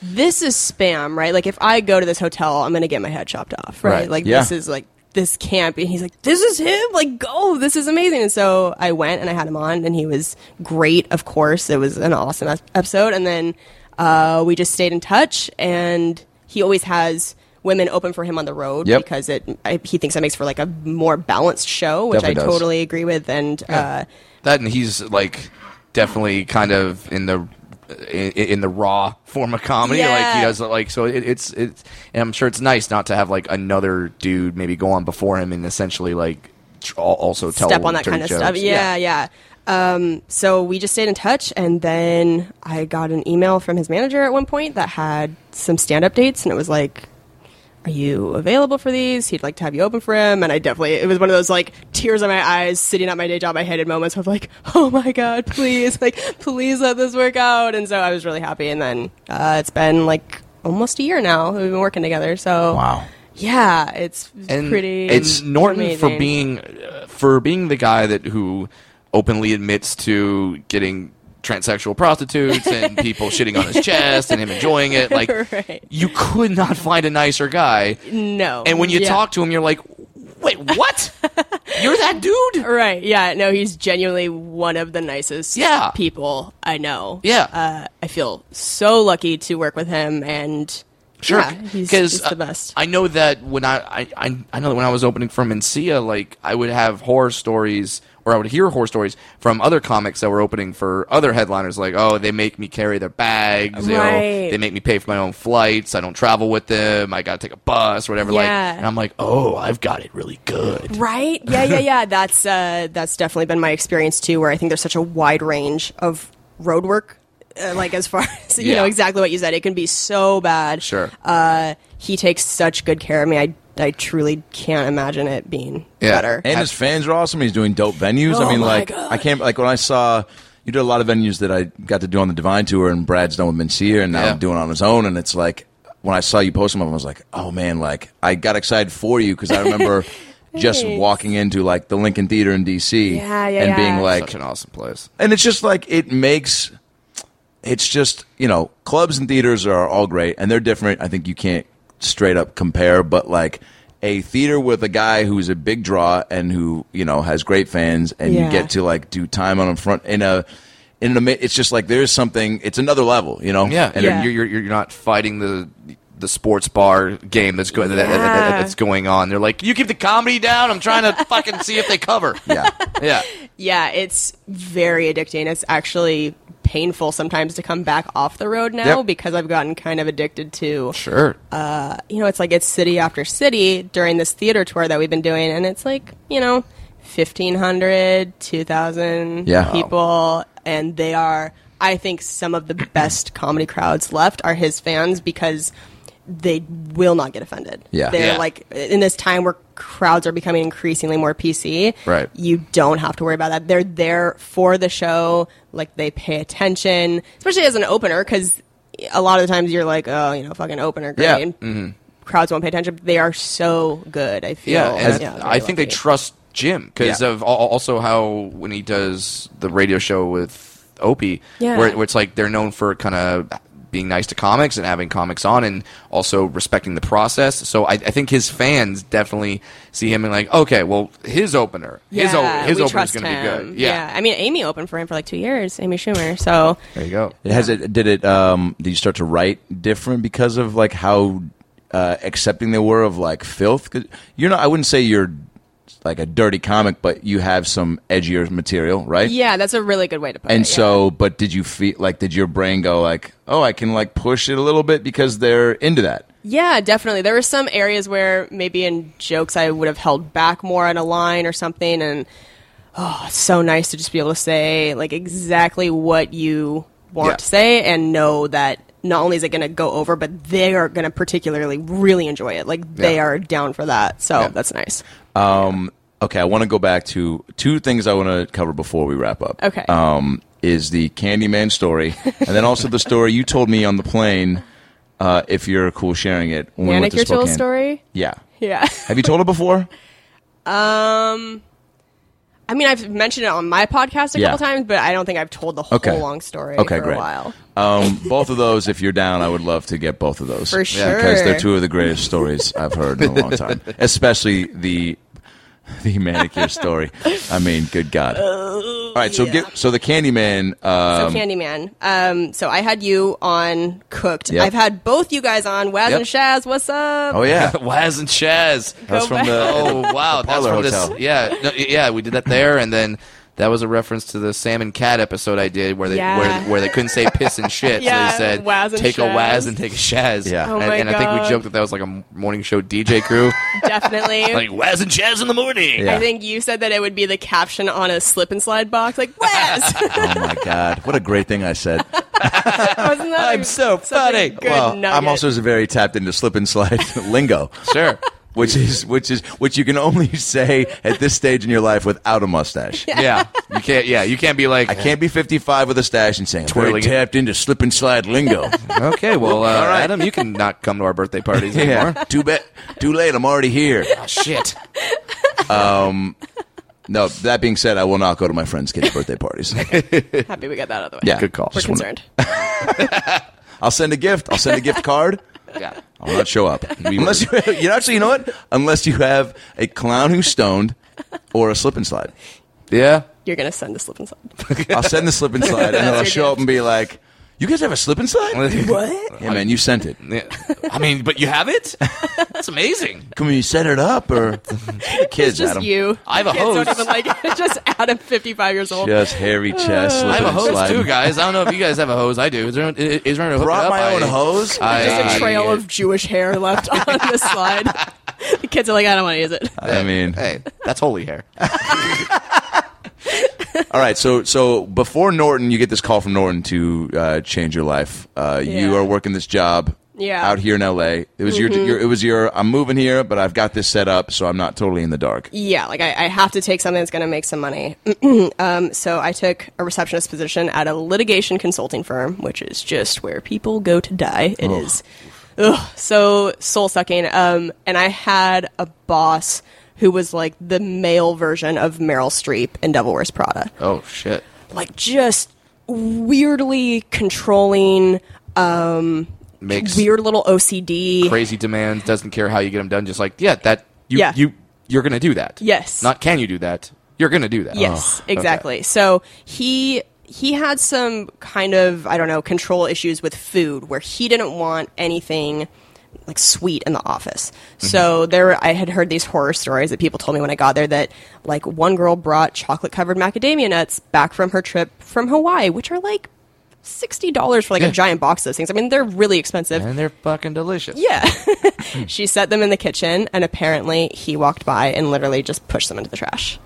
[SPEAKER 2] this is spam, right? Like, if I go to this hotel, I'm going to get my head chopped off, right?
[SPEAKER 1] Right,
[SPEAKER 2] Like,
[SPEAKER 1] yeah.
[SPEAKER 2] this is like, this can't be. And he's like, this is him. Like, go. This is amazing. And so I went and I had him on, and he was great, of course. It was an awesome ep- episode. And then uh, we just stayed in touch, and he always has women open for him on the road
[SPEAKER 1] Yep.
[SPEAKER 2] because it I, he thinks that makes for like a more balanced show which
[SPEAKER 1] Definitely
[SPEAKER 2] i
[SPEAKER 1] does.
[SPEAKER 2] totally agree with and uh,
[SPEAKER 3] That and he's like definitely kind of in the in, in the raw form of comedy. Like he
[SPEAKER 2] Yeah.
[SPEAKER 3] does like so it, it's it's and I'm sure it's nice not to have like another dude maybe go on before him and essentially like tr- al- also tell
[SPEAKER 2] step on that
[SPEAKER 3] dirty
[SPEAKER 2] kind of stuff.
[SPEAKER 3] jokes.
[SPEAKER 2] Yeah, yeah. Um, so we just stayed in touch, and then I got an email from his manager at one point that had some stand up dates, and it was like, "Are you available for these? He'd like to have you open for him." And I definitely it was one of those like tears in my eyes, sitting at my day job, I hated moments of like, "Oh my god, please, like, please let this work out." And so I was really happy, and then uh, it's been like almost a year now that we've been working together. So
[SPEAKER 1] Wow.
[SPEAKER 2] yeah, it's
[SPEAKER 3] and
[SPEAKER 2] pretty.
[SPEAKER 3] It's Norton for
[SPEAKER 2] amazing.
[SPEAKER 3] being uh, for being the guy that who openly admits to getting transsexual prostitutes and people shitting on his chest and him enjoying it. Like
[SPEAKER 2] Right.
[SPEAKER 3] you could not find a nicer guy.
[SPEAKER 2] no.
[SPEAKER 3] And when you
[SPEAKER 2] Yeah.
[SPEAKER 3] talk to him, you're like, wait, what? you're that dude?
[SPEAKER 2] Right. Yeah. No, he's genuinely one of the nicest
[SPEAKER 3] Yeah.
[SPEAKER 2] people I know.
[SPEAKER 3] Yeah.
[SPEAKER 2] Uh, I feel so lucky to work with him and
[SPEAKER 3] Sure,
[SPEAKER 2] yeah, he's, he's
[SPEAKER 3] uh,
[SPEAKER 2] the best.
[SPEAKER 3] I know that when I, I- I I know that when I was opening for Mencia, like I would have horror stories, or I would hear horror stories from other comics that were opening for other headliners. Like, oh, they make me carry their bags, you know,
[SPEAKER 2] Right.
[SPEAKER 3] they make me pay for my own flights. I don't travel with them. I got to take a bus, or whatever. Like,
[SPEAKER 2] Yeah.
[SPEAKER 3] and I'm like, oh, I've got it really good.
[SPEAKER 2] right? Yeah, yeah, yeah. That's uh, that's definitely been my experience too. Where I think there's such a wide range of road work, uh, like as far as you know
[SPEAKER 3] Yeah.
[SPEAKER 2] exactly what you said. It can be so bad.
[SPEAKER 3] Sure.
[SPEAKER 2] Uh, he takes such good care of me. I I truly can't imagine it being
[SPEAKER 3] Yeah.
[SPEAKER 2] better.
[SPEAKER 1] And his fans are awesome. He's doing dope venues. I
[SPEAKER 2] Oh
[SPEAKER 1] mean,
[SPEAKER 2] my
[SPEAKER 1] like
[SPEAKER 2] God.
[SPEAKER 1] I can't like when I saw you did a lot of venues that I got to do on the Divine tour, and Brad's done with Mencia, and now
[SPEAKER 3] Yeah.
[SPEAKER 1] doing it on his own. And it's like when I saw you post them, I was like, oh man, like I got excited for you because I remember. Just walking into like the Lincoln Theater in DC
[SPEAKER 2] Yeah, yeah,
[SPEAKER 1] and being
[SPEAKER 2] yeah.
[SPEAKER 1] like,
[SPEAKER 3] Such an awesome place.
[SPEAKER 1] and it's just like it makes it's just you know clubs and theaters are all great and they're different i think you can't straight up compare but like a theater with a guy who's a big draw and who you know has great fans and you
[SPEAKER 2] Yeah.
[SPEAKER 1] get to like do time on in front in a in an ama- it's just like there's something it's another level you know
[SPEAKER 3] Yeah,
[SPEAKER 1] and
[SPEAKER 3] and You're, you're you're not fighting the the sports bar game that's going that, that- that-
[SPEAKER 2] Yeah.
[SPEAKER 3] that's going on. They're like, you keep the comedy down. I'm trying to fucking see if they cover.
[SPEAKER 1] yeah
[SPEAKER 3] Yeah.
[SPEAKER 2] Yeah, it's very addicting. It's actually painful sometimes to come back off the road now
[SPEAKER 1] Yep.
[SPEAKER 2] because I've gotten kind of addicted to
[SPEAKER 3] Sure.
[SPEAKER 2] you know, it's like it's city after city during this theater tour that we've been doing and it's like, you know, 1500, 2000
[SPEAKER 1] Yeah.
[SPEAKER 2] people and they are I think some of the best comedy crowds left are his fans because they will not get offended.
[SPEAKER 1] Yeah.
[SPEAKER 2] They're
[SPEAKER 3] Yeah.
[SPEAKER 2] like in this time where crowds are becoming increasingly more PC,
[SPEAKER 3] Right.
[SPEAKER 2] you don't have to worry about that. They're there for the show. Like they pay attention, especially as an opener, because a lot of the times you're like, oh, you know, fucking opener, great.
[SPEAKER 1] Yeah.
[SPEAKER 2] And Crowds won't pay attention. But they are so good. I feel.
[SPEAKER 3] yeah, and
[SPEAKER 2] very
[SPEAKER 3] I think they
[SPEAKER 2] lucky.
[SPEAKER 3] trust Jim because
[SPEAKER 1] Yeah.
[SPEAKER 3] of al- also how when he does the radio show with Opie,
[SPEAKER 2] Yeah.
[SPEAKER 3] where, where it's like they're known for kind of being nice to comics and having comics on, and also respecting the process. So I, I think his fans definitely see him and like, okay, well, his opener, his o-
[SPEAKER 2] Yeah,
[SPEAKER 3] his
[SPEAKER 2] we
[SPEAKER 3] opener is
[SPEAKER 2] trust
[SPEAKER 3] going to be
[SPEAKER 2] him.
[SPEAKER 3] good. Yeah.
[SPEAKER 2] I mean, Amy opened for him for like two years. Amy Schumer. So
[SPEAKER 3] there you go.
[SPEAKER 1] It has it did it um did you start to write different because of like how uh accepting they were of like filth 'Cause you're not i wouldn't say you're like a dirty comic, but you have some edgier material, right?
[SPEAKER 2] Yeah, that's a really good way to put it.
[SPEAKER 1] And
[SPEAKER 2] yeah.
[SPEAKER 1] so, but did you feel like did your brain go like, oh, I can like push it a little bit because they're into that?
[SPEAKER 2] Yeah, definitely. There were some areas where maybe in jokes I would have held back more on a line or something, and oh, it's so nice to just be able to say like exactly what you want
[SPEAKER 1] Yeah.
[SPEAKER 2] to say and know that not only is it going to go over, but they are going to particularly really enjoy it. Like they
[SPEAKER 1] Yeah.
[SPEAKER 2] are down for that, so
[SPEAKER 1] Yeah.
[SPEAKER 2] that's nice.
[SPEAKER 1] Okay, I want to go back to two things I want to cover before we wrap up.
[SPEAKER 2] Okay.
[SPEAKER 1] Um, is the Candyman story, and then also the story you told me on the plane. Uh, if you're cool sharing it, when we went to
[SPEAKER 2] Manicure tool
[SPEAKER 1] Spokane.
[SPEAKER 2] story.
[SPEAKER 1] Yeah.
[SPEAKER 2] Yeah.
[SPEAKER 1] Have you told it before?
[SPEAKER 2] I mean, I've mentioned it on my podcast a
[SPEAKER 1] Yeah.
[SPEAKER 2] couple times, but I don't think I've told the whole
[SPEAKER 1] Okay.
[SPEAKER 2] long story
[SPEAKER 1] Okay,
[SPEAKER 2] for
[SPEAKER 1] great.
[SPEAKER 2] a while.
[SPEAKER 1] Um, both of those, if you're down, I would love to get both of those.
[SPEAKER 2] For
[SPEAKER 1] Because they're
[SPEAKER 2] sure.
[SPEAKER 1] two of the greatest stories I've heard in a long time. Especially the the manicure story. I mean, good God. All right,
[SPEAKER 2] Oh,
[SPEAKER 1] so get so the Candyman uh,
[SPEAKER 2] So Candyman. Um, so I had you on Cooked.
[SPEAKER 1] Yep.
[SPEAKER 2] I've had both you guys on Waz and Shaz. What's up?
[SPEAKER 1] Oh yeah.
[SPEAKER 3] Waz and Chaz.
[SPEAKER 1] That's from the
[SPEAKER 3] Oh wow, that's
[SPEAKER 1] Parlor
[SPEAKER 3] from this.
[SPEAKER 1] Hotel.
[SPEAKER 3] Yeah, no, yeah, we did that there, and then that was a reference to the Sam and Cat episode I did, where they
[SPEAKER 2] Yeah.
[SPEAKER 3] where, where they couldn't say piss and shit,
[SPEAKER 2] Yeah,
[SPEAKER 3] so they said
[SPEAKER 2] Waz and
[SPEAKER 3] take a
[SPEAKER 2] Shaz.
[SPEAKER 3] Waz and take a Shaz.
[SPEAKER 1] Yeah. Oh
[SPEAKER 3] and,
[SPEAKER 2] my
[SPEAKER 3] and I think we
[SPEAKER 2] God.
[SPEAKER 3] joked that that was like a morning show DJ crew,
[SPEAKER 2] Definitely.
[SPEAKER 3] like Waz and Shaz in the morning.
[SPEAKER 1] Yeah.
[SPEAKER 2] I think you said that it would be the caption on a slip and slide box, like Waz.
[SPEAKER 1] Oh my God. What a great thing I said.
[SPEAKER 2] Wasn't that
[SPEAKER 3] I'm so
[SPEAKER 2] such a
[SPEAKER 3] funny.
[SPEAKER 2] Good
[SPEAKER 1] well,
[SPEAKER 2] nugget?
[SPEAKER 1] I'm also very tapped into slip and slide lingo.
[SPEAKER 3] Sure.
[SPEAKER 1] Which is which is which you can only say at this stage in your life without a mustache.
[SPEAKER 3] Yeah, you can't. Yeah, you can't be like.
[SPEAKER 1] I can't be 55 with a stash and saying twirling
[SPEAKER 3] Twirling it.
[SPEAKER 1] tapped into slip and slide lingo.
[SPEAKER 3] Okay, well, uh, Adam, you can not come to our birthday parties anymore. Oh,
[SPEAKER 1] Yeah. too bad. Too late. I'm already here.
[SPEAKER 3] Shit.
[SPEAKER 1] No. That being said, I will not go to my friends' kids' birthday parties.
[SPEAKER 2] happy we got that out of the way.
[SPEAKER 1] Yeah.
[SPEAKER 3] Good call.
[SPEAKER 2] We're
[SPEAKER 3] Just
[SPEAKER 1] wanna-
[SPEAKER 2] concerned.
[SPEAKER 1] I'll send a gift. I'll send a gift card.
[SPEAKER 3] Yeah.
[SPEAKER 1] I'll not show up unless you. You know, actually, you know what? Unless you have a clown who's stoned or a slip and slide.
[SPEAKER 3] Yeah.
[SPEAKER 2] You're gonna send a slip and slide.
[SPEAKER 1] I'll send the slip and slide, and then I'll
[SPEAKER 2] your
[SPEAKER 1] show up and be like, "You guys have a slip and slide?
[SPEAKER 3] What?
[SPEAKER 1] Yeah, man, you sent it.
[SPEAKER 3] I mean, but you have it. That's amazing.
[SPEAKER 1] Come on, you set it up, or kids,
[SPEAKER 2] It's just
[SPEAKER 1] Adam.
[SPEAKER 2] you.
[SPEAKER 3] I have a
[SPEAKER 2] Kids
[SPEAKER 3] host.
[SPEAKER 2] Don't even like it. Just Adam, 55 years old.
[SPEAKER 1] Just hairy chest.
[SPEAKER 3] I have
[SPEAKER 1] slipping
[SPEAKER 3] a
[SPEAKER 1] and
[SPEAKER 3] hose
[SPEAKER 1] sliding.
[SPEAKER 3] too, guys. I don't know if you guys have a hose. I do. Is there, is there a hook it
[SPEAKER 1] Brought
[SPEAKER 3] up?
[SPEAKER 1] my own
[SPEAKER 3] I-
[SPEAKER 1] hose.
[SPEAKER 3] I-
[SPEAKER 2] Just a trail of Jewish hair left on this slide. the kids are like, I don't want to use it.
[SPEAKER 1] I mean,
[SPEAKER 3] Hey, that's holy hair.
[SPEAKER 1] All right, so so before Norton, you get this call from Norton to uh, change your life. Uh, You
[SPEAKER 2] Yeah.
[SPEAKER 1] are working this job
[SPEAKER 2] Yeah. Mm-hmm.
[SPEAKER 1] out here in L.A. It was your, your it was your I'm moving here, but I've got this set up, so I'm not totally in the dark.
[SPEAKER 2] yeah, like I, I have to take something that's going to make some money. um, so I took a receptionist position at a litigation consulting firm, which is just where people go to die. It is ugh, so soul sucking. Um, and I had a boss who was like the male version of Meryl Streep in Devil Wears Prada
[SPEAKER 3] Oh shit.
[SPEAKER 2] like just weirdly controlling um
[SPEAKER 3] Makes
[SPEAKER 2] weird little OCD
[SPEAKER 3] crazy demands. Doesn't care how you get them done. Just like yeah, that you
[SPEAKER 2] Yeah.
[SPEAKER 3] you you're gonna do that.
[SPEAKER 2] Yes.
[SPEAKER 3] Not can you do that? You're gonna do that.
[SPEAKER 2] Yes,
[SPEAKER 3] Oh, okay.
[SPEAKER 2] exactly. So he he had some kind of I don't know control issues with food where he didn't want anything like sweet in the office.
[SPEAKER 3] Mm-hmm.
[SPEAKER 2] So there I had heard these horror stories that people told me when I got there that like one girl brought chocolate covered macadamia nuts back from her trip from Hawaii, which are like sixty dollars for like
[SPEAKER 3] Yeah.
[SPEAKER 2] a giant box of those things. I mean they're really expensive.
[SPEAKER 3] And they're fucking delicious.
[SPEAKER 2] Yeah.
[SPEAKER 3] Hmm.
[SPEAKER 2] she set them in the kitchen, and apparently he walked by and literally just pushed them into the trash.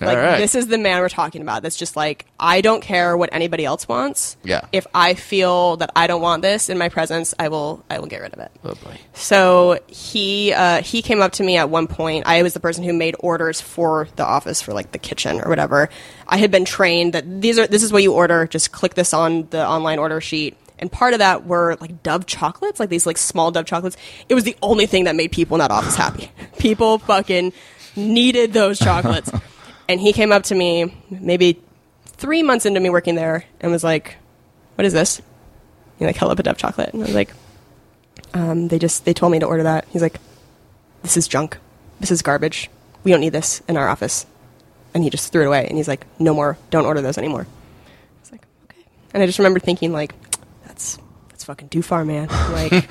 [SPEAKER 2] Like,
[SPEAKER 3] All right.
[SPEAKER 2] this is the man we're talking about that's just like, I don't care what anybody else wants.
[SPEAKER 3] Yeah.
[SPEAKER 2] If I feel that I don't want this in my presence, I will, I will get rid of it.
[SPEAKER 3] Oh, boy.
[SPEAKER 2] So he uh, he came up to me at one point. I was the person who made orders for the office for like the kitchen or whatever. I had been trained that these are this is what you order. Just click this on the online order sheet. And part of that were like Dove chocolates, like these like small Dove chocolates. It was the only thing that made people in that office happy. people fucking needed those chocolates. and he came up to me maybe three months into me working there and was like, "What is this?" He like held up a Dove chocolate, and I was like, um, "They just they told me to order that." He's like, "This is junk. This is garbage. We don't need this in our office." And he just threw it away, and he's like, "No more. Don't order those anymore." I was like, "Okay." And I just remember thinking like, "That's that's fucking too far, man." Like.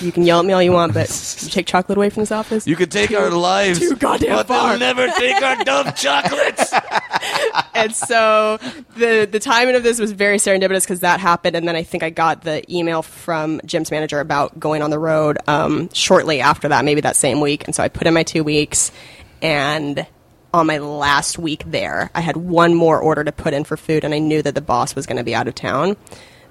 [SPEAKER 2] You can yell at me all you want, but you take chocolate away from this office.
[SPEAKER 3] You could take our lives,
[SPEAKER 2] too goddamn
[SPEAKER 3] but
[SPEAKER 2] far.
[SPEAKER 3] they'll never take our dumb chocolates.
[SPEAKER 2] and so the the timing of this was very serendipitous because that happened, and then I think I got the email from Jim's manager about going on the road um, shortly after that, maybe that same week. And so I put in my two weeks, and on my last week there, I had one more order to put in for food, and I knew that the boss was going to be out of town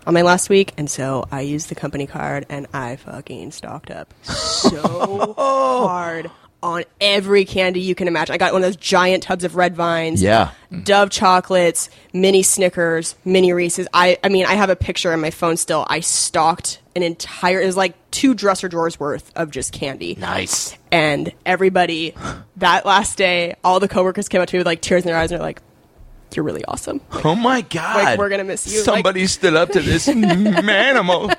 [SPEAKER 2] on my last week, and so I used the company card, and I fucking stocked up so hard. On every candy you can imagine. I got one of those giant tubs of red vines.
[SPEAKER 1] Yeah.
[SPEAKER 2] Mm-hmm. Dove chocolates, mini Snickers, mini Reese's. I, I mean, I have a picture on my phone still. I stocked an entire, it was like two dresser drawers worth of just candy.
[SPEAKER 3] nice.
[SPEAKER 2] And everybody, that last day, all the coworkers came up to me with like tears in their eyes and they're like, you're really awesome. Like,
[SPEAKER 1] Oh my God!
[SPEAKER 2] we're gonna miss you, like-
[SPEAKER 1] Somebody stood up to this manimal.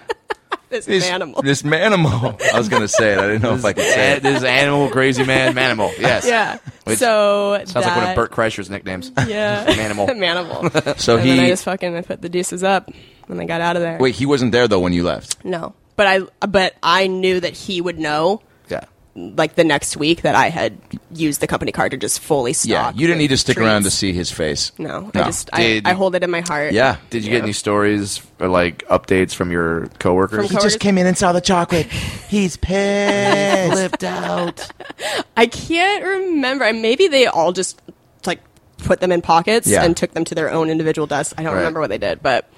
[SPEAKER 2] this
[SPEAKER 1] This
[SPEAKER 2] animal.
[SPEAKER 1] This manimal. I was gonna say it. I didn't know if I could say
[SPEAKER 3] Eh,
[SPEAKER 1] it.
[SPEAKER 3] This is animal crazy man, manimal. Yes.
[SPEAKER 2] yeah.
[SPEAKER 3] Which
[SPEAKER 2] so
[SPEAKER 3] Sounds like one of
[SPEAKER 2] that-
[SPEAKER 3] Burt Kreischer's nicknames.
[SPEAKER 2] Yeah.
[SPEAKER 3] Manimal.
[SPEAKER 2] Manimal.
[SPEAKER 1] So
[SPEAKER 2] and then I
[SPEAKER 1] he.
[SPEAKER 2] just fucking I put the deuces up and I got out of there.
[SPEAKER 1] Wait, he wasn't there though when you left.
[SPEAKER 2] No. But I, but I knew that he would know
[SPEAKER 3] Yeah.
[SPEAKER 2] like the next week that I had used the company card to just fully stock.
[SPEAKER 1] Yeah, you didn't need to stick
[SPEAKER 2] treats.
[SPEAKER 1] around to see his face.
[SPEAKER 2] No,
[SPEAKER 1] No.
[SPEAKER 2] I just I,
[SPEAKER 3] Did-
[SPEAKER 2] I hold it in my heart.
[SPEAKER 1] Yeah.
[SPEAKER 3] Did you get any stories or like updates from your coworkers?
[SPEAKER 2] From co- just came
[SPEAKER 4] in and saw the chocolate. He's pissed.
[SPEAKER 3] Flipped out.
[SPEAKER 2] I can't remember. And Maybe they all just like put them in pockets
[SPEAKER 1] Yeah.
[SPEAKER 2] and took them to their own individual desks. I don't
[SPEAKER 3] Right.
[SPEAKER 2] remember what they did, but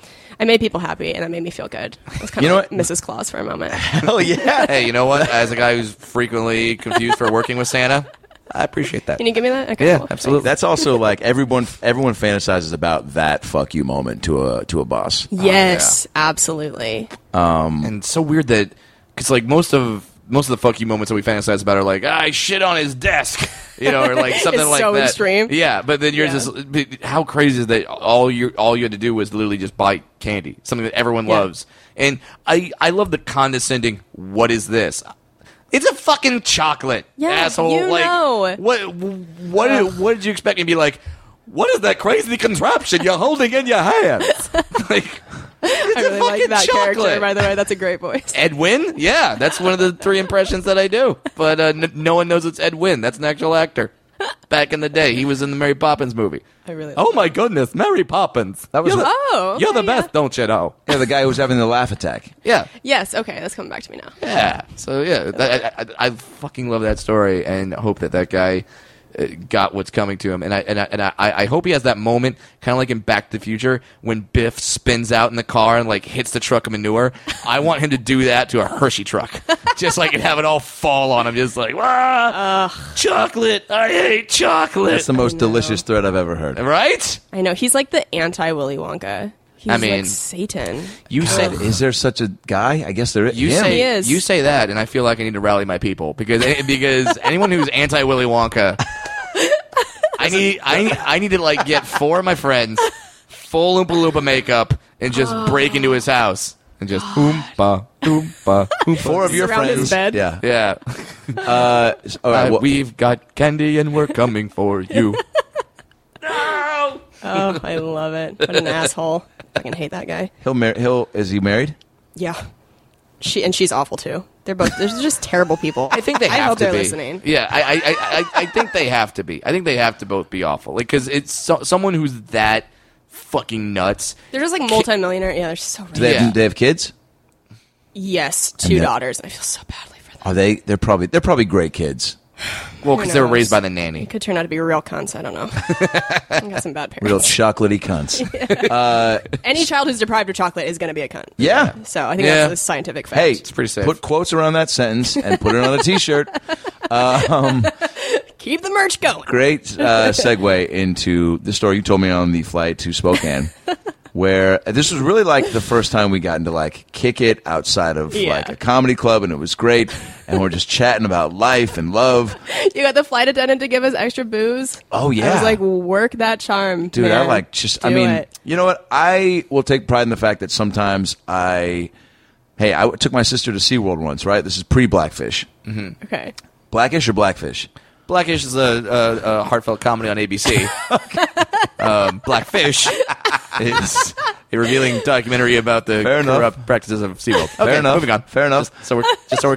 [SPEAKER 2] I made people happy and that made me feel good. I was kind
[SPEAKER 1] You
[SPEAKER 2] of
[SPEAKER 1] know
[SPEAKER 2] like
[SPEAKER 1] what?
[SPEAKER 2] Mrs. Claus for a moment.
[SPEAKER 1] Hell Oh, yeah.
[SPEAKER 3] Hey, you know what? As a guy who's frequently confused for working with Santa, I appreciate that.
[SPEAKER 2] Can you give me that? Okay,
[SPEAKER 3] Yeah,
[SPEAKER 2] cool.
[SPEAKER 3] absolutely.
[SPEAKER 1] That's also like everyone. Everyone fantasizes about that "fuck you" moment to a to a boss.
[SPEAKER 2] Yes,
[SPEAKER 1] Oh,
[SPEAKER 2] absolutely. Mm-hmm.
[SPEAKER 3] And it's so weird that because like most of most of the fuck you moments that we fantasize about are like I shit on his desk, you know, or like something
[SPEAKER 2] It's
[SPEAKER 3] like
[SPEAKER 2] so
[SPEAKER 3] that.
[SPEAKER 2] extreme.
[SPEAKER 3] Yeah, but then yours
[SPEAKER 2] Yeah.
[SPEAKER 3] is but how crazy is that? All you all you had to do was literally just buy candy, something that everyone
[SPEAKER 2] Yeah.
[SPEAKER 3] loves. And I I love the condescending. What is this? It's a fucking chocolate,
[SPEAKER 2] Yeah,
[SPEAKER 3] asshole.
[SPEAKER 2] you
[SPEAKER 3] like
[SPEAKER 2] know.
[SPEAKER 3] what what did, what did you expect me to be like? What is that crazy contraption you're holding in your hand? like
[SPEAKER 2] I really
[SPEAKER 3] fucking
[SPEAKER 2] like that
[SPEAKER 3] chocolate.
[SPEAKER 2] character, by the way. That's a great voice.
[SPEAKER 3] Edwin? Yeah, that's one of the three impressions that I do. But uh, n- no one knows it's Edwin. That's an actual actor. Back in the day, he was in the Mary Poppins movie.
[SPEAKER 2] I really
[SPEAKER 3] Oh
[SPEAKER 2] like
[SPEAKER 3] my goodness, Mary Poppins. That was
[SPEAKER 1] You're the-
[SPEAKER 2] Oh,
[SPEAKER 3] you're the
[SPEAKER 2] okay, yeah.
[SPEAKER 3] best, don't you know?
[SPEAKER 1] Yeah, the guy who was having the laugh attack.
[SPEAKER 3] Yeah,
[SPEAKER 2] Yes, okay, that's coming back to me now.
[SPEAKER 3] yeah. So yeah, I, I, I- I fucking love that story and hope that that guy uh, got what's coming to him. And I and I, and I, I hope he has that moment, kind of like in Back to the Future when Biff spins out in the car and like hits the truck of manure. I want him to do that to a Hershey truck, just like and have it all fall on him, just like ah, chocolate. I hate chocolate.
[SPEAKER 1] That's the most delicious threat I've ever heard.
[SPEAKER 3] right?
[SPEAKER 2] I know. He's like the anti Willy Wonka. He's
[SPEAKER 3] I mean-
[SPEAKER 2] like Satan.
[SPEAKER 3] You said
[SPEAKER 1] Is there such a guy? I guess there is.
[SPEAKER 3] You
[SPEAKER 1] Him.
[SPEAKER 3] say
[SPEAKER 2] He is.
[SPEAKER 3] you say that, and I feel like I need to rally my people because because anyone who's anti Willy Wonka, I need I I need to like get four of my friends full Oompa Loompa makeup and just
[SPEAKER 2] Oh.
[SPEAKER 3] break into his house and just oompa oompa oompa.
[SPEAKER 1] four of your
[SPEAKER 2] Surround his
[SPEAKER 1] friends.
[SPEAKER 2] bed.
[SPEAKER 1] Yeah.
[SPEAKER 3] Yeah,
[SPEAKER 1] Uh, all right.
[SPEAKER 3] Uh,
[SPEAKER 1] well-
[SPEAKER 3] we've got candy and we're coming for you.
[SPEAKER 2] Oh, I love it. What an asshole. Fucking hate that guy.
[SPEAKER 1] he'll mar- he'll is he married?
[SPEAKER 2] Yeah. She and she's awful too. They're both they're just terrible people.
[SPEAKER 3] I think they have
[SPEAKER 2] I hope
[SPEAKER 3] to
[SPEAKER 2] they're
[SPEAKER 3] be.
[SPEAKER 2] listening.
[SPEAKER 3] Yeah, I, I, I, I, I think they have to be. I think they have to both be awful. Like, because it's so, someone who's that fucking nuts.
[SPEAKER 2] They're just like multimillionaire. Yeah, they're so rich.
[SPEAKER 1] Do they
[SPEAKER 3] Yeah.
[SPEAKER 1] have, do they have kids?
[SPEAKER 2] yes, two
[SPEAKER 1] And they're-
[SPEAKER 2] daughters. I feel so badly for them.
[SPEAKER 1] Are they? They're probably they're probably great kids.
[SPEAKER 3] Well,
[SPEAKER 2] Who
[SPEAKER 3] because they were
[SPEAKER 2] knows?
[SPEAKER 3] raised by the nanny.
[SPEAKER 2] It could turn out to be real cunts. I don't know. I got some bad
[SPEAKER 1] Real
[SPEAKER 2] parents.
[SPEAKER 1] chocolatey cunts.
[SPEAKER 2] Any child who's deprived of chocolate is going to be a cunt.
[SPEAKER 1] Yeah.
[SPEAKER 2] So I think
[SPEAKER 3] Yeah.
[SPEAKER 2] that's a scientific fact.
[SPEAKER 1] Hey,
[SPEAKER 3] pretty safe.
[SPEAKER 1] Put quotes around that sentence and put it on a T-shirt.
[SPEAKER 2] keep the merch going.
[SPEAKER 1] Great uh, segue into the story you told me on the flight to Spokane, where this was really like the first time we got into like kick it outside of
[SPEAKER 2] Yeah.
[SPEAKER 1] like a comedy club, and it was great. And we're just chatting about life and love.
[SPEAKER 2] You got the flight attendant to give us extra booze.
[SPEAKER 1] Oh, yeah.
[SPEAKER 2] I was like, work that charm,
[SPEAKER 1] dude i
[SPEAKER 2] man.
[SPEAKER 1] like just i
[SPEAKER 2] Do
[SPEAKER 1] mean
[SPEAKER 2] it.
[SPEAKER 1] you know what i will take pride in the fact that sometimes i hey i took my sister to seaworld once right this is pre-blackfish
[SPEAKER 2] okay.
[SPEAKER 1] blackish or blackfish
[SPEAKER 3] Blackish is a, a, a heartfelt comedy on ABC. um, Blackfish is a revealing documentary about the
[SPEAKER 1] Fair enough.
[SPEAKER 3] corrupt practices of SeaWorld.
[SPEAKER 1] Fair
[SPEAKER 3] Okay,
[SPEAKER 1] enough.
[SPEAKER 3] Moving on.
[SPEAKER 1] Fair enough.
[SPEAKER 3] Just so we're, just so we're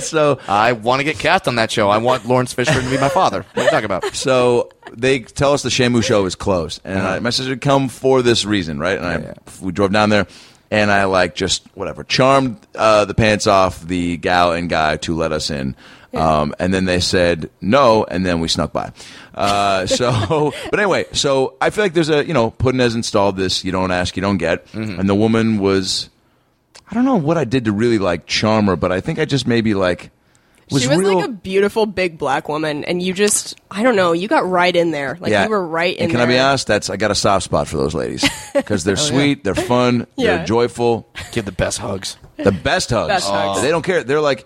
[SPEAKER 1] so
[SPEAKER 3] I want to get cast on that show. I want Lawrence Fishburne to be my father. What are you talking about?
[SPEAKER 1] so they tell us the Shamu show is closed, and
[SPEAKER 2] Uh-huh.
[SPEAKER 1] I, my sister had come for this reason, right? And I we drove down there, and I like just whatever charmed uh, the pants off the gal and guy to let us in. Um, and then they said no, and then we snuck by. Uh, so, but anyway, so I feel like there's a you know Puddin has installed this. You don't ask, you don't get.
[SPEAKER 2] Mm-hmm.
[SPEAKER 1] And the woman was, I don't know what I did to really like charm her, but I think I just maybe like was,
[SPEAKER 2] she was
[SPEAKER 1] real.
[SPEAKER 2] like a beautiful big black woman, and you just, I don't know, you got right in there. Like you were right in
[SPEAKER 1] and can
[SPEAKER 2] there. Oh,
[SPEAKER 1] I be honest? That's I got a soft spot for those ladies because they're sweet, they're fun,
[SPEAKER 2] Yeah.
[SPEAKER 1] they're joyful,
[SPEAKER 3] Give the best hugs.
[SPEAKER 1] the best hugs.
[SPEAKER 2] Best hugs.
[SPEAKER 1] They don't care. They're like,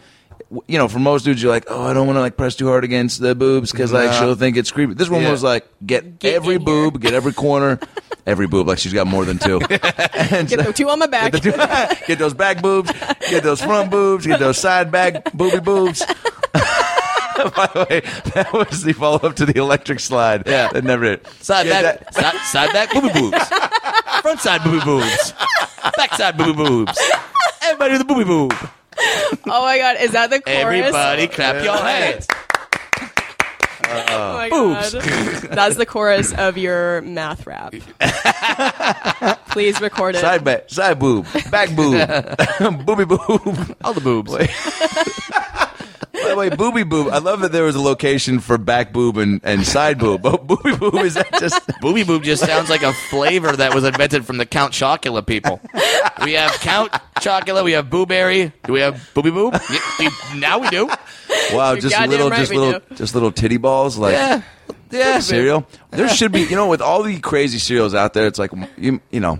[SPEAKER 1] w- you know, for most dudes, you're like, oh, I don't want to like press too hard against the boobs because like
[SPEAKER 3] Nah.
[SPEAKER 1] she'll think it's creepy. This woman
[SPEAKER 3] Yeah.
[SPEAKER 1] was like, get,
[SPEAKER 2] Get
[SPEAKER 1] every
[SPEAKER 2] in here.
[SPEAKER 1] boob, get every corner, every boob. Like she's got more than two.
[SPEAKER 2] Get the two on my back.
[SPEAKER 1] Get, the two- get those back boobs. Get those front boobs. Get those side back booby boobs. By the way, that was the follow up to the electric slide.
[SPEAKER 3] Yeah.
[SPEAKER 1] that never hit.
[SPEAKER 3] Side
[SPEAKER 1] Get
[SPEAKER 3] back, side, side back booby boobs. Front side booby boobs. Back side booby boobs. Everybody with a booby boob.
[SPEAKER 2] oh my god, is that the chorus?
[SPEAKER 3] Everybody clap your hands.
[SPEAKER 2] Oh my god. That's the chorus of your math rap. Please record it.
[SPEAKER 1] Side back, side boob, back boob, booby boob.
[SPEAKER 3] All the boobs.
[SPEAKER 1] By the way, booby boob. I love that there was a location for back boob and, and side boob. But booby boob is that just?
[SPEAKER 3] Booby boob just sounds like a flavor that was invented from the Count Chocula people. We have Count Chocula, we have Booberry, do we have Booby Boob? Yeah, we- now we do.
[SPEAKER 1] Wow,
[SPEAKER 2] You're
[SPEAKER 1] just
[SPEAKER 2] goddamn
[SPEAKER 1] little,
[SPEAKER 2] right
[SPEAKER 1] just
[SPEAKER 2] we
[SPEAKER 1] little,
[SPEAKER 2] do.
[SPEAKER 1] just little titty balls like
[SPEAKER 3] Yeah. Yeah.
[SPEAKER 1] cereal. There should be, you know, with all the crazy cereals out there, it's like you, you know,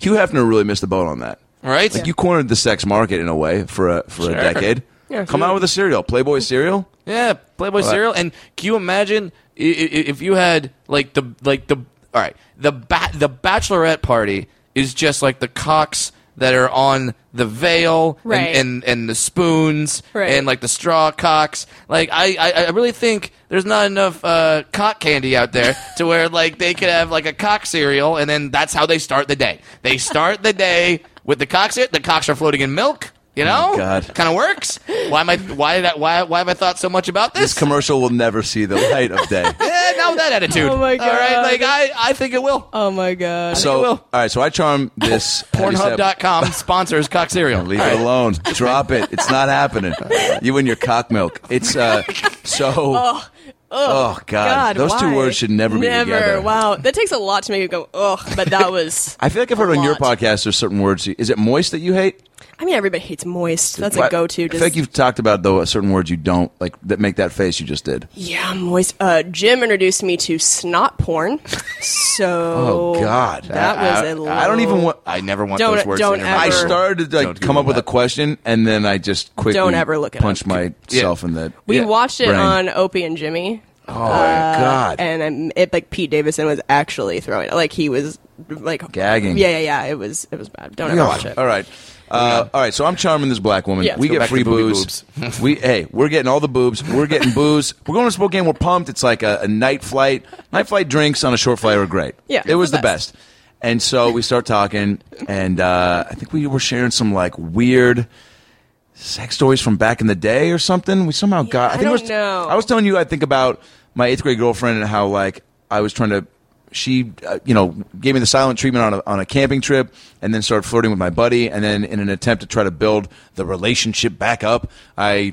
[SPEAKER 1] Hugh Hefner really missed the boat on that.
[SPEAKER 3] Right?
[SPEAKER 1] Like you cornered the sex market in a way for a for a decade.
[SPEAKER 2] Yeah,
[SPEAKER 1] Come
[SPEAKER 2] sure.
[SPEAKER 1] out with a cereal, Playboy cereal.
[SPEAKER 3] Yeah, Playboy cereal. And can you imagine i- i- if you had like the like the all right the ba- the bachelorette party is just like the cocks that are on the veil and-
[SPEAKER 2] Right.
[SPEAKER 3] and, and the spoons
[SPEAKER 2] Right.
[SPEAKER 3] and like the straw cocks. Like I, I I really think there's not enough uh, cock candy out there to where like they could have like a cock cereal and then that's how they start the day. They start the day with the cocks. The cocks are floating in milk. You know,
[SPEAKER 1] God.
[SPEAKER 3] kind of works. Why am I? Why did I, Why why have I thought so much about this?
[SPEAKER 1] This commercial will never see the light of day.
[SPEAKER 3] Eh, not with that attitude.
[SPEAKER 2] Oh my
[SPEAKER 3] All right,
[SPEAKER 2] God.
[SPEAKER 3] like I, I think it will.
[SPEAKER 2] oh my god.
[SPEAKER 1] So,
[SPEAKER 3] will.
[SPEAKER 1] all right. So I charm this heavy set-
[SPEAKER 3] Pornhub.com sponsors cock cereal.
[SPEAKER 1] Leave it alone. Drop it. It's not happening. You and your cock milk. It's uh so Oh, god.
[SPEAKER 2] God,
[SPEAKER 1] uh, Those two
[SPEAKER 2] why?
[SPEAKER 1] words should never be
[SPEAKER 2] Never.
[SPEAKER 1] together.
[SPEAKER 2] Wow. That takes a lot to make you go, ugh, but that was
[SPEAKER 1] I feel like I've heard
[SPEAKER 2] A
[SPEAKER 1] on your
[SPEAKER 2] lot.
[SPEAKER 1] podcast there's certain words. Is it moist that you hate?
[SPEAKER 2] I mean everybody hates moist. That's a
[SPEAKER 1] What?
[SPEAKER 2] go to
[SPEAKER 1] I feel like
[SPEAKER 2] just
[SPEAKER 1] you've talked about though certain words you don't like that make that face you just did.
[SPEAKER 2] Yeah, moist uh Jim introduced me to snot porn. So
[SPEAKER 1] Oh, God.
[SPEAKER 2] That
[SPEAKER 3] I-
[SPEAKER 2] was a
[SPEAKER 1] I don't even
[SPEAKER 2] low-
[SPEAKER 1] want.
[SPEAKER 3] I never want
[SPEAKER 2] Don't-
[SPEAKER 3] those words.
[SPEAKER 2] don't
[SPEAKER 3] in your mouth.
[SPEAKER 1] I
[SPEAKER 2] ever-
[SPEAKER 1] started to
[SPEAKER 3] Don't
[SPEAKER 1] like come
[SPEAKER 3] Google
[SPEAKER 1] up with a
[SPEAKER 3] that.
[SPEAKER 1] question and then I just quickly
[SPEAKER 2] Don't ever look it up.
[SPEAKER 1] punch myself in the.
[SPEAKER 2] We
[SPEAKER 3] Yeah.
[SPEAKER 2] watched it
[SPEAKER 1] Brain.
[SPEAKER 2] on Opie and Jimmy.
[SPEAKER 1] Oh god.
[SPEAKER 2] and um, it like Pete Davidson was actually throwing it. Like he was like
[SPEAKER 1] Gagging.
[SPEAKER 2] Yeah, yeah, yeah. It was it was bad. Don't ever watch it.
[SPEAKER 1] All right. Uh, all right, so I'm charming this black woman.
[SPEAKER 2] Yeah.
[SPEAKER 1] we
[SPEAKER 2] Let's go
[SPEAKER 1] get
[SPEAKER 3] back
[SPEAKER 1] free
[SPEAKER 3] to booby
[SPEAKER 1] booze. we hey, we're getting all the boobs. We're getting booze. We're going to Spokane. We're pumped. It's like a, a night flight. Night flight drinks on a short flight were great.
[SPEAKER 2] Yeah,
[SPEAKER 1] it was the best. And so we start talking, and uh, I think we were sharing some like weird sex stories from back in the day or something. We somehow got.
[SPEAKER 2] I
[SPEAKER 1] think
[SPEAKER 2] don't
[SPEAKER 1] was,
[SPEAKER 2] know.
[SPEAKER 1] I was telling you, I think about my eighth grade girlfriend and how like I was trying to. She, uh, you know, gave me the silent treatment on a, on a camping trip, and then started flirting with my buddy. And then, in an attempt to try to build the relationship back up, I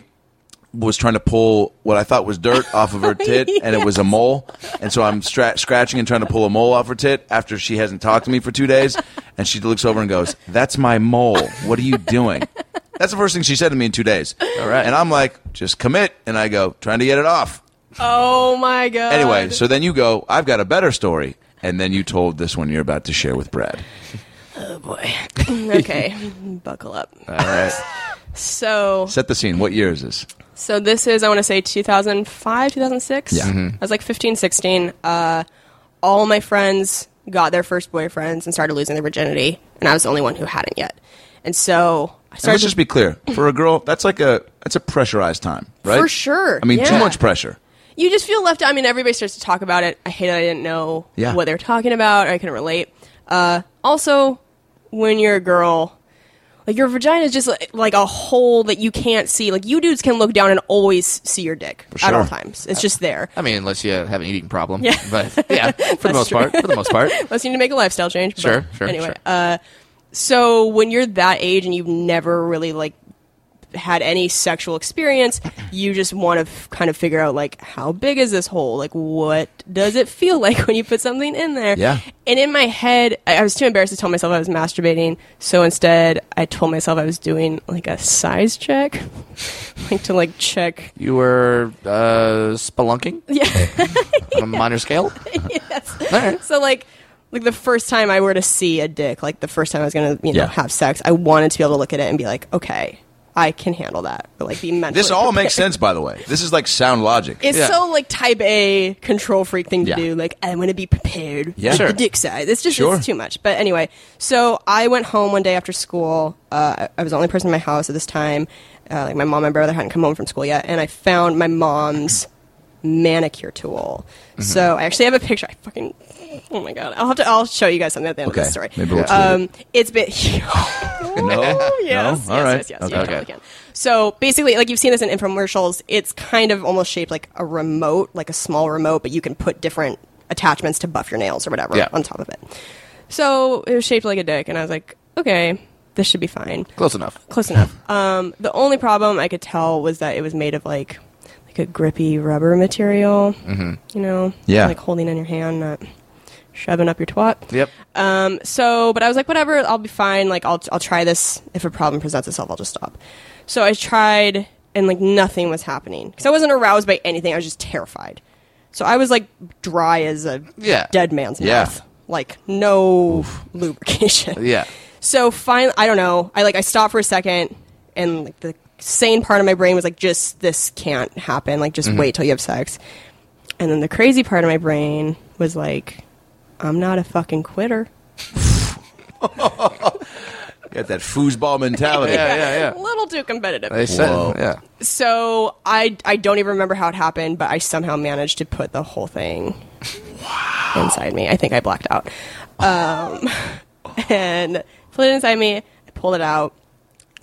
[SPEAKER 1] was trying to pull what I thought was dirt off of her tit, and it was a mole. And so I'm stra- scratching and trying to pull a mole off her tit after she hasn't talked to me for two days. And she looks over and goes, "That's my mole. What are you doing?" That's the first thing she said to me in two days. All right. And I'm like, "Just commit." And I go, "Trying to get it off."
[SPEAKER 2] Oh my god.
[SPEAKER 1] Anyway, so then you go, "I've got a better story," and then you told this one you're about to share with Brad.
[SPEAKER 2] oh boy. okay, buckle up.
[SPEAKER 1] All right.
[SPEAKER 2] So
[SPEAKER 1] Set the scene. What year is this?
[SPEAKER 2] so this is I want to say 2005, 2006.
[SPEAKER 1] Yeah. Mm-hmm.
[SPEAKER 2] I was like 15, 16. Uh, all my friends got their first boyfriends and started losing their virginity, and I was the only one who hadn't yet. And so I
[SPEAKER 1] And
[SPEAKER 2] started
[SPEAKER 1] let's just be clear. For a girl, that's like a that's a pressurized time, right?
[SPEAKER 2] For sure,
[SPEAKER 1] I mean, too
[SPEAKER 2] yeah.
[SPEAKER 1] much pressure.
[SPEAKER 2] you just feel left out. I mean, everybody starts to talk about it. I hate it. I didn't know
[SPEAKER 1] Yeah.
[SPEAKER 2] what they were talking about, or I couldn't relate. Uh, also, when you're a girl. Like your vagina is just like, like a hole that you can't see. Like you dudes can look down and always see your dick at all
[SPEAKER 1] sure.
[SPEAKER 2] times. It's just there.
[SPEAKER 3] I mean, unless you have an eating problem. Yeah. But yeah, for the most part. For the most part.
[SPEAKER 2] Unless you need to make a lifestyle change. but
[SPEAKER 3] Sure, sure,
[SPEAKER 2] Anyway,
[SPEAKER 3] sure.
[SPEAKER 2] Uh, so when you're that age and you've never really like had any sexual experience, you just want to f- kind of figure out like how big is this hole? Like what does it feel like when you put something in there?
[SPEAKER 1] Yeah.
[SPEAKER 2] And in my head, I, I was too embarrassed to tell myself I was masturbating, so instead I told myself I was doing like a size check, like to like check.
[SPEAKER 3] You were uh, spelunking
[SPEAKER 2] Yeah.
[SPEAKER 3] on a minor scale? yes. All right.
[SPEAKER 2] So like like the first time I were to see a dick, like the first time I was gonna, you know,
[SPEAKER 1] Yeah.
[SPEAKER 2] have sex, I wanted to be able to look at it and be like, okay, I can handle that. Or like be mentally
[SPEAKER 1] This all
[SPEAKER 2] prepared.
[SPEAKER 1] makes sense, by the way. This is like sound logic.
[SPEAKER 2] It's
[SPEAKER 3] Yeah.
[SPEAKER 2] so like type A control freak thing to
[SPEAKER 1] Yeah.
[SPEAKER 2] do. Like I want to be prepared.
[SPEAKER 1] Yeah.
[SPEAKER 2] with
[SPEAKER 1] Sure.
[SPEAKER 2] The dick size. It's just
[SPEAKER 1] Sure.
[SPEAKER 2] it's too much. But anyway, so I went home one day after school. Uh, I- I was the only person in my house at this time. Uh, like my mom and brother hadn't come home from school yet, and I found my mom's manicure tool.
[SPEAKER 1] Mm-hmm.
[SPEAKER 2] So I actually have a picture. I fucking oh my god! I'll have to. I'll show you guys something at the end
[SPEAKER 1] okay.
[SPEAKER 2] of the story.
[SPEAKER 1] Maybe we'll tweet it.
[SPEAKER 2] Um, it's been. Oh, yes,
[SPEAKER 1] No? All
[SPEAKER 2] yes,
[SPEAKER 1] right.
[SPEAKER 2] yes, yes, yes,
[SPEAKER 1] Okay.
[SPEAKER 2] you
[SPEAKER 3] Okay.
[SPEAKER 2] totally can. So basically, like you've seen this in infomercials, it's kind of almost shaped like a remote, like a small remote, but you can put different attachments to buff your nails or whatever
[SPEAKER 3] Yeah.
[SPEAKER 2] on top of it. So it was shaped like a dick, and I was like, okay, this should be fine
[SPEAKER 3] Close enough.
[SPEAKER 2] close enough. Um, the only problem I could tell was that it was made of like like a grippy rubber material. Mm-hmm. You know,
[SPEAKER 1] Yeah.
[SPEAKER 2] like holding in your hand, not shoving up your twat.
[SPEAKER 3] Yep.
[SPEAKER 2] Um, so, but I was like, whatever, I'll be fine. Like, I'll I'll try this. If a problem presents itself, I'll just stop. So I tried, and like nothing was happening because I wasn't aroused by anything. I was just terrified. So I was like dry as a
[SPEAKER 3] Yeah.
[SPEAKER 2] dead man's
[SPEAKER 1] Yeah.
[SPEAKER 2] mouth. Like no lubrication.
[SPEAKER 3] Yeah.
[SPEAKER 2] So finally, I don't know. I like I stopped for a second, and like the sane part of my brain was like, just this can't happen. Like
[SPEAKER 3] Mm-hmm.
[SPEAKER 2] just wait till you have sex. And then the crazy part of my brain was like, I'm not a fucking quitter.
[SPEAKER 1] Got that foosball mentality.
[SPEAKER 3] Yeah, yeah,
[SPEAKER 2] A
[SPEAKER 3] yeah.
[SPEAKER 2] little too competitive.
[SPEAKER 3] They said,
[SPEAKER 1] Whoa.
[SPEAKER 3] yeah.
[SPEAKER 2] so I I don't even remember how it happened, but I somehow managed to put the whole thing inside me. I think I blacked out. Um, and put it inside me. I pulled it out.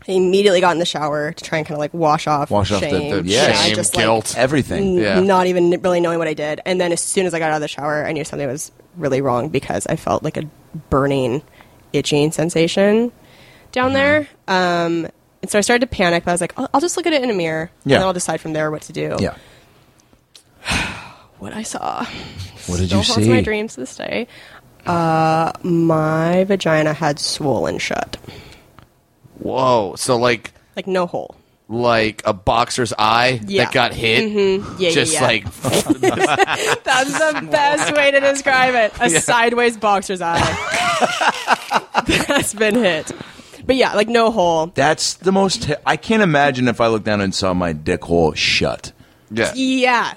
[SPEAKER 2] I immediately got in the shower to try and kind of like wash off
[SPEAKER 1] Wash off the-
[SPEAKER 2] shame.
[SPEAKER 1] the-
[SPEAKER 2] yeah,
[SPEAKER 1] yes.
[SPEAKER 2] I
[SPEAKER 3] shame,
[SPEAKER 2] just, like,
[SPEAKER 3] guilt.
[SPEAKER 1] Everything.
[SPEAKER 3] Yeah.
[SPEAKER 2] not even really knowing what I did. And then as soon as I got out of the shower, I knew something was really wrong because I felt like a burning, itching sensation
[SPEAKER 1] Mm-hmm.
[SPEAKER 2] down there. Um, and so I started to panic, but I was like, I'll, I'll just look at it in a mirror.
[SPEAKER 1] Yeah.
[SPEAKER 2] And then I'll decide from there what to do.
[SPEAKER 1] Yeah.
[SPEAKER 2] What I saw
[SPEAKER 1] What did
[SPEAKER 2] still
[SPEAKER 1] you
[SPEAKER 2] haunts
[SPEAKER 1] see?
[SPEAKER 2] my dreams to this day. Uh, my vagina had swollen shut,
[SPEAKER 3] Whoa. So, like,
[SPEAKER 2] like no hole.
[SPEAKER 3] like a boxer's eye
[SPEAKER 2] Yeah. Mm-hmm.
[SPEAKER 3] that got hit.
[SPEAKER 2] Yeah,
[SPEAKER 3] Just
[SPEAKER 2] yeah, yeah.
[SPEAKER 3] like,
[SPEAKER 2] That's the best way to describe it. A sideways boxer's eye. That's been hit. But yeah, like no hole.
[SPEAKER 1] That's the most. Te- I can't imagine if I looked down and saw my dick hole shut.
[SPEAKER 3] yeah.
[SPEAKER 2] Yeah. Or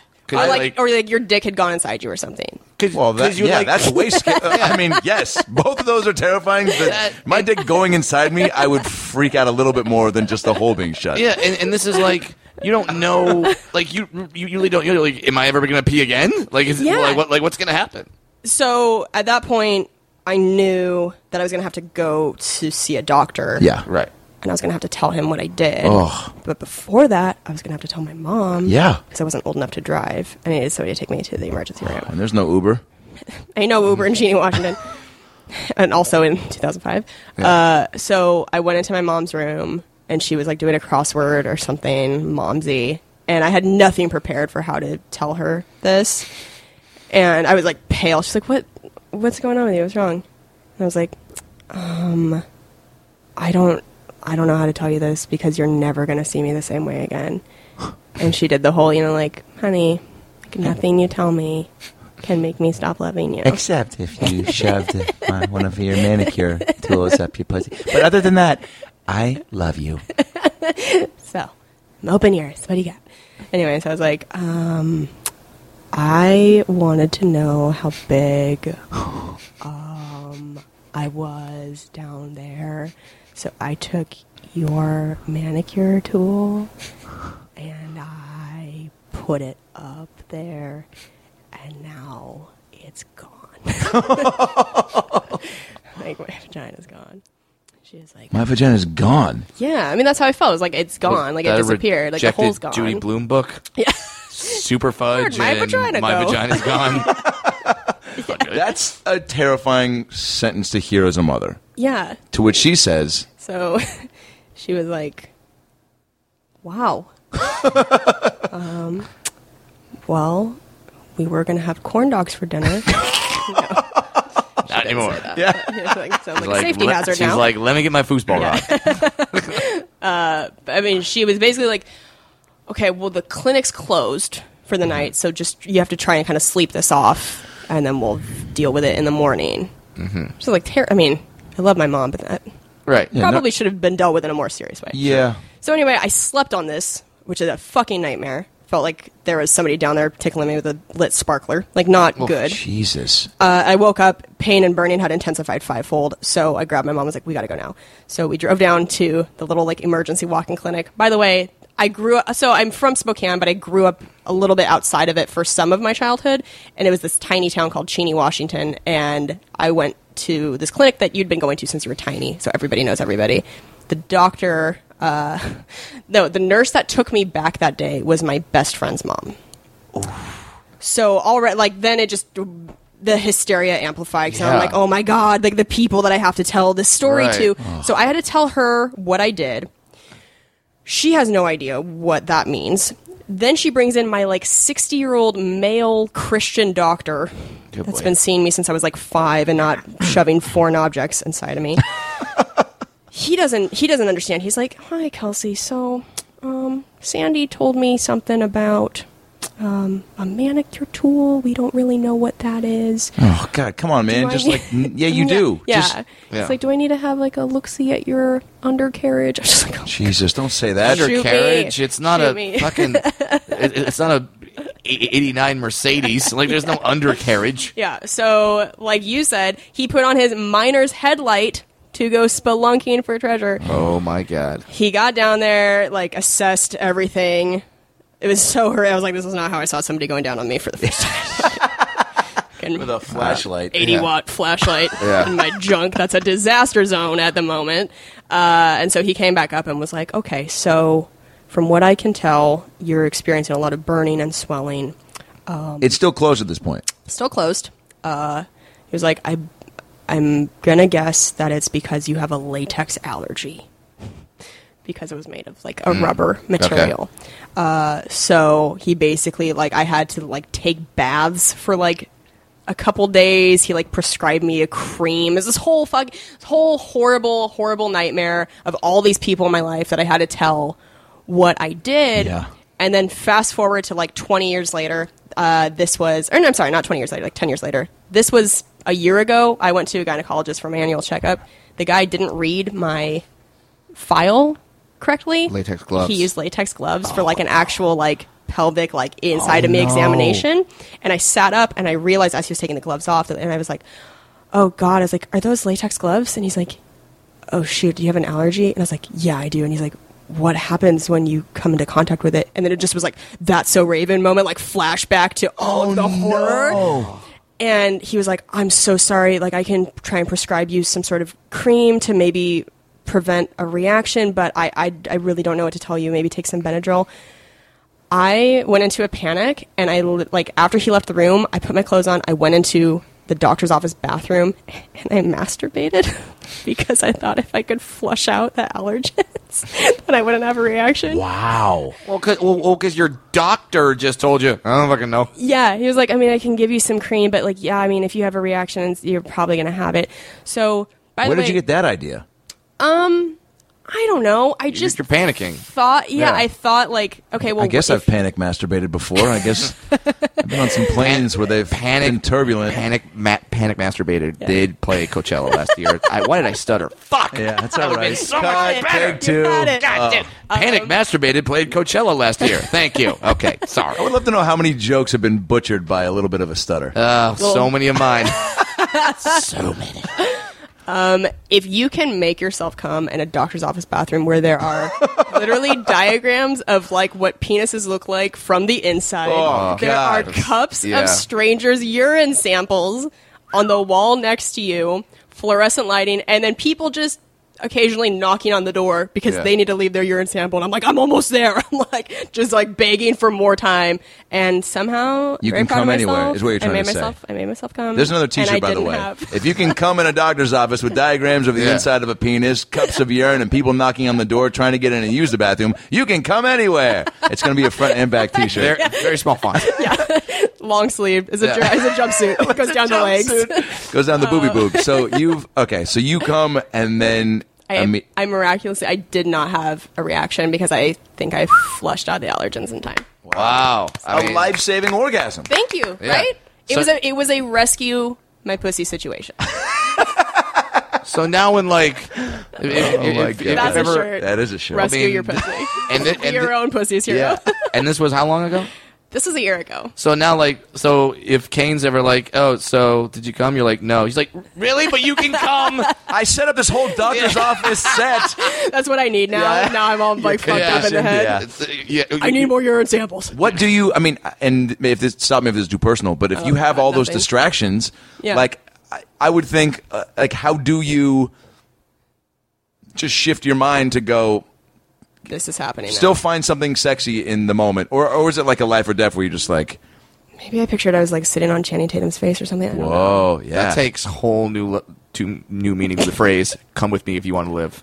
[SPEAKER 2] like,
[SPEAKER 3] 'Cause I like-
[SPEAKER 2] or like your dick had gone inside you or something.
[SPEAKER 1] Well, that,
[SPEAKER 3] 'cause you
[SPEAKER 1] yeah,
[SPEAKER 3] like-
[SPEAKER 1] that's way scary. I mean, yes, both of those are terrifying. But my dick going inside me, I would freak out a little bit more than just the hole being shut.
[SPEAKER 3] Yeah, and, and this is like you don't know, like you you really don't. You're like, am I ever gonna pee again? Like, is
[SPEAKER 2] Yeah.
[SPEAKER 3] it, like what like what's gonna happen?
[SPEAKER 2] So at that point, I knew that I was gonna have to go to see a doctor.
[SPEAKER 1] Yeah.
[SPEAKER 3] Right.
[SPEAKER 2] And I was gonna have to tell him what I did.
[SPEAKER 1] Ugh.
[SPEAKER 2] But before that, I was gonna have to tell my mom.
[SPEAKER 1] Yeah.
[SPEAKER 2] Because I wasn't old enough to drive. I needed somebody to take me to the emergency room.
[SPEAKER 1] And there's no Uber.
[SPEAKER 2] I know Uber in Cheney, Washington, and also in 2005. Uh, so I went into my mom's room, and she was like doing a crossword or something, momsy, and I had nothing prepared for how to tell her this, and I was like pale. She's like, "What? What's going on with you? What's wrong?" And I was like, "Um, I don't, I don't know how to tell you this because you're never gonna see me the same way again." and she did the whole, you know, like, "Honey, like, nothing you tell me." Can make me stop loving you.
[SPEAKER 4] Except if you shoved uh, one of your manicure tools up your pussy. But other than that, I love you.
[SPEAKER 2] So I'm open ears. What do you got? Anyway, so I was like, um, I wanted to know how big um, I was down there. So I took your manicure tool and I put it up there, and now it's gone. like my vagina's gone. She was like,
[SPEAKER 4] My vagina's gone.
[SPEAKER 2] yeah. I mean, that's how I felt. It was like it's gone. Like it
[SPEAKER 3] That
[SPEAKER 2] disappeared. Like the
[SPEAKER 3] rejected
[SPEAKER 2] hole's gone.
[SPEAKER 3] Judy Bloom book. Yeah. Super
[SPEAKER 2] Where'd
[SPEAKER 3] fudge.
[SPEAKER 2] my
[SPEAKER 3] and
[SPEAKER 2] vagina
[SPEAKER 3] my
[SPEAKER 2] go?
[SPEAKER 3] vagina's gone.
[SPEAKER 4] That's a terrifying sentence to hear as a mother.
[SPEAKER 2] yeah.
[SPEAKER 4] To which she says,
[SPEAKER 2] So she was like, wow. um, well, we were going to have corn dogs for dinner.
[SPEAKER 3] Not anymore.
[SPEAKER 2] yeah. like, so, like, safety
[SPEAKER 3] le-
[SPEAKER 2] hazard
[SPEAKER 3] she's
[SPEAKER 2] now.
[SPEAKER 3] like, let me get my foosball rod.
[SPEAKER 2] I mean, she was basically like, okay, well, the clinic's closed for
[SPEAKER 3] Mm-hmm.
[SPEAKER 2] the night, so just you have to try and kind of sleep this off, and then we'll deal with it in the morning. Mm-hmm. So, like, ter- I mean, I love my mom, but that
[SPEAKER 3] Right.
[SPEAKER 4] no-
[SPEAKER 2] probably should have been dealt with in a more serious way.
[SPEAKER 4] "Yeah,
[SPEAKER 2] So, anyway, I slept on this, which is a fucking nightmare. Felt like there was somebody down there tickling me with a lit sparkler. Like, not
[SPEAKER 4] Oh,
[SPEAKER 2] good.
[SPEAKER 4] Jesus."
[SPEAKER 2] Uh, I woke up, pain and burning had intensified fivefold. So I grabbed my mom. Was like, "We got to go now." So we drove down to the little like emergency walk-in clinic. By the way, I grew up. So I'm from Spokane, but I grew up a little bit outside of it for some of my childhood, and it was this tiny town called Cheney, Washington. And I went to this clinic that you'd been going to since you were tiny, so everybody knows everybody. The doctor, uh, no, the nurse that took me back that day was my best friend's mom. So already, like then it just the hysteria amplified. So I'm
[SPEAKER 3] Yeah.
[SPEAKER 2] like, oh my god, like the people that I have to tell this story
[SPEAKER 3] Right.
[SPEAKER 2] to. So I had to tell her what I did. She has no idea what that means. Then she brings in my like 60 year old male Christian doctor that's been seeing me since I was like five and not shoving foreign objects inside of me. he doesn't he doesn't understand. He's like, hi Kelsey. So, um, Sandy told me something about um, a manicure tool. We don't really know what that is.
[SPEAKER 4] Oh God, come on, man!
[SPEAKER 2] I-
[SPEAKER 4] Just like, n- yeah, you do.
[SPEAKER 2] Yeah.
[SPEAKER 4] Just,
[SPEAKER 3] yeah.
[SPEAKER 2] It's like, do I need to have like a look see at your undercarriage? I'm just like, oh,
[SPEAKER 4] Jesus, don't say that.
[SPEAKER 2] Shoot me.
[SPEAKER 3] Undercarriage. It's not
[SPEAKER 2] Shoot
[SPEAKER 3] a
[SPEAKER 2] me.
[SPEAKER 3] fucking. it- it's not a. 89 Mercedes. Like, there's no undercarriage.
[SPEAKER 2] Yeah. So, like you said, he put on his miner's headlight to go spelunking for treasure.
[SPEAKER 3] Oh my god.
[SPEAKER 2] He got down there, like assessed everything. It was so hurt. I was like, this is not how I saw somebody going down on me for the first time. Fucking
[SPEAKER 4] With a flashlight.
[SPEAKER 2] 80
[SPEAKER 3] Yeah.
[SPEAKER 2] watt flashlight
[SPEAKER 3] Yeah.
[SPEAKER 2] in my junk. That's a disaster zone at the moment. Uh, and so he came back up and was like, okay, so from what I can tell, you're experiencing a lot of burning and swelling.
[SPEAKER 4] It's still closed at this point.
[SPEAKER 2] Still closed. Uh, he was like, I, I'm going to guess that it's because you have a latex allergy because it was made of like a rubber material. Uh, so he basically like I had to like take baths for like a couple days. He like prescribed me a cream. It's this whole fuck, this whole horrible, horrible nightmare of all these people in my life that I had to tell what I did.
[SPEAKER 4] Yeah.
[SPEAKER 2] And then fast forward to like 20 years later. Uh, this was, or no, I'm sorry, not 20 years later, like 10 years later. This was a year ago. I went to a gynecologist for my annual checkup. The guy didn't read my file correctly.
[SPEAKER 3] Latex gloves. Oh
[SPEAKER 2] He used latex gloves for like an actual like pelvic like inside of me examination. And I sat up and I realized as he was taking the gloves off and I was like, Oh God, I was like, Are those latex gloves? And he's like, Oh shoot, do you have an allergy? And I was like, Yeah, I do. And he's like, what happens when you come into contact with it? And then it just was like that so Raven moment, like flashback to all of the horror and he was like, "I'm so sorry. Like, I can try and prescribe you some sort of cream to maybe prevent a reaction, but I, I, I really don't know what to tell you. Maybe take some Benadryl." I went into a panic, and I li- like after he left the room, I put my clothes on. I went into the doctor's office bathroom, and I masturbated because I thought if I could flush out the allergens, that I wouldn't have a reaction.
[SPEAKER 4] Wow.
[SPEAKER 3] Well, because well, well, 'cause your doctor just told you. I don't fucking know.
[SPEAKER 2] Yeah, he was like, I mean, I can give you some cream, but like, yeah, I mean, if you have a reaction, you're probably gonna have it. So, by
[SPEAKER 4] Where
[SPEAKER 2] the
[SPEAKER 4] did
[SPEAKER 2] way,
[SPEAKER 4] you get that idea?
[SPEAKER 2] I don't know. I just
[SPEAKER 3] Just you're panicking.
[SPEAKER 2] thought, yeah,
[SPEAKER 3] Yeah.
[SPEAKER 2] I thought like, okay, well,
[SPEAKER 4] I guess
[SPEAKER 2] if-
[SPEAKER 4] I've panic masturbated before. I guess I've been on some planes where they've
[SPEAKER 3] Panic
[SPEAKER 4] been turbulent.
[SPEAKER 3] Panic, ma- panic masturbated did play Coachella last year. I, why did I stutter? Fuck.
[SPEAKER 4] Yeah, that's all right.
[SPEAKER 3] so much
[SPEAKER 4] Cut,
[SPEAKER 3] better.
[SPEAKER 4] take two.
[SPEAKER 2] got it.
[SPEAKER 3] God damn.
[SPEAKER 1] Um,
[SPEAKER 3] Panic masturbated played Coachella last year. Thank you. Okay, sorry.
[SPEAKER 4] I would love to know how many jokes have been butchered by a little bit of a stutter.
[SPEAKER 3] Oh, so many of mine. so many.
[SPEAKER 2] if you can make yourself come in a doctor's office bathroom where there are literally diagrams of like what penises look like from the inside,
[SPEAKER 3] Oh,
[SPEAKER 2] there
[SPEAKER 3] God.
[SPEAKER 2] are cups
[SPEAKER 3] Yeah.
[SPEAKER 2] of strangers' urine samples on the wall next to you, fluorescent lighting, and then people just occasionally knocking on the door because
[SPEAKER 1] Yeah.
[SPEAKER 2] they need to leave their urine sample, and I'm like, I'm almost there. I'm like, just like begging for more time, and somehow
[SPEAKER 1] You
[SPEAKER 2] very
[SPEAKER 1] can
[SPEAKER 2] proud of
[SPEAKER 1] come anywhere,
[SPEAKER 2] myself,
[SPEAKER 1] is what you're
[SPEAKER 2] I
[SPEAKER 1] trying
[SPEAKER 2] made
[SPEAKER 1] to say.
[SPEAKER 2] myself, I made myself come.
[SPEAKER 1] There's another
[SPEAKER 2] and I
[SPEAKER 1] T-shirt, by the
[SPEAKER 2] didn't
[SPEAKER 1] way.
[SPEAKER 2] have-
[SPEAKER 1] If you can come in a doctor's office with diagrams of the
[SPEAKER 3] Yeah.
[SPEAKER 1] inside of a penis, cups of urine, and people knocking on the door trying to get in and use the bathroom, you can come anywhere. It's going to be a front and back T-shirt.
[SPEAKER 3] Very, very small font.
[SPEAKER 2] long sleeve is a
[SPEAKER 3] Yeah.
[SPEAKER 2] is a jumpsuit. It goes down the legs.
[SPEAKER 1] Goes down the booby boob. So you've okay. So you come and then
[SPEAKER 2] I,
[SPEAKER 1] imme-
[SPEAKER 2] I miraculously I did not have a reaction because I think I flushed out the allergens in time.
[SPEAKER 3] Wow. I
[SPEAKER 1] a
[SPEAKER 3] mean,
[SPEAKER 1] life saving orgasm.
[SPEAKER 2] Thank you.
[SPEAKER 3] Yeah.
[SPEAKER 2] Right? It
[SPEAKER 3] So-
[SPEAKER 2] was a it was a rescue my pussy situation.
[SPEAKER 3] So now when like, if, if,
[SPEAKER 1] Oh my
[SPEAKER 3] if-
[SPEAKER 1] God.
[SPEAKER 3] if
[SPEAKER 2] That's a
[SPEAKER 3] ever-
[SPEAKER 2] shirt.
[SPEAKER 1] That is a shirt.
[SPEAKER 2] rescue
[SPEAKER 3] mean,
[SPEAKER 2] your pussy.
[SPEAKER 3] and thi-
[SPEAKER 2] Be
[SPEAKER 3] and
[SPEAKER 2] your
[SPEAKER 3] thi-
[SPEAKER 2] own pussy's hero.
[SPEAKER 1] Yeah.
[SPEAKER 3] and this was how long ago?
[SPEAKER 2] this is a year ago.
[SPEAKER 3] So now, like, so if Kane's ever like, oh, so did you come? You're like, no. He's like, really? But you can come.
[SPEAKER 1] I set up this whole doctor's office set.
[SPEAKER 2] That's what I need now.
[SPEAKER 1] Yeah.
[SPEAKER 2] Now I'm all like fucked up in the
[SPEAKER 3] conditioned,
[SPEAKER 2] head.
[SPEAKER 1] Yeah.
[SPEAKER 3] It's, uh, yeah.
[SPEAKER 2] I need more urine samples.
[SPEAKER 1] What do you? I mean, and if this stop me if this is too personal, but if you have
[SPEAKER 2] God,
[SPEAKER 1] all those
[SPEAKER 2] Oh, nothing.
[SPEAKER 1] distractions,
[SPEAKER 2] Yeah.
[SPEAKER 1] like I, I would think, uh, like how do you just shift your mind to go
[SPEAKER 2] This is happening. now.
[SPEAKER 1] still find something sexy in the moment, or or is it like a life or death where you're just like,
[SPEAKER 2] maybe I pictured I was like sitting on Channing Tatum's face or something. I don't know.
[SPEAKER 1] oh yeah,
[SPEAKER 3] That takes whole new le- two new meaning to the phrase. Come with me if you want to live.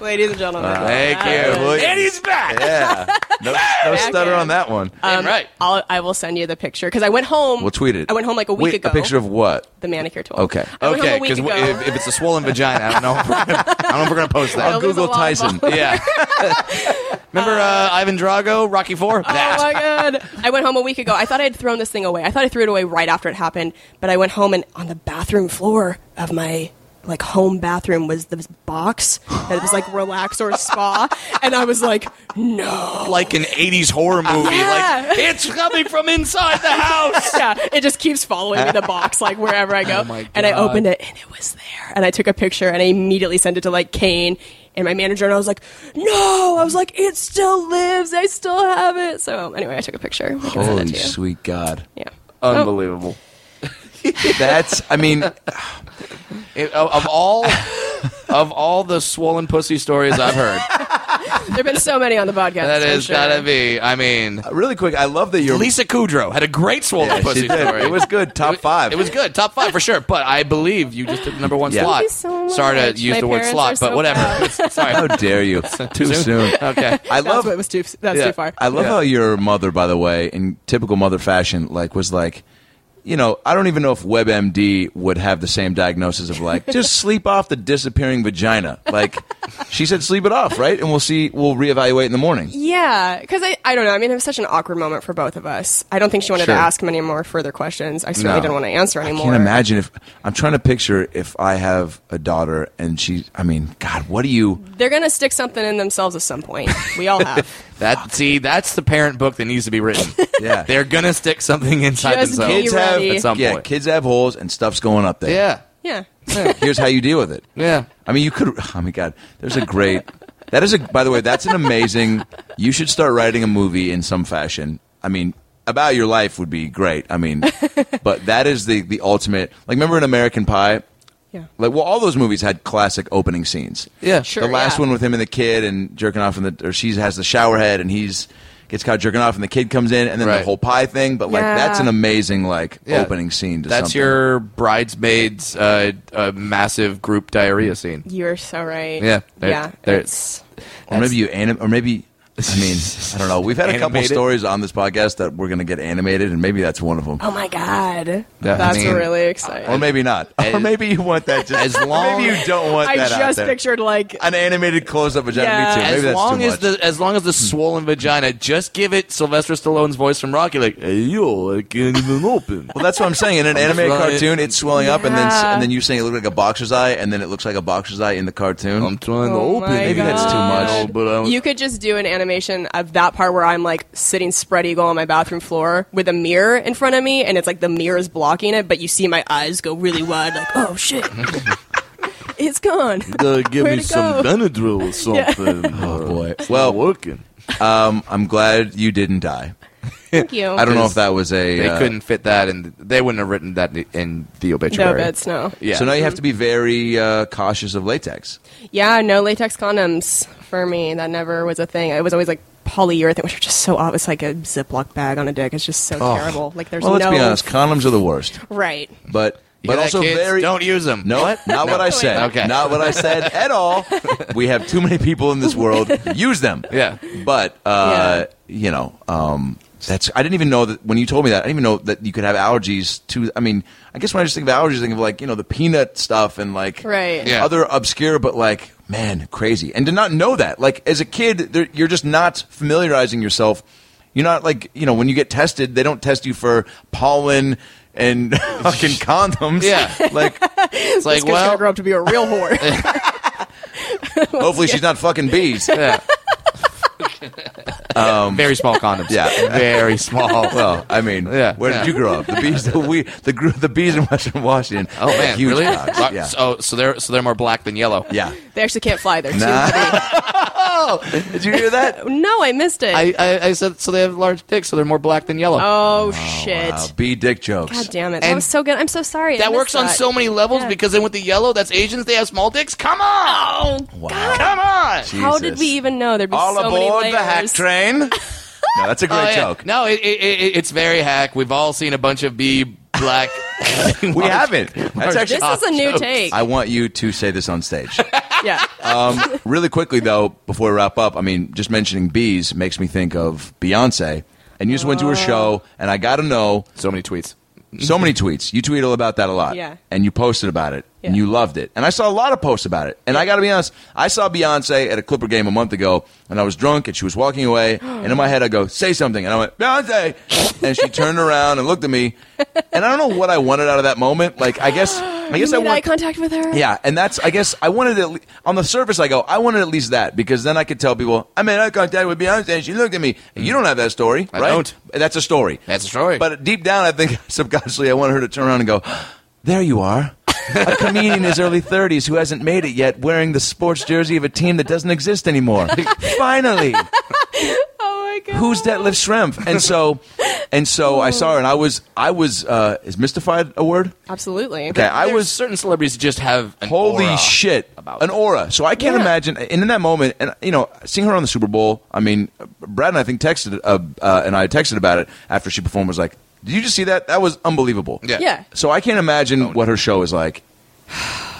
[SPEAKER 2] Ladies and gentlemen.
[SPEAKER 3] Thank you.
[SPEAKER 1] and he's back. Yeah, no, no stutter on that one.
[SPEAKER 3] Damn right.
[SPEAKER 2] I'll, I will send you the picture because I went home.
[SPEAKER 1] We'll tweet it.
[SPEAKER 2] I went home like a week
[SPEAKER 1] Wait,
[SPEAKER 2] ago.
[SPEAKER 1] A picture of what?
[SPEAKER 2] the manicure tool.
[SPEAKER 1] Okay.
[SPEAKER 2] I went home
[SPEAKER 3] Okay,
[SPEAKER 2] a week
[SPEAKER 3] because
[SPEAKER 2] ago.
[SPEAKER 3] if, if it's a swollen vagina, I don't know. If we're gonna, I don't know if we're gonna post
[SPEAKER 1] I'll
[SPEAKER 3] that.
[SPEAKER 2] there's a
[SPEAKER 1] Google
[SPEAKER 2] lot of
[SPEAKER 1] Tyson.
[SPEAKER 3] Yeah. Remember uh, Ivan Drago, Rocky Four?
[SPEAKER 2] Oh my god! I went home a week ago. I thought I had thrown this thing away. I thought I threw it away right after it happened, but I went home and on the bathroom floor of my like home bathroom was this box that was like relax or spa, and I was like, no.
[SPEAKER 3] like an '80s horror movie.
[SPEAKER 2] Yeah.
[SPEAKER 3] Like it's coming from inside the house.
[SPEAKER 2] Yeah, it just keeps following me the box like wherever I go.
[SPEAKER 3] Oh my
[SPEAKER 2] And I
[SPEAKER 3] God.
[SPEAKER 2] opened it and it was there. And I took a picture and I immediately sent it to like Kane and my manager and I was like, "No!" I was like, "It still lives. I still have it." So, um, anyway, I took a picture. I can send it
[SPEAKER 1] Holy
[SPEAKER 2] to you.
[SPEAKER 1] sweet God.
[SPEAKER 2] Yeah.
[SPEAKER 3] Unbelievable.
[SPEAKER 1] That's, I mean,
[SPEAKER 3] It- of, of all of all the swollen pussy stories I've heard,
[SPEAKER 2] There've been so many on the podcast.
[SPEAKER 3] that
[SPEAKER 2] I'm
[SPEAKER 3] is
[SPEAKER 2] sure.
[SPEAKER 3] gotta be. I mean,
[SPEAKER 1] really quick, I love that you're.
[SPEAKER 3] Lisa Kudrow had a great swollen
[SPEAKER 1] Yeah, she
[SPEAKER 3] pussy
[SPEAKER 1] did.
[SPEAKER 3] story.
[SPEAKER 1] It was good. Top
[SPEAKER 3] It wa-
[SPEAKER 1] five.
[SPEAKER 3] It was good. Top five for sure. But I believe you just took the number one
[SPEAKER 1] Yeah.
[SPEAKER 3] slot.
[SPEAKER 2] Thank you so much.
[SPEAKER 3] Sorry to use
[SPEAKER 2] My
[SPEAKER 3] the word
[SPEAKER 2] parents
[SPEAKER 3] slot,
[SPEAKER 2] are
[SPEAKER 3] but
[SPEAKER 2] so
[SPEAKER 3] whatever. Sorry.
[SPEAKER 1] How dare you? Too soon.
[SPEAKER 3] Okay.
[SPEAKER 1] I
[SPEAKER 2] That's
[SPEAKER 1] love.
[SPEAKER 2] what was too. That's
[SPEAKER 3] Yeah.
[SPEAKER 2] too far.
[SPEAKER 1] I love
[SPEAKER 3] Yeah.
[SPEAKER 1] how your mother, by the way, in typical mother fashion, like was like, you know, I don't even know if WebMD would have the same diagnosis of like just sleep off the disappearing vagina. Like she said, sleep it off, right? And we'll see. We'll reevaluate in the morning.
[SPEAKER 2] yeah, because I, I don't know. I mean, it was such an awkward moment for both of us. I don't think she wanted
[SPEAKER 1] Sure.
[SPEAKER 2] to ask many more further questions. I certainly
[SPEAKER 1] No.
[SPEAKER 2] didn't want to answer
[SPEAKER 1] I
[SPEAKER 2] anymore.
[SPEAKER 1] can't imagine if I'm trying to picture if I have a daughter and she. I mean, God, what do you?
[SPEAKER 2] They're gonna stick something in themselves at some point. We all have.
[SPEAKER 3] That see, that's the parent book that needs to be written.
[SPEAKER 1] Yeah.
[SPEAKER 3] They're gonna stick something inside
[SPEAKER 2] Just
[SPEAKER 3] themselves.
[SPEAKER 2] be ready.
[SPEAKER 3] at some
[SPEAKER 1] yeah,
[SPEAKER 3] point.
[SPEAKER 1] kids have holes and stuff's going up there.
[SPEAKER 3] yeah.
[SPEAKER 2] yeah.
[SPEAKER 1] Here's how you deal with it.
[SPEAKER 3] Yeah.
[SPEAKER 1] I mean, you could. Oh my God, there's a great. That is a. By the way, that's an amazing. You should start writing a movie in some fashion. I mean, about your life would be great. I mean, but that is the the ultimate. Like, remember in American Pie?
[SPEAKER 2] Yeah.
[SPEAKER 1] Like, well, all those movies had classic opening scenes.
[SPEAKER 3] Yeah.
[SPEAKER 2] Sure.
[SPEAKER 1] The last
[SPEAKER 2] yeah.
[SPEAKER 1] one with him and the kid and jerking off in the or she has the shower head and he's gets caught jerking off and the kid comes in and then the
[SPEAKER 3] Right.
[SPEAKER 1] whole pie thing. But like,
[SPEAKER 2] Yeah.
[SPEAKER 1] that's an amazing like
[SPEAKER 3] Yeah.
[SPEAKER 1] opening scene. To
[SPEAKER 3] That's
[SPEAKER 1] something.
[SPEAKER 3] your bridesmaids uh, uh, massive group diarrhea scene.
[SPEAKER 2] You're so right.
[SPEAKER 3] Yeah, there-
[SPEAKER 2] yeah.
[SPEAKER 3] there-
[SPEAKER 2] it's
[SPEAKER 1] Or maybe you anim- or maybe I mean, I don't know. We've had a couple
[SPEAKER 3] Animated?
[SPEAKER 1] stories on this podcast that we're going to get animated, and maybe that's one of them,
[SPEAKER 2] oh my god.
[SPEAKER 3] Yeah, I
[SPEAKER 2] That's
[SPEAKER 3] mean-
[SPEAKER 2] really exciting.
[SPEAKER 1] or maybe not, or maybe you want that. Just,
[SPEAKER 3] As
[SPEAKER 1] or
[SPEAKER 3] long-
[SPEAKER 1] maybe you don't want
[SPEAKER 2] I
[SPEAKER 1] that out
[SPEAKER 2] just
[SPEAKER 1] there.
[SPEAKER 2] pictured like
[SPEAKER 1] an animated close-up vagina.
[SPEAKER 2] Yeah.
[SPEAKER 1] Me too. Maybe
[SPEAKER 3] As
[SPEAKER 1] that's
[SPEAKER 3] long
[SPEAKER 1] too
[SPEAKER 3] as
[SPEAKER 1] much. Hmm.
[SPEAKER 3] the as long as the swollen vagina, just give it Sylvester Stallone's voice from Rocky, like "Hey, yo, I can't even open.
[SPEAKER 1] well, that's what I'm saying. In an animated
[SPEAKER 3] trying-
[SPEAKER 1] cartoon, it's swelling up, and then s-
[SPEAKER 2] Yeah.
[SPEAKER 1] and then you saying it looked like a boxer's eye, and then it looks like a boxer's eye in the cartoon.
[SPEAKER 3] I'm trying to
[SPEAKER 2] Oh
[SPEAKER 3] open.
[SPEAKER 2] my
[SPEAKER 3] it.
[SPEAKER 1] Maybe that's too much.
[SPEAKER 3] You know, but I,
[SPEAKER 2] You could just do an animation of that part where I'm like sitting spread eagle on my bathroom floor with a mirror in front of me, and it's like the mirror is blocking it, but you see my eyes go really wide, like, oh shit. it's gone.
[SPEAKER 3] gotta give
[SPEAKER 2] Where'd
[SPEAKER 3] me
[SPEAKER 2] it
[SPEAKER 3] some
[SPEAKER 2] go?
[SPEAKER 3] Benadryl or something.
[SPEAKER 1] oh boy. Well,
[SPEAKER 3] Well, working.
[SPEAKER 1] um, I'm glad you didn't die.
[SPEAKER 2] Thank you.
[SPEAKER 1] I don't know if
[SPEAKER 3] 'Cause
[SPEAKER 1] that was a.
[SPEAKER 3] They
[SPEAKER 1] uh,
[SPEAKER 3] couldn't fit that, and they wouldn't have written that in the
[SPEAKER 2] no
[SPEAKER 3] obituary.
[SPEAKER 2] bits, no.
[SPEAKER 3] Yeah.
[SPEAKER 1] So now you have to be very uh, cautious of latex.
[SPEAKER 2] Yeah, no latex condoms for me. That never was a thing. It was always like polyurethane, which are just so obvious, like a Ziploc bag on a dick. It's just so terrible. Like there's
[SPEAKER 1] Well, let's
[SPEAKER 2] no
[SPEAKER 1] be honest. Condoms are the worst,
[SPEAKER 2] right.
[SPEAKER 1] but
[SPEAKER 3] You
[SPEAKER 1] but
[SPEAKER 3] hear that,
[SPEAKER 1] also
[SPEAKER 3] kids?
[SPEAKER 1] very.
[SPEAKER 3] don't use them.
[SPEAKER 1] no, not what I said.
[SPEAKER 3] Okay.
[SPEAKER 1] Not what I said at all. We have too many people in this world use them.
[SPEAKER 3] Yeah.
[SPEAKER 1] But uh, you know, um, that's I didn't even know that when you told me that. I didn't even know that you could have allergies to. I mean, I guess when I just think of allergies, I think of like you know the peanut stuff and like
[SPEAKER 2] Right.
[SPEAKER 3] Yeah.
[SPEAKER 1] other obscure, but like man, crazy. And to not know that, like as a kid, there- you're just not familiarizing yourself. You're not like you know when you get tested, they don't test you for pollen and fucking condoms.
[SPEAKER 3] Yeah.
[SPEAKER 1] like
[SPEAKER 3] It's like,
[SPEAKER 2] It's gonna
[SPEAKER 3] well,
[SPEAKER 2] grow up to be a real whore.
[SPEAKER 1] hopefully she's not fucking bees.
[SPEAKER 3] yeah. very small condoms.
[SPEAKER 1] Um, Yeah.
[SPEAKER 3] very small.
[SPEAKER 1] Well, I mean,
[SPEAKER 3] Yeah,
[SPEAKER 1] where
[SPEAKER 3] yeah.
[SPEAKER 1] did you grow up? The bees, the we, the gr- the bees in Western Washington.
[SPEAKER 3] Oh
[SPEAKER 1] are
[SPEAKER 3] man,
[SPEAKER 1] huge
[SPEAKER 3] really?
[SPEAKER 1] cocks.
[SPEAKER 3] Uh,
[SPEAKER 1] Yeah,
[SPEAKER 3] So, so they're so they're more black than yellow.
[SPEAKER 1] yeah.
[SPEAKER 2] they actually can't fly. They're too
[SPEAKER 1] Nah.
[SPEAKER 2] big.
[SPEAKER 1] Did you hear that?
[SPEAKER 2] No, I missed it.
[SPEAKER 3] I, I, I said so they have large dicks, so they're more black than yellow.
[SPEAKER 2] oh, shit.
[SPEAKER 1] Wow, bee dick jokes.
[SPEAKER 2] God damn it.
[SPEAKER 3] And-
[SPEAKER 2] that was so good. I'm so sorry. I
[SPEAKER 3] that
[SPEAKER 2] missed
[SPEAKER 3] works on
[SPEAKER 2] that.
[SPEAKER 3] so many levels
[SPEAKER 2] Yeah. Oh,
[SPEAKER 3] because they went to yellow. That's Asians. They have small dicks. Come on,
[SPEAKER 1] Wow.
[SPEAKER 3] come on.
[SPEAKER 2] How did
[SPEAKER 1] Jesus.
[SPEAKER 2] we even know there'd be
[SPEAKER 1] All
[SPEAKER 2] so many
[SPEAKER 1] aboard the hack
[SPEAKER 2] layers?
[SPEAKER 1] train. no, that's a great
[SPEAKER 3] Oh, yeah.
[SPEAKER 1] joke.
[SPEAKER 3] No, it, it, it, it's very hack. We've all seen a bunch of B black.
[SPEAKER 1] we haven't. That's actually.
[SPEAKER 2] This is a new
[SPEAKER 3] Jokes.
[SPEAKER 2] take.
[SPEAKER 1] I want you to say this on stage.
[SPEAKER 2] yeah.
[SPEAKER 1] Um, really quickly, though, before we wrap up, I mean, just mentioning bees makes me think of Beyonce. And you just went to
[SPEAKER 2] Oh.
[SPEAKER 1] her show, and I got to know
[SPEAKER 3] So many tweets.
[SPEAKER 1] so many tweets. You tweet all about that a lot.
[SPEAKER 2] Yeah.
[SPEAKER 1] And you posted about it. And
[SPEAKER 2] Yeah.
[SPEAKER 1] you loved it. And I saw a lot of posts about it. And I got to be honest, I saw Beyonce at a Clipper game a month ago, and I was drunk, and she was walking away. and in my head, I go, say something. And I went, Beyonce. and she turned around and looked at me. And I don't know what I wanted out of that moment. Like, I guess, I guess I
[SPEAKER 2] Made eye
[SPEAKER 1] want.
[SPEAKER 2] contact with her.
[SPEAKER 1] Yeah, and that's I guess I wanted at le- on the surface I go I wanted at least that because then I could tell people I made eye contact with Beyonce and she looked at me. You don't have that story,
[SPEAKER 3] I
[SPEAKER 1] right?
[SPEAKER 3] don't.
[SPEAKER 1] That's a story.
[SPEAKER 3] That's a story.
[SPEAKER 1] But deep down, I think subconsciously I wanted her to turn around and go, "There you are." a comedian in his early 30s who hasn't made it yet wearing the sports jersey of a team that doesn't exist anymore. Finally
[SPEAKER 2] Oh my god.
[SPEAKER 1] who's Detlef Schrempf? And so, and so I saw her, and I was, I was, uh, is mystified a word?
[SPEAKER 2] Absolutely.
[SPEAKER 1] Okay, I
[SPEAKER 3] There's
[SPEAKER 1] was.
[SPEAKER 3] certain celebrities just have an
[SPEAKER 1] Holy
[SPEAKER 3] aura.
[SPEAKER 1] shit!
[SPEAKER 3] about
[SPEAKER 1] an aura. So I can't
[SPEAKER 2] Yeah.
[SPEAKER 1] imagine. And in that moment, and you know, seeing her on the Super Bowl. I mean, Brad and I think texted, uh, uh, and I texted about it after she performed. Was like, did you just see that? That was unbelievable.
[SPEAKER 3] Yeah.
[SPEAKER 2] Yeah.
[SPEAKER 1] So I can't imagine what her show is like.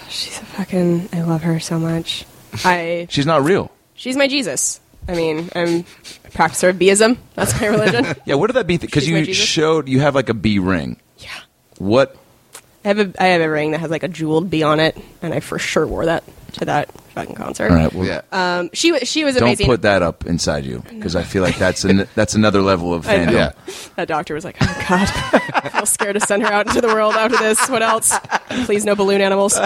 [SPEAKER 2] She's a fucking. I love her so much. I.
[SPEAKER 1] She's not real.
[SPEAKER 2] She's my Jesus. I mean, I'm a practicer of Beism. That's my religion.
[SPEAKER 1] Yeah. What did that be? Because
[SPEAKER 2] She's my
[SPEAKER 1] you
[SPEAKER 2] Jesus.
[SPEAKER 1] showed you have like a B ring.
[SPEAKER 2] yeah.
[SPEAKER 1] What?
[SPEAKER 2] I have a I have a ring that has like a jeweled B on it, and I for sure wore that to that fucking concert.
[SPEAKER 1] All right. Well,
[SPEAKER 3] Yeah.
[SPEAKER 2] Um, she wa- she was
[SPEAKER 1] Don't
[SPEAKER 2] amazing.
[SPEAKER 1] put that up inside you because I feel like that's an, that's another level of
[SPEAKER 2] I know.
[SPEAKER 1] fandom.
[SPEAKER 3] yeah.
[SPEAKER 2] That doctor was like, "Oh God, I feel scared to send her out into the world after this. What else? Please, no balloon animals."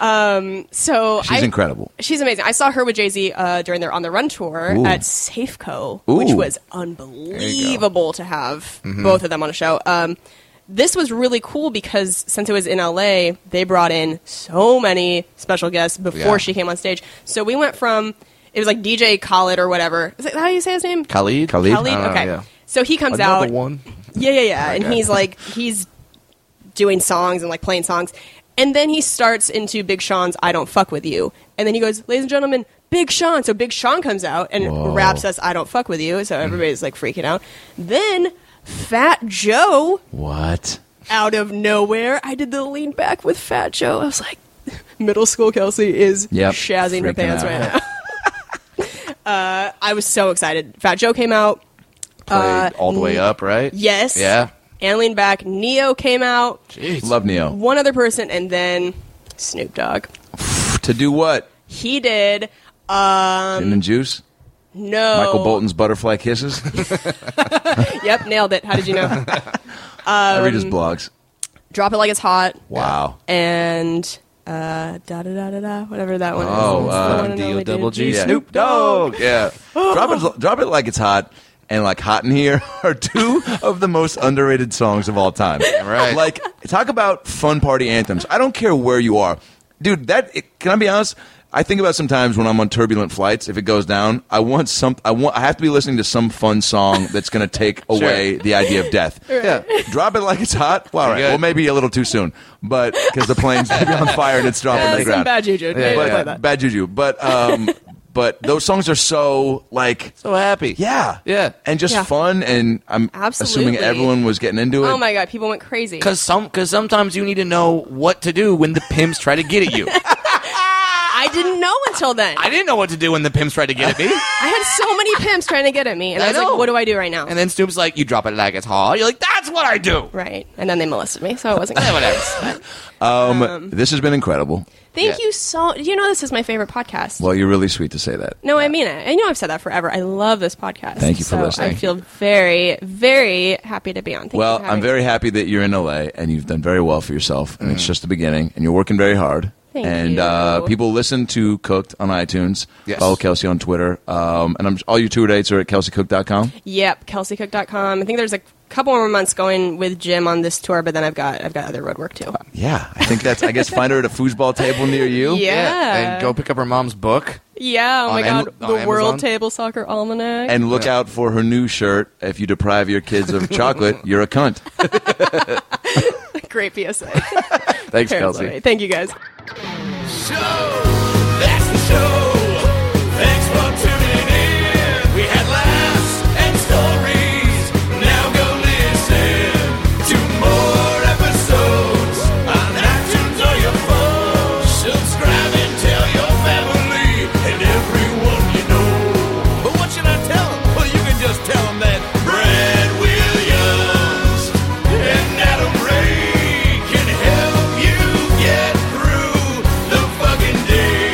[SPEAKER 2] Um, so
[SPEAKER 1] She's
[SPEAKER 2] I,
[SPEAKER 1] incredible.
[SPEAKER 2] She's amazing. I saw her with Jay Z uh, during their On the Run tour
[SPEAKER 1] Ooh.
[SPEAKER 2] at Safeco, which
[SPEAKER 1] Ooh.
[SPEAKER 2] was unbelievable to have
[SPEAKER 3] Mm-hmm.
[SPEAKER 2] both of them on a show. Um, this was really cool because since it was in LA, they brought in so many special guests before
[SPEAKER 3] Yeah.
[SPEAKER 2] she came on stage. So we went from it was like DJ Khaled or whatever. Is that how you say his name?
[SPEAKER 3] Khalid.
[SPEAKER 1] Khalid?
[SPEAKER 2] Khalid?
[SPEAKER 3] I don't know,
[SPEAKER 2] Okay.
[SPEAKER 3] yeah.
[SPEAKER 2] So he comes
[SPEAKER 3] Another
[SPEAKER 2] out.
[SPEAKER 3] one.
[SPEAKER 2] Yeah, yeah, yeah. And he's like, he's doing songs and like playing songs. And then he starts into Big Sean's I Don't Fuck With You. And then he goes, Ladies and gentlemen, Big Sean. So Big Sean comes out and
[SPEAKER 1] Whoa. Mm.
[SPEAKER 2] raps us I Don't Fuck With You. So everybody's like freaking out. Then Fat Joe,
[SPEAKER 1] What?
[SPEAKER 2] out of nowhere, I did the lean back with Fat Joe. I was like, Middle school Kelsey is
[SPEAKER 1] Yep.
[SPEAKER 2] shazzing her
[SPEAKER 1] Freaking
[SPEAKER 2] pants
[SPEAKER 1] out.
[SPEAKER 2] right now. uh, I was so excited. Fat Joe came out.
[SPEAKER 3] Played
[SPEAKER 2] Uh,
[SPEAKER 3] all the way up, right?
[SPEAKER 2] Yes.
[SPEAKER 3] Yeah.
[SPEAKER 2] And lean back. Neo came out.
[SPEAKER 1] Love Neo.
[SPEAKER 2] One other person, and then Snoop Dogg.
[SPEAKER 1] To do what?
[SPEAKER 2] He did
[SPEAKER 3] Um,
[SPEAKER 1] Gin and juice?
[SPEAKER 2] no.
[SPEAKER 3] oh.
[SPEAKER 1] Michael Bolton's butterfly kisses?
[SPEAKER 2] Yep, nailed it. How did you know?
[SPEAKER 1] I read
[SPEAKER 3] Um,
[SPEAKER 1] his blogs.
[SPEAKER 2] Drop it like it's hot.
[SPEAKER 1] Wow.
[SPEAKER 2] And uh, da da da da da. Whatever that one
[SPEAKER 1] Oh,
[SPEAKER 2] is. That's
[SPEAKER 1] uh,
[SPEAKER 2] the one and only,
[SPEAKER 3] D-O-double
[SPEAKER 2] dude.
[SPEAKER 3] G.
[SPEAKER 1] Yeah.
[SPEAKER 3] Snoop
[SPEAKER 1] Dogg. Yeah. drop it drop it like it's hot. And like hot in here are two of the most underrated songs of all time.
[SPEAKER 3] right.
[SPEAKER 1] Like talk about fun party anthems. I don't care where you are, dude. That it, can I be honest? I think about sometimes when I'm on turbulent flights, if it goes down, I want some. I want. I have to be listening to some fun song that's going to take away the idea of death.
[SPEAKER 3] Yeah.
[SPEAKER 1] Drop it like it's hot. Well, all right.
[SPEAKER 3] Good.
[SPEAKER 1] Well, maybe a little too soon, but because the plane's maybe on fire and it's dropping to
[SPEAKER 2] Uh,
[SPEAKER 1] the
[SPEAKER 2] some
[SPEAKER 1] ground.
[SPEAKER 2] bad juju.
[SPEAKER 3] yeah,
[SPEAKER 1] but,
[SPEAKER 3] yeah.
[SPEAKER 2] Play that.
[SPEAKER 1] Bad juju. But um, but those songs are so like
[SPEAKER 3] So happy.
[SPEAKER 1] yeah
[SPEAKER 3] Yeah.
[SPEAKER 1] and just
[SPEAKER 2] Yeah.
[SPEAKER 1] fun and I'm assuming
[SPEAKER 2] Absolutely.
[SPEAKER 1] everyone was getting into it.
[SPEAKER 2] Oh my god, people went crazy.
[SPEAKER 3] Cause some, cause sometimes you need to know what to do when the pimps try to get at you.
[SPEAKER 2] I didn't know until then.
[SPEAKER 3] I
[SPEAKER 2] I,
[SPEAKER 3] didn't know what to do when the pimps tried to get at me.
[SPEAKER 2] had so many pimps trying to get at me, and I,
[SPEAKER 3] I
[SPEAKER 2] was
[SPEAKER 3] know.
[SPEAKER 2] like, "What do I do right now?"
[SPEAKER 3] And then Snoop's like, "You drop it like it's hot." You're like, "That's what I do."
[SPEAKER 2] right, and then they molested me, so I wasn't.
[SPEAKER 3] Yeah,
[SPEAKER 2] Gonna.
[SPEAKER 3] whatever.
[SPEAKER 1] um, this has been incredible.
[SPEAKER 2] Thank
[SPEAKER 3] Yeah.
[SPEAKER 2] you so. You know, this is my favorite podcast.
[SPEAKER 1] Well, you're really sweet to say that.
[SPEAKER 2] No, I mean it. I know I've said that forever. I love this podcast.
[SPEAKER 1] Thank you for
[SPEAKER 2] so
[SPEAKER 1] listening.
[SPEAKER 2] I feel very, very happy to be on. Thank you
[SPEAKER 1] well,
[SPEAKER 2] for having
[SPEAKER 1] I'm
[SPEAKER 2] me.
[SPEAKER 1] very happy that you're in LA and you've done very well for yourself, and
[SPEAKER 3] Mm.
[SPEAKER 1] it's just the beginning, and you're working very hard.
[SPEAKER 2] Thank
[SPEAKER 1] and
[SPEAKER 2] you.
[SPEAKER 1] Uh, people listen to Cooked on iTunes.
[SPEAKER 3] Yes.
[SPEAKER 1] Follow Kelsey on Twitter. Um, and I'm, all your tour dates are at kelseycook.com.
[SPEAKER 2] Yep, kelseycook.com. I think there's a couple more months going with Jim on this tour, but then I've got I've got other road work too.
[SPEAKER 1] Yeah, I think that's. I guess find her at a foosball table near you.
[SPEAKER 2] Yeah.
[SPEAKER 3] And go pick up her mom's book.
[SPEAKER 2] Yeah, oh
[SPEAKER 3] On
[SPEAKER 2] my
[SPEAKER 3] Am-
[SPEAKER 2] god,
[SPEAKER 3] on
[SPEAKER 2] the
[SPEAKER 3] Amazon?
[SPEAKER 2] World Table Soccer Almanac.
[SPEAKER 1] And look out for her new shirt. If you deprive your kids of chocolate, you're a cunt.
[SPEAKER 2] Great PSA.
[SPEAKER 1] Thanks,
[SPEAKER 2] Parents
[SPEAKER 1] Kelsey.
[SPEAKER 2] love it. Thank you guys.
[SPEAKER 5] That's the show. Thanks for tuning in. We had laughs and stories. Now go listen to more episodes on iTunes or your phone. Subscribe and tell your family and everyone you know. But what should I tell 'em? Well, you can just tell 'em that Brad Williams and Adam Ray can help you get through the fucking day.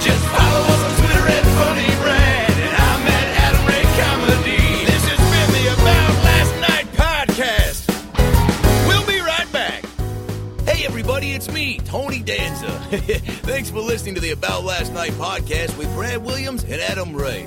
[SPEAKER 5] Just follow us on Twitter at Funny Brad, and I'm at Adam Ray Comedy. This has been the About Last Night podcast. We'll be right back. Hey, everybody, it's me, Tony Danza. Thanks for listening to the About Last Night podcast with Brad Williams and Adam Ray.